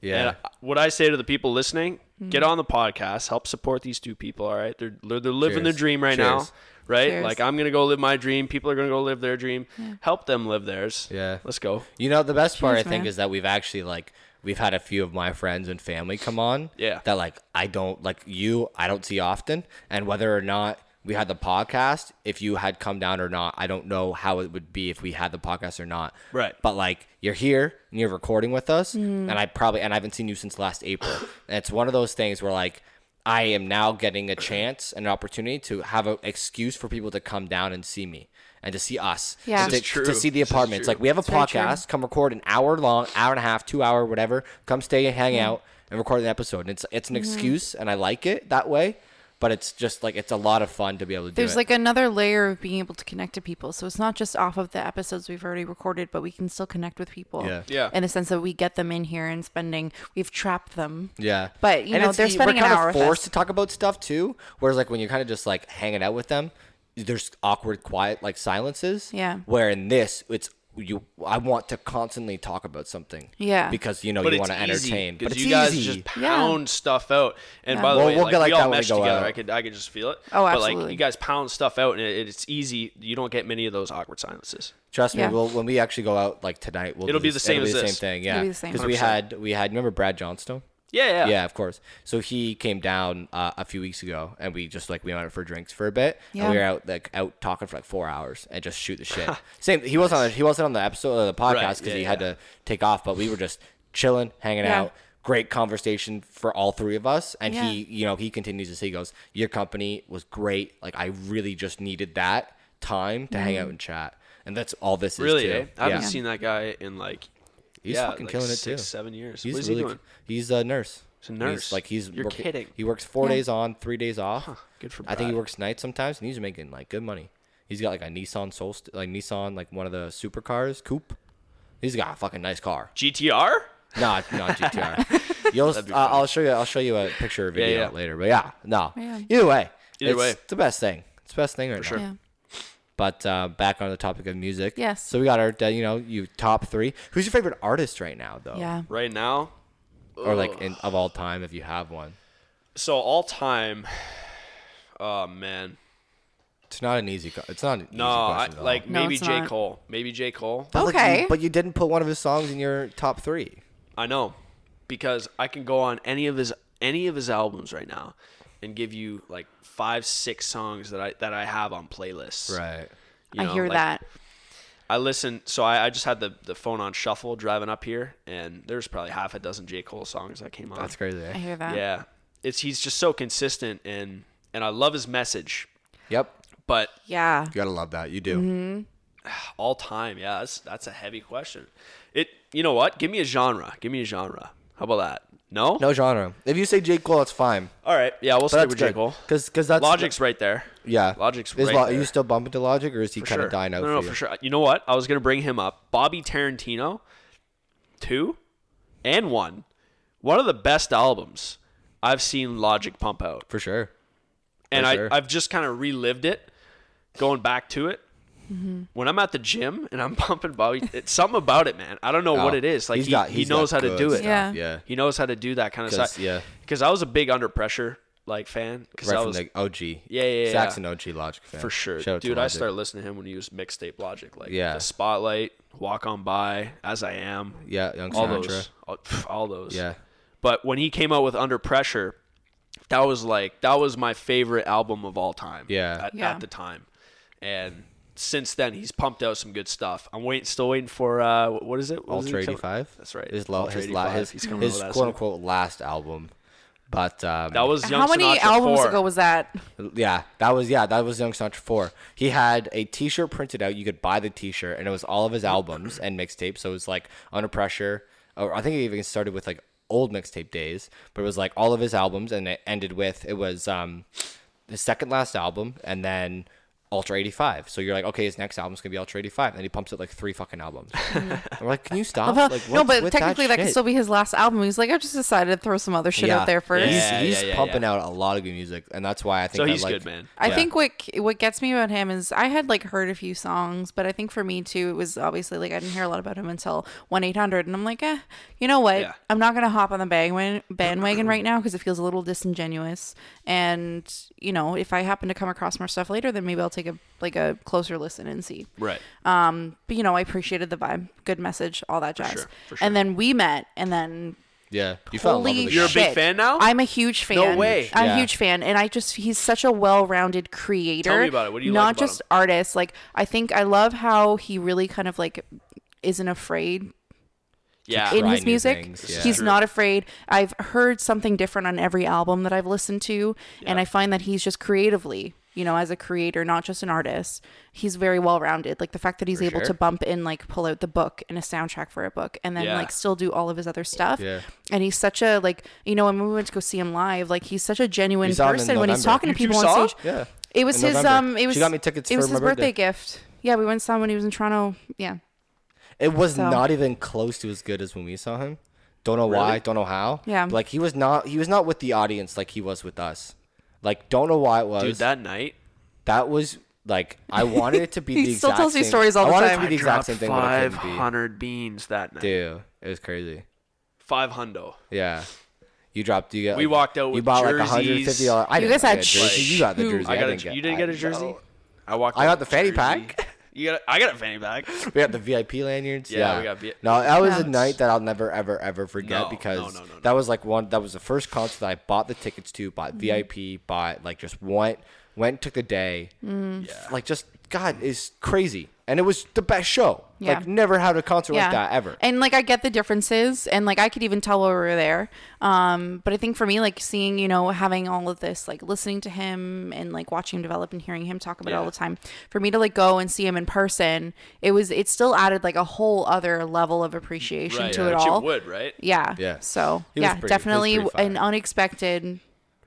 A: yeah,
D: And what I say to the people listening, get
B: Mm-hmm.
D: on the podcast, help support these two people. All right, they're they're, they're living their
A: Cheers.
D: dream right now.
A: Cheers.
D: Right,
B: Cheers.
D: like I'm gonna go live my dream. People are gonna go live their dream. Help them live theirs.
A: Yeah.
D: let's go.
A: you know, the best part I
B: Cheers,
A: think
B: man.
A: is that we've actually like, we've had a few of my friends and family come on.
D: Yeah.
A: That like, I don't like you, I don't see often. And whether or not we had the podcast, if you had come down or not, I don't know how it would be if we had the podcast or not.
D: Right.
A: But like, you're here and you're recording with us. And I probably, and I haven't seen you since last April. and it's one of those things where like, I am now getting a chance and an opportunity to have an excuse for people to come down and see me and to see us.
B: Yeah.
A: And
B: This
A: To,
B: is
D: true.
A: to see the
D: This is
A: apartments.
D: true.
A: Like we have a
B: very true.
A: podcast, come record an hour long, hour and a half, two hour, whatever. Come stay and hang out and record an episode. And it's it's an
B: Mm-hmm.
A: excuse and I like it that way. But it's just like it's a lot of fun to be able to do
B: There's
A: it.
B: like another layer of being able to connect to people. So it's not just off of the episodes we've already recorded, but we can still connect with people.
A: Yeah.
D: Yeah.
B: In the sense that we get them in here and spending, we've trapped them.
A: Yeah.
B: But, you know,
A: it's- e,
B: they're spending
A: we're
B: an
A: kind
B: hour
A: of
B: with us.
A: forced to talk about stuff too. Whereas like when you're kind of just like hanging out with them, there's awkward, quiet like silences.
B: Yeah.
A: Where in this, it's you. I want to constantly talk about something.
B: Yeah.
A: Because you know
D: But
A: you
D: it's
A: want to
D: easy,
A: entertain.
D: 'cause
A: But it's
D: you guys
A: easy.
D: just pound stuff out. And
B: Yeah.
D: by the
A: Well,
D: way,
A: we'll
D: like,
A: get like
D: we all
A: that when we
D: mesh
A: go
D: together.
A: out.
D: I could I could just feel it.
B: Oh,
D: But like
B: absolutely.
D: you guys pound stuff out, and it, it's easy. You don't get many of those awkward silences.
A: Trust me,
B: Yeah.
A: we'll, when we actually go out like tonight, we'll
D: It'll
A: do
D: be the
A: this-
D: same
A: it'll
D: as
A: be the
D: this.
A: same thing. Yeah,
B: be the same.
A: Because we had we had remember Brad Johnstone.
D: Yeah, yeah,
A: Yeah, of course. So he came down uh, a few weeks ago, and we just like we went out for drinks for a bit, and we
B: Yeah.
A: were out like out talking for like four hours and just shoot the shit. [LAUGHS] Same. He wasn't on the, he wasn't on the episode of the podcast because
D: yeah,
A: he had
D: yeah.
A: to take off, but we were just chilling, hanging
B: Yeah.
A: out. Great conversation for all three of us, and he, you know, he continues to say, he "Goes, your company was great. Like I really just needed that time to hang out and chat." And that's all this
D: Really,
A: is too.
D: eh? I haven't
A: Yeah.
D: seen that guy in like
A: He's
D: yeah,
A: fucking
D: like
A: killing
D: six,
A: it too.
D: Seven years.
A: He's
D: what is
A: really.
D: he doing?
A: He's a nurse.
D: He's a nurse.
A: like he's.
D: You're
A: working-
D: kidding.
A: He works four days on, three days off.
D: good for
A: I think he
D: Brad.
A: works nights sometimes, and he's making like good money. He's got like a Nissan Soul, like Nissan, like one of the supercars coupe. He's got a fucking nice car.
D: GTR?
A: No, it's not
D: [LAUGHS]
A: GTR. You'll, uh, I'll show you. I'll show you a picture or video
D: yeah.
A: later. But yeah, no.
B: Yeah.
A: Either way,
D: Either
A: it's
D: way.
A: the best thing. It's the best thing right now.
D: sure.
B: Yeah.
A: But uh, back on the topic of music.
B: Yes.
A: So we got our, uh, you know, you top three. Who's your favorite artist Oh, right now, though?
B: Yeah.
D: Right now.
A: or like in, of all time if you have one.
D: So all time. [SIGHS] Oh man.
A: It's not an easy. co- It's not an
D: No,
A: easy
D: I,
A: question. at all.
D: like
B: No,
D: maybe
B: it's
D: J
B: not.
D: Cole. Maybe J Cole.
A: But, like, you-
B: Okay.
A: but you didn't put one of his songs in your top three.
D: I know, because I can go on any of his any of his albums right now, and give you like five six songs that I that I have on playlists.
A: Right.
D: You know,
B: I hear
D: like,
B: that.
D: I listen. So I, I just had the, the phone on shuffle driving up here, and there's probably half a dozen J Cole songs that came on.
A: That's crazy.
B: I
A: eh?
B: hear that.
D: Yeah, it's he's just so consistent, and and I love his message.
A: Yep.
D: But
B: Yeah.
A: You gotta love that. You do.
B: Mm-hmm.
D: all time, yeah, that's that's a heavy question. It you know what? Give me a genre. Give me a genre. How about that? No?
A: No genre. If you say J Cole, it's fine.
D: All right. Yeah, we'll
A: But
D: stick
A: that's
D: with
A: good.
D: J. Cole.
A: Cause, 'cause that's
D: Logic's right there.
A: Yeah.
D: Logic's
A: is
D: right
A: Lo- Are
D: there.
A: you still bumping to Logic, or is he
D: For
A: kind of
D: sure.
A: dying out
D: No, no,
A: for you?
D: for sure. You know what? I was going to bring him up. Bobby Tarantino, two and one. One of the best albums I've seen Logic pump out.
A: For sure.
D: and
A: sure.
D: I, I've just kind of relived it, going back to it. When I'm at the gym and I'm [LAUGHS] pumping Bobby, it's something about it, man. I don't know what
A: Oh,
D: it is. Like
A: he's
D: he,
A: got-
D: he
A: he's
D: knows how
A: got
D: to
A: good
D: do it.
A: stuff,
B: Yeah.
A: Yeah.
D: He knows how to do that kind of
A: 'Cause,
D: stuff.
A: yeah.
D: Because I was a big under pressure like fan. Because
A: Right
D: I
A: from
D: was
A: the OG.
D: Yeah, yeah, yeah.
A: Saxon OG Logic fan.
D: for sure,
A: Shout out to
D: dude. I
A: Logic.
D: started listening to him when he was mixtape Logic, like
A: Yeah.
D: the Spotlight, Walk On By, As I Am,
A: Yeah, Young
D: all
A: Sinatra.
D: those, all, pff, all those.
A: Yeah.
D: But when he came out with Under Pressure, that was like that was my favorite album of all time.
A: Yeah.
D: At,
B: Yeah.
D: at the time, and since then he's pumped out some good stuff. I'm waiting, still waiting for uh, wh- what is it? What is it
A: Ultra
D: coming-
A: 85.
D: That's right.
A: His, lo-
D: Ultra
A: his, la-
D: 85.
A: his,
D: He's coming
A: his
D: out with that
A: quote
D: song.
A: unquote last album. But um,
D: That was Young
B: How many
D: Sinatra
B: albums
D: 4.
B: ago was that?
A: Yeah, that was yeah, that was Young Sinatra four. He had a T-shirt printed out. You could buy the T-shirt, and it was all of his albums and mixtapes. So it was like Under Pressure, or I think it even started with like old mixtape days. But it was like all of his albums, and it ended with it was um his second last album, and then Ultra eighty five. So you're like, okay, his next album's gonna be Ultra eighty five, and then he pumps out like three fucking
D: [LAUGHS]
A: albums. I'm like, can you stop?
B: Well,
A: Like,
B: [LAUGHS] no,
A: what's
B: but
A: with
B: technically that, could
A: shit?
B: still be his last album. He's like, I just decided to throw some other shit out there first.
A: He's,
D: Yeah,
A: he's
D: yeah, yeah,
A: pumping
D: yeah.
A: out a lot of good music, and that's why I think
D: So
A: I
D: he's
A: like,
D: good, man.
B: I
A: Yeah.
B: think what what gets me about him is I had like heard a few songs, but I think for me too, it was obviously like I didn't hear a lot about him until one eight hundred, and I'm like, eh, you know what?
D: Yeah.
B: I'm not gonna hop on the bandwagon bandwagon right now because it feels a little disingenuous. And you know, if I happen to come across more stuff later, then maybe I'll take a like a closer listen and see.
D: Right.
B: Um, but you know, I appreciated the vibe, good message, all that jazz.
D: sure, for
B: And then we met, and then
A: Yeah, you fell in love
B: Holy
A: with the
D: You're a
A: guy.
D: big
B: shit.
D: fan now?
B: I'm a huge fan.
D: way.
B: I'm
A: Yeah.
B: a huge fan, and I just he's such a well-rounded creator.
D: Tell me about it. What do you like
B: Not
D: about
B: just
D: him?
B: artist. Like I think I love how he really kind of like isn't afraid
D: yeah.
B: in
A: try
B: his
A: new
B: music.
A: things, yeah.
B: He's
D: True.
B: not afraid. I've heard something different on every album that I've listened to, and
D: Yeah.
B: I find that he's just creatively, you know, as a creator, not just an artist, he's very well rounded. Like the fact that he's able
A: sure.
B: to bump in, like, pull out the book and a soundtrack for a book, and then
D: Yeah.
B: like still do all of his other stuff.
A: Yeah.
B: And he's such a like, you know, when we went to go see him live, like he's such a genuine
A: We saw him in
B: person when he's
A: November.
B: talking to
D: You two
B: people
D: saw
B: on
D: him?
B: stage.
A: Yeah.
B: It was
A: In
B: his
A: November.
B: um. It was
A: she got me tickets
B: It
A: for
B: was
A: my
B: his birthday. gift. Yeah, we went and saw him when he was in Toronto. Yeah.
A: It was
B: So-
A: not even close to as good as when we saw him. Don't know why,
D: Really?
A: don't know how.
B: Yeah.
A: But, Like he was not he was not with the audience like he was with us. Like don't know why it was.
D: Dude, that night.
A: That was like I wanted it to
B: [LAUGHS]
A: be
B: He
A: the
B: still
A: exact
B: tells
A: same.
B: me stories all
A: I
B: the
A: wanted it
B: time.
A: to be the exact same thing, but it couldn't
D: 500 beans that night.
A: be. Dude, it was crazy.
D: Five hundo.
A: Yeah. You dropped. You got.
D: We walked out
A: You
D: with
A: bought like
D: jerseys.
A: hundred fifty dollars. I
B: You
A: didn't
B: guys had
A: get a jersey. You got the
B: shoes.
A: jersey.
D: I got a,
A: didn't
D: you didn't get a jersey? I walked
A: I
D: out
A: got
D: with
A: the fanny
D: jersey.
A: pack.
D: [LAUGHS] You got a, I got a
A: [LAUGHS]
D: fanny pack.
A: We got the VIP lanyards.
D: Yeah, we got V-
A: No, that was
B: Yeah.
A: a night that I'll never, ever, ever forget
D: No,
A: because
D: no, no, no,
A: that was like one. That was the first concert that I bought the tickets to.
B: Mm-hmm.
A: Bought VIP. Bought like just went, went took the day.
B: Mm-hmm.
D: Yeah.
A: Like just God is crazy, and it was the best show.
B: Yeah.
A: Like never had a concert like that ever.
B: And like I get the differences, and like I could even tell while we were there. Um, but I think for me, like seeing you know having all of this, like listening to him and like watching him develop and hearing him talk about it all
D: Yeah.
B: the time, for me to like go and see him in person, it was it still added like a whole other level of appreciation
D: Right.
B: to it
D: Which
B: all.
D: it would, right?
B: Yeah.
A: Yeah.
B: So
A: He was
B: yeah,
A: pretty- he was
B: definitely
A: pretty fire.
B: an unexpected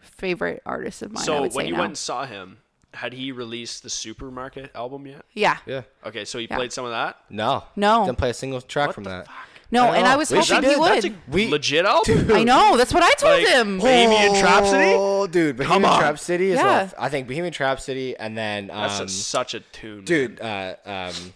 B: favorite artist of mine. I
D: So
B: would
D: when
B: say
D: you
B: now.
D: went and saw him, had he released the supermarket album yet?
B: yeah.
A: Yeah.
D: Okay, so he played some of that.
A: No.
B: No.
A: Didn't play a single track from that.
B: No,
A: don't
B: and
A: know.
B: I was
A: We should
B: hoping he
A: do-
B: would.
A: that's a- We- [LAUGHS]
D: legit album.
B: I know. That's what I told
D: Like,
B: him.
D: Bohemian Trap City.
A: Oh, dude, Bohemian
D: on.
A: Trap City is.
B: Yeah.
A: Yeah. I think Bohemian Trap City, and then um,
D: That's a, such a tune, man.
A: dude. Uh, um,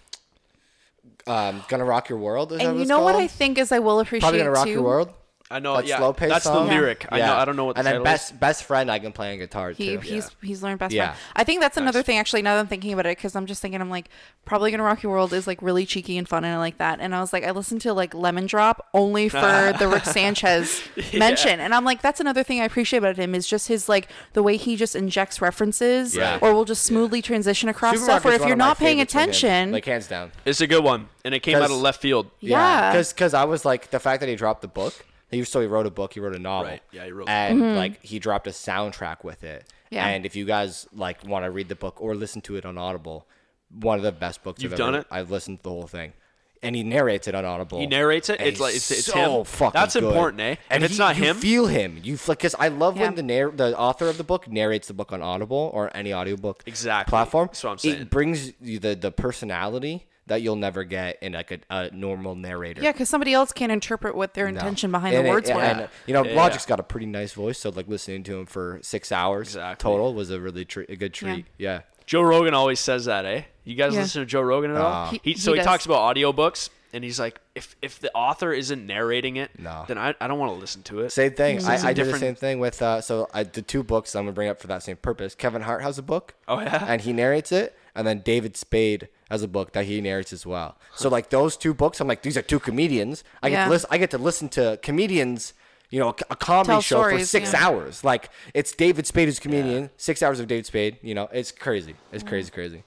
A: um, gonna rock your world. Is that
B: And you
A: it's
B: know what
A: called?
B: I think is I will appreciate
A: probably gonna rock
B: too.
A: your world.
D: I know.
A: That
D: yeah,
A: slow pace
D: that's
A: song?
D: the lyric. I know. I don't know what the
A: and then
D: title
A: best
D: is.
A: best friend I can play on guitar
B: He,
A: too.
B: he's he's learned best
A: Yeah.
B: friend. I think that's another thing. Actually, now that I'm thinking about it, because I'm just thinking, I'm like, probably gonna rock your world is like really cheeky and fun, and I like that. And I was like, I listened to like Lemon Drop only
A: [LAUGHS]
B: for the Rick Sanchez mention, and I'm like, that's another thing I appreciate about him is just his like the way he just injects references,
A: Yeah.
B: or will just smoothly transition across stuff. Where if you're not paying attention,
A: like hands down.
D: It's a good one, and it came out of
A: 'Cause-
D: left field.
B: yeah,
A: because because I was like the fact that he dropped the book. He so he wrote a book. He wrote a novel.
D: Right. Yeah, he wrote-
A: And like he dropped a soundtrack with it.
B: Mm-hmm. Yeah.
A: And if you guys like want to read the book or listen to it on Audible, one of the best books
D: You've
A: I've
D: done
A: ever,
D: it?
A: I've listened to the whole thing. and he narrates it on Audible.
D: He narrates it.
A: And
D: It's like-
A: he's
D: it's- it's
A: so
D: him.
A: fucking
D: That's
A: good.
D: important, eh? If it's
A: he-
D: not
A: you
D: him-
A: feel him. You because I love
B: Yeah.
A: when the narr- the author of the book narrates the book on Audible or any audiobook
D: Exactly.
A: platform.
D: That's what I'm saying.
A: It brings you the the personality that you'll never get in like a, a normal narrator.
B: Yeah, because somebody else can't interpret what their
A: No.
B: intention behind
A: And
B: the
A: it-
B: words were.
A: and, you know,
D: Yeah.
A: Logic's got a pretty nice voice, so like listening to him for six hours
D: Exactly.
A: total was a really tre- a good treat. Yeah.
D: Joe Rogan always says that, eh? You guys
B: Yeah.
D: listen to Joe Rogan at all?
B: He-
D: He, so
B: he
D: he,
B: does.
D: talks about audiobooks and he's like, if if the author isn't narrating it,
A: No.
D: then I, I don't want to listen to it.
A: Same thing.
D: it's a
A: I, I did the
D: different-
A: same thing with uh, so I, the two books I'm gonna bring up for that same purpose. Kevin Hart has a book.
D: Oh, yeah?
A: And he narrates it, and then David Spade has a book that he narrates as well. So like those two books, I'm like these are two comedians. I get
B: Yeah.
A: to listen. I get to listen to comedians. You know, a, a comedy
B: Tell
A: show for
B: stories,
A: six
B: yeah.
A: hours. Like it's David Spade who's a comedian. Six hours of David Spade. You know, it's crazy. It's crazy, crazy.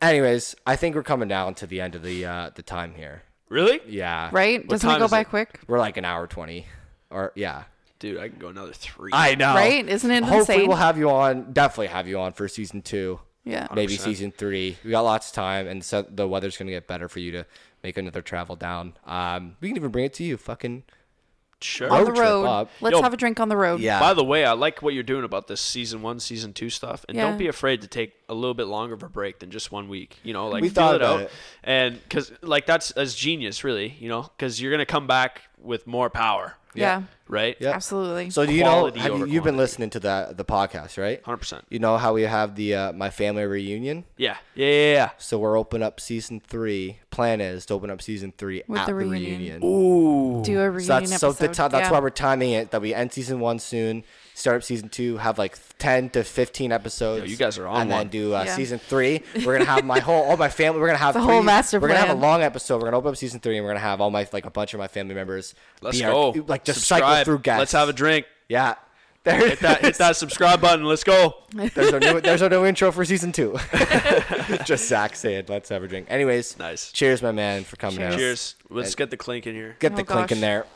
A: Anyways, I think we're coming down to the end of the uh, the time here.
D: Really?
A: Yeah.
B: right? Doesn't it
D: time
B: go
D: is
B: by
D: it?
B: quick?
A: We're like an hour twenty, or yeah.
D: Dude, I can go another three.
A: I know.
B: Right? Isn't it
A: Oh. Hopefully
B: insane?
A: we'll have you on. Definitely have you on for season two.
B: Yeah.
A: Maybe
D: 100%.
A: season three. We got lots of time, and so the weather's gonna get better for you to make another travel down. Um, we can even bring it to you. Fucking
D: sure.
A: Road
B: On the
A: trip
B: road.
A: up.
B: Let's
D: Yo.
B: have a drink on the road.
A: Oh, yeah.
D: By the way, I like what you're doing about this season one, season two stuff, and
B: Yeah.
D: don't be afraid to take a little bit longer of a break than just one week. You know, like
A: We
D: feel
A: thought
D: it
A: about
D: out,
A: it.
D: and because like that's that's genius, really. You know, because you're gonna come back with more power,
B: Yeah.
D: right?
A: Yeah.
B: Absolutely.
A: So do you know?
D: Quality
A: Have you,
D: over
A: you've been
D: quantity.
A: listening to the the podcast, right?
D: 100%.
A: You know how we have the uh, my family reunion.
D: yeah, yeah, yeah.
A: So we're open up season three. Plan is to open up season three
B: With
A: at
B: the
A: the
B: reunion.
A: reunion.
D: yeah. Ooh,
B: Do a reunion
A: So that's so the
B: episode.
A: ti- that's
B: Yeah.
A: why we're timing it that we end season one soon, start up season two, have like ten to fifteen episodes.
D: Yo, you guys are on
A: and
D: one.
A: then do uh,
B: Yeah.
A: season three. We're gonna
B: [LAUGHS]
A: have my whole all my family. We're gonna have
B: The whole
A: three-
B: master
A: We're gonna have a
B: plan.
A: long episode. We're gonna open up season three, and we're gonna have all my like a bunch of my family members.
D: let's
A: be
D: go.
A: our- like just cycle
D: Subscribe.
A: through guests.
D: Let's have a drink.
A: yeah. There
D: Hit that,
A: [LAUGHS]
D: hit that subscribe button. Let's go.
A: there's our new there's our new intro for season
D: [LAUGHS]
A: two. [LAUGHS] just Zach saying, "Let's have a drink." Anyways,
D: Nice.
A: Cheers, my man, for coming out.
D: Cheers. Let's get the clink in here.
A: Get the
B: Oh,
A: clink in
B: gosh.
A: there.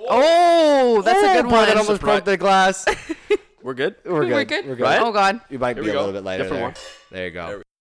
B: oh, that's a good
A: boy,
B: one.
A: That almost broke the glass.
D: [LAUGHS] We're good.
A: We're good.
B: We're good.
A: We're good.
D: Right?
B: Oh, God.
A: You might
D: Here
A: be
D: we
A: a
D: go.
A: little bit lighter
D: Different
A: there.
D: one.
A: There you go.
D: There we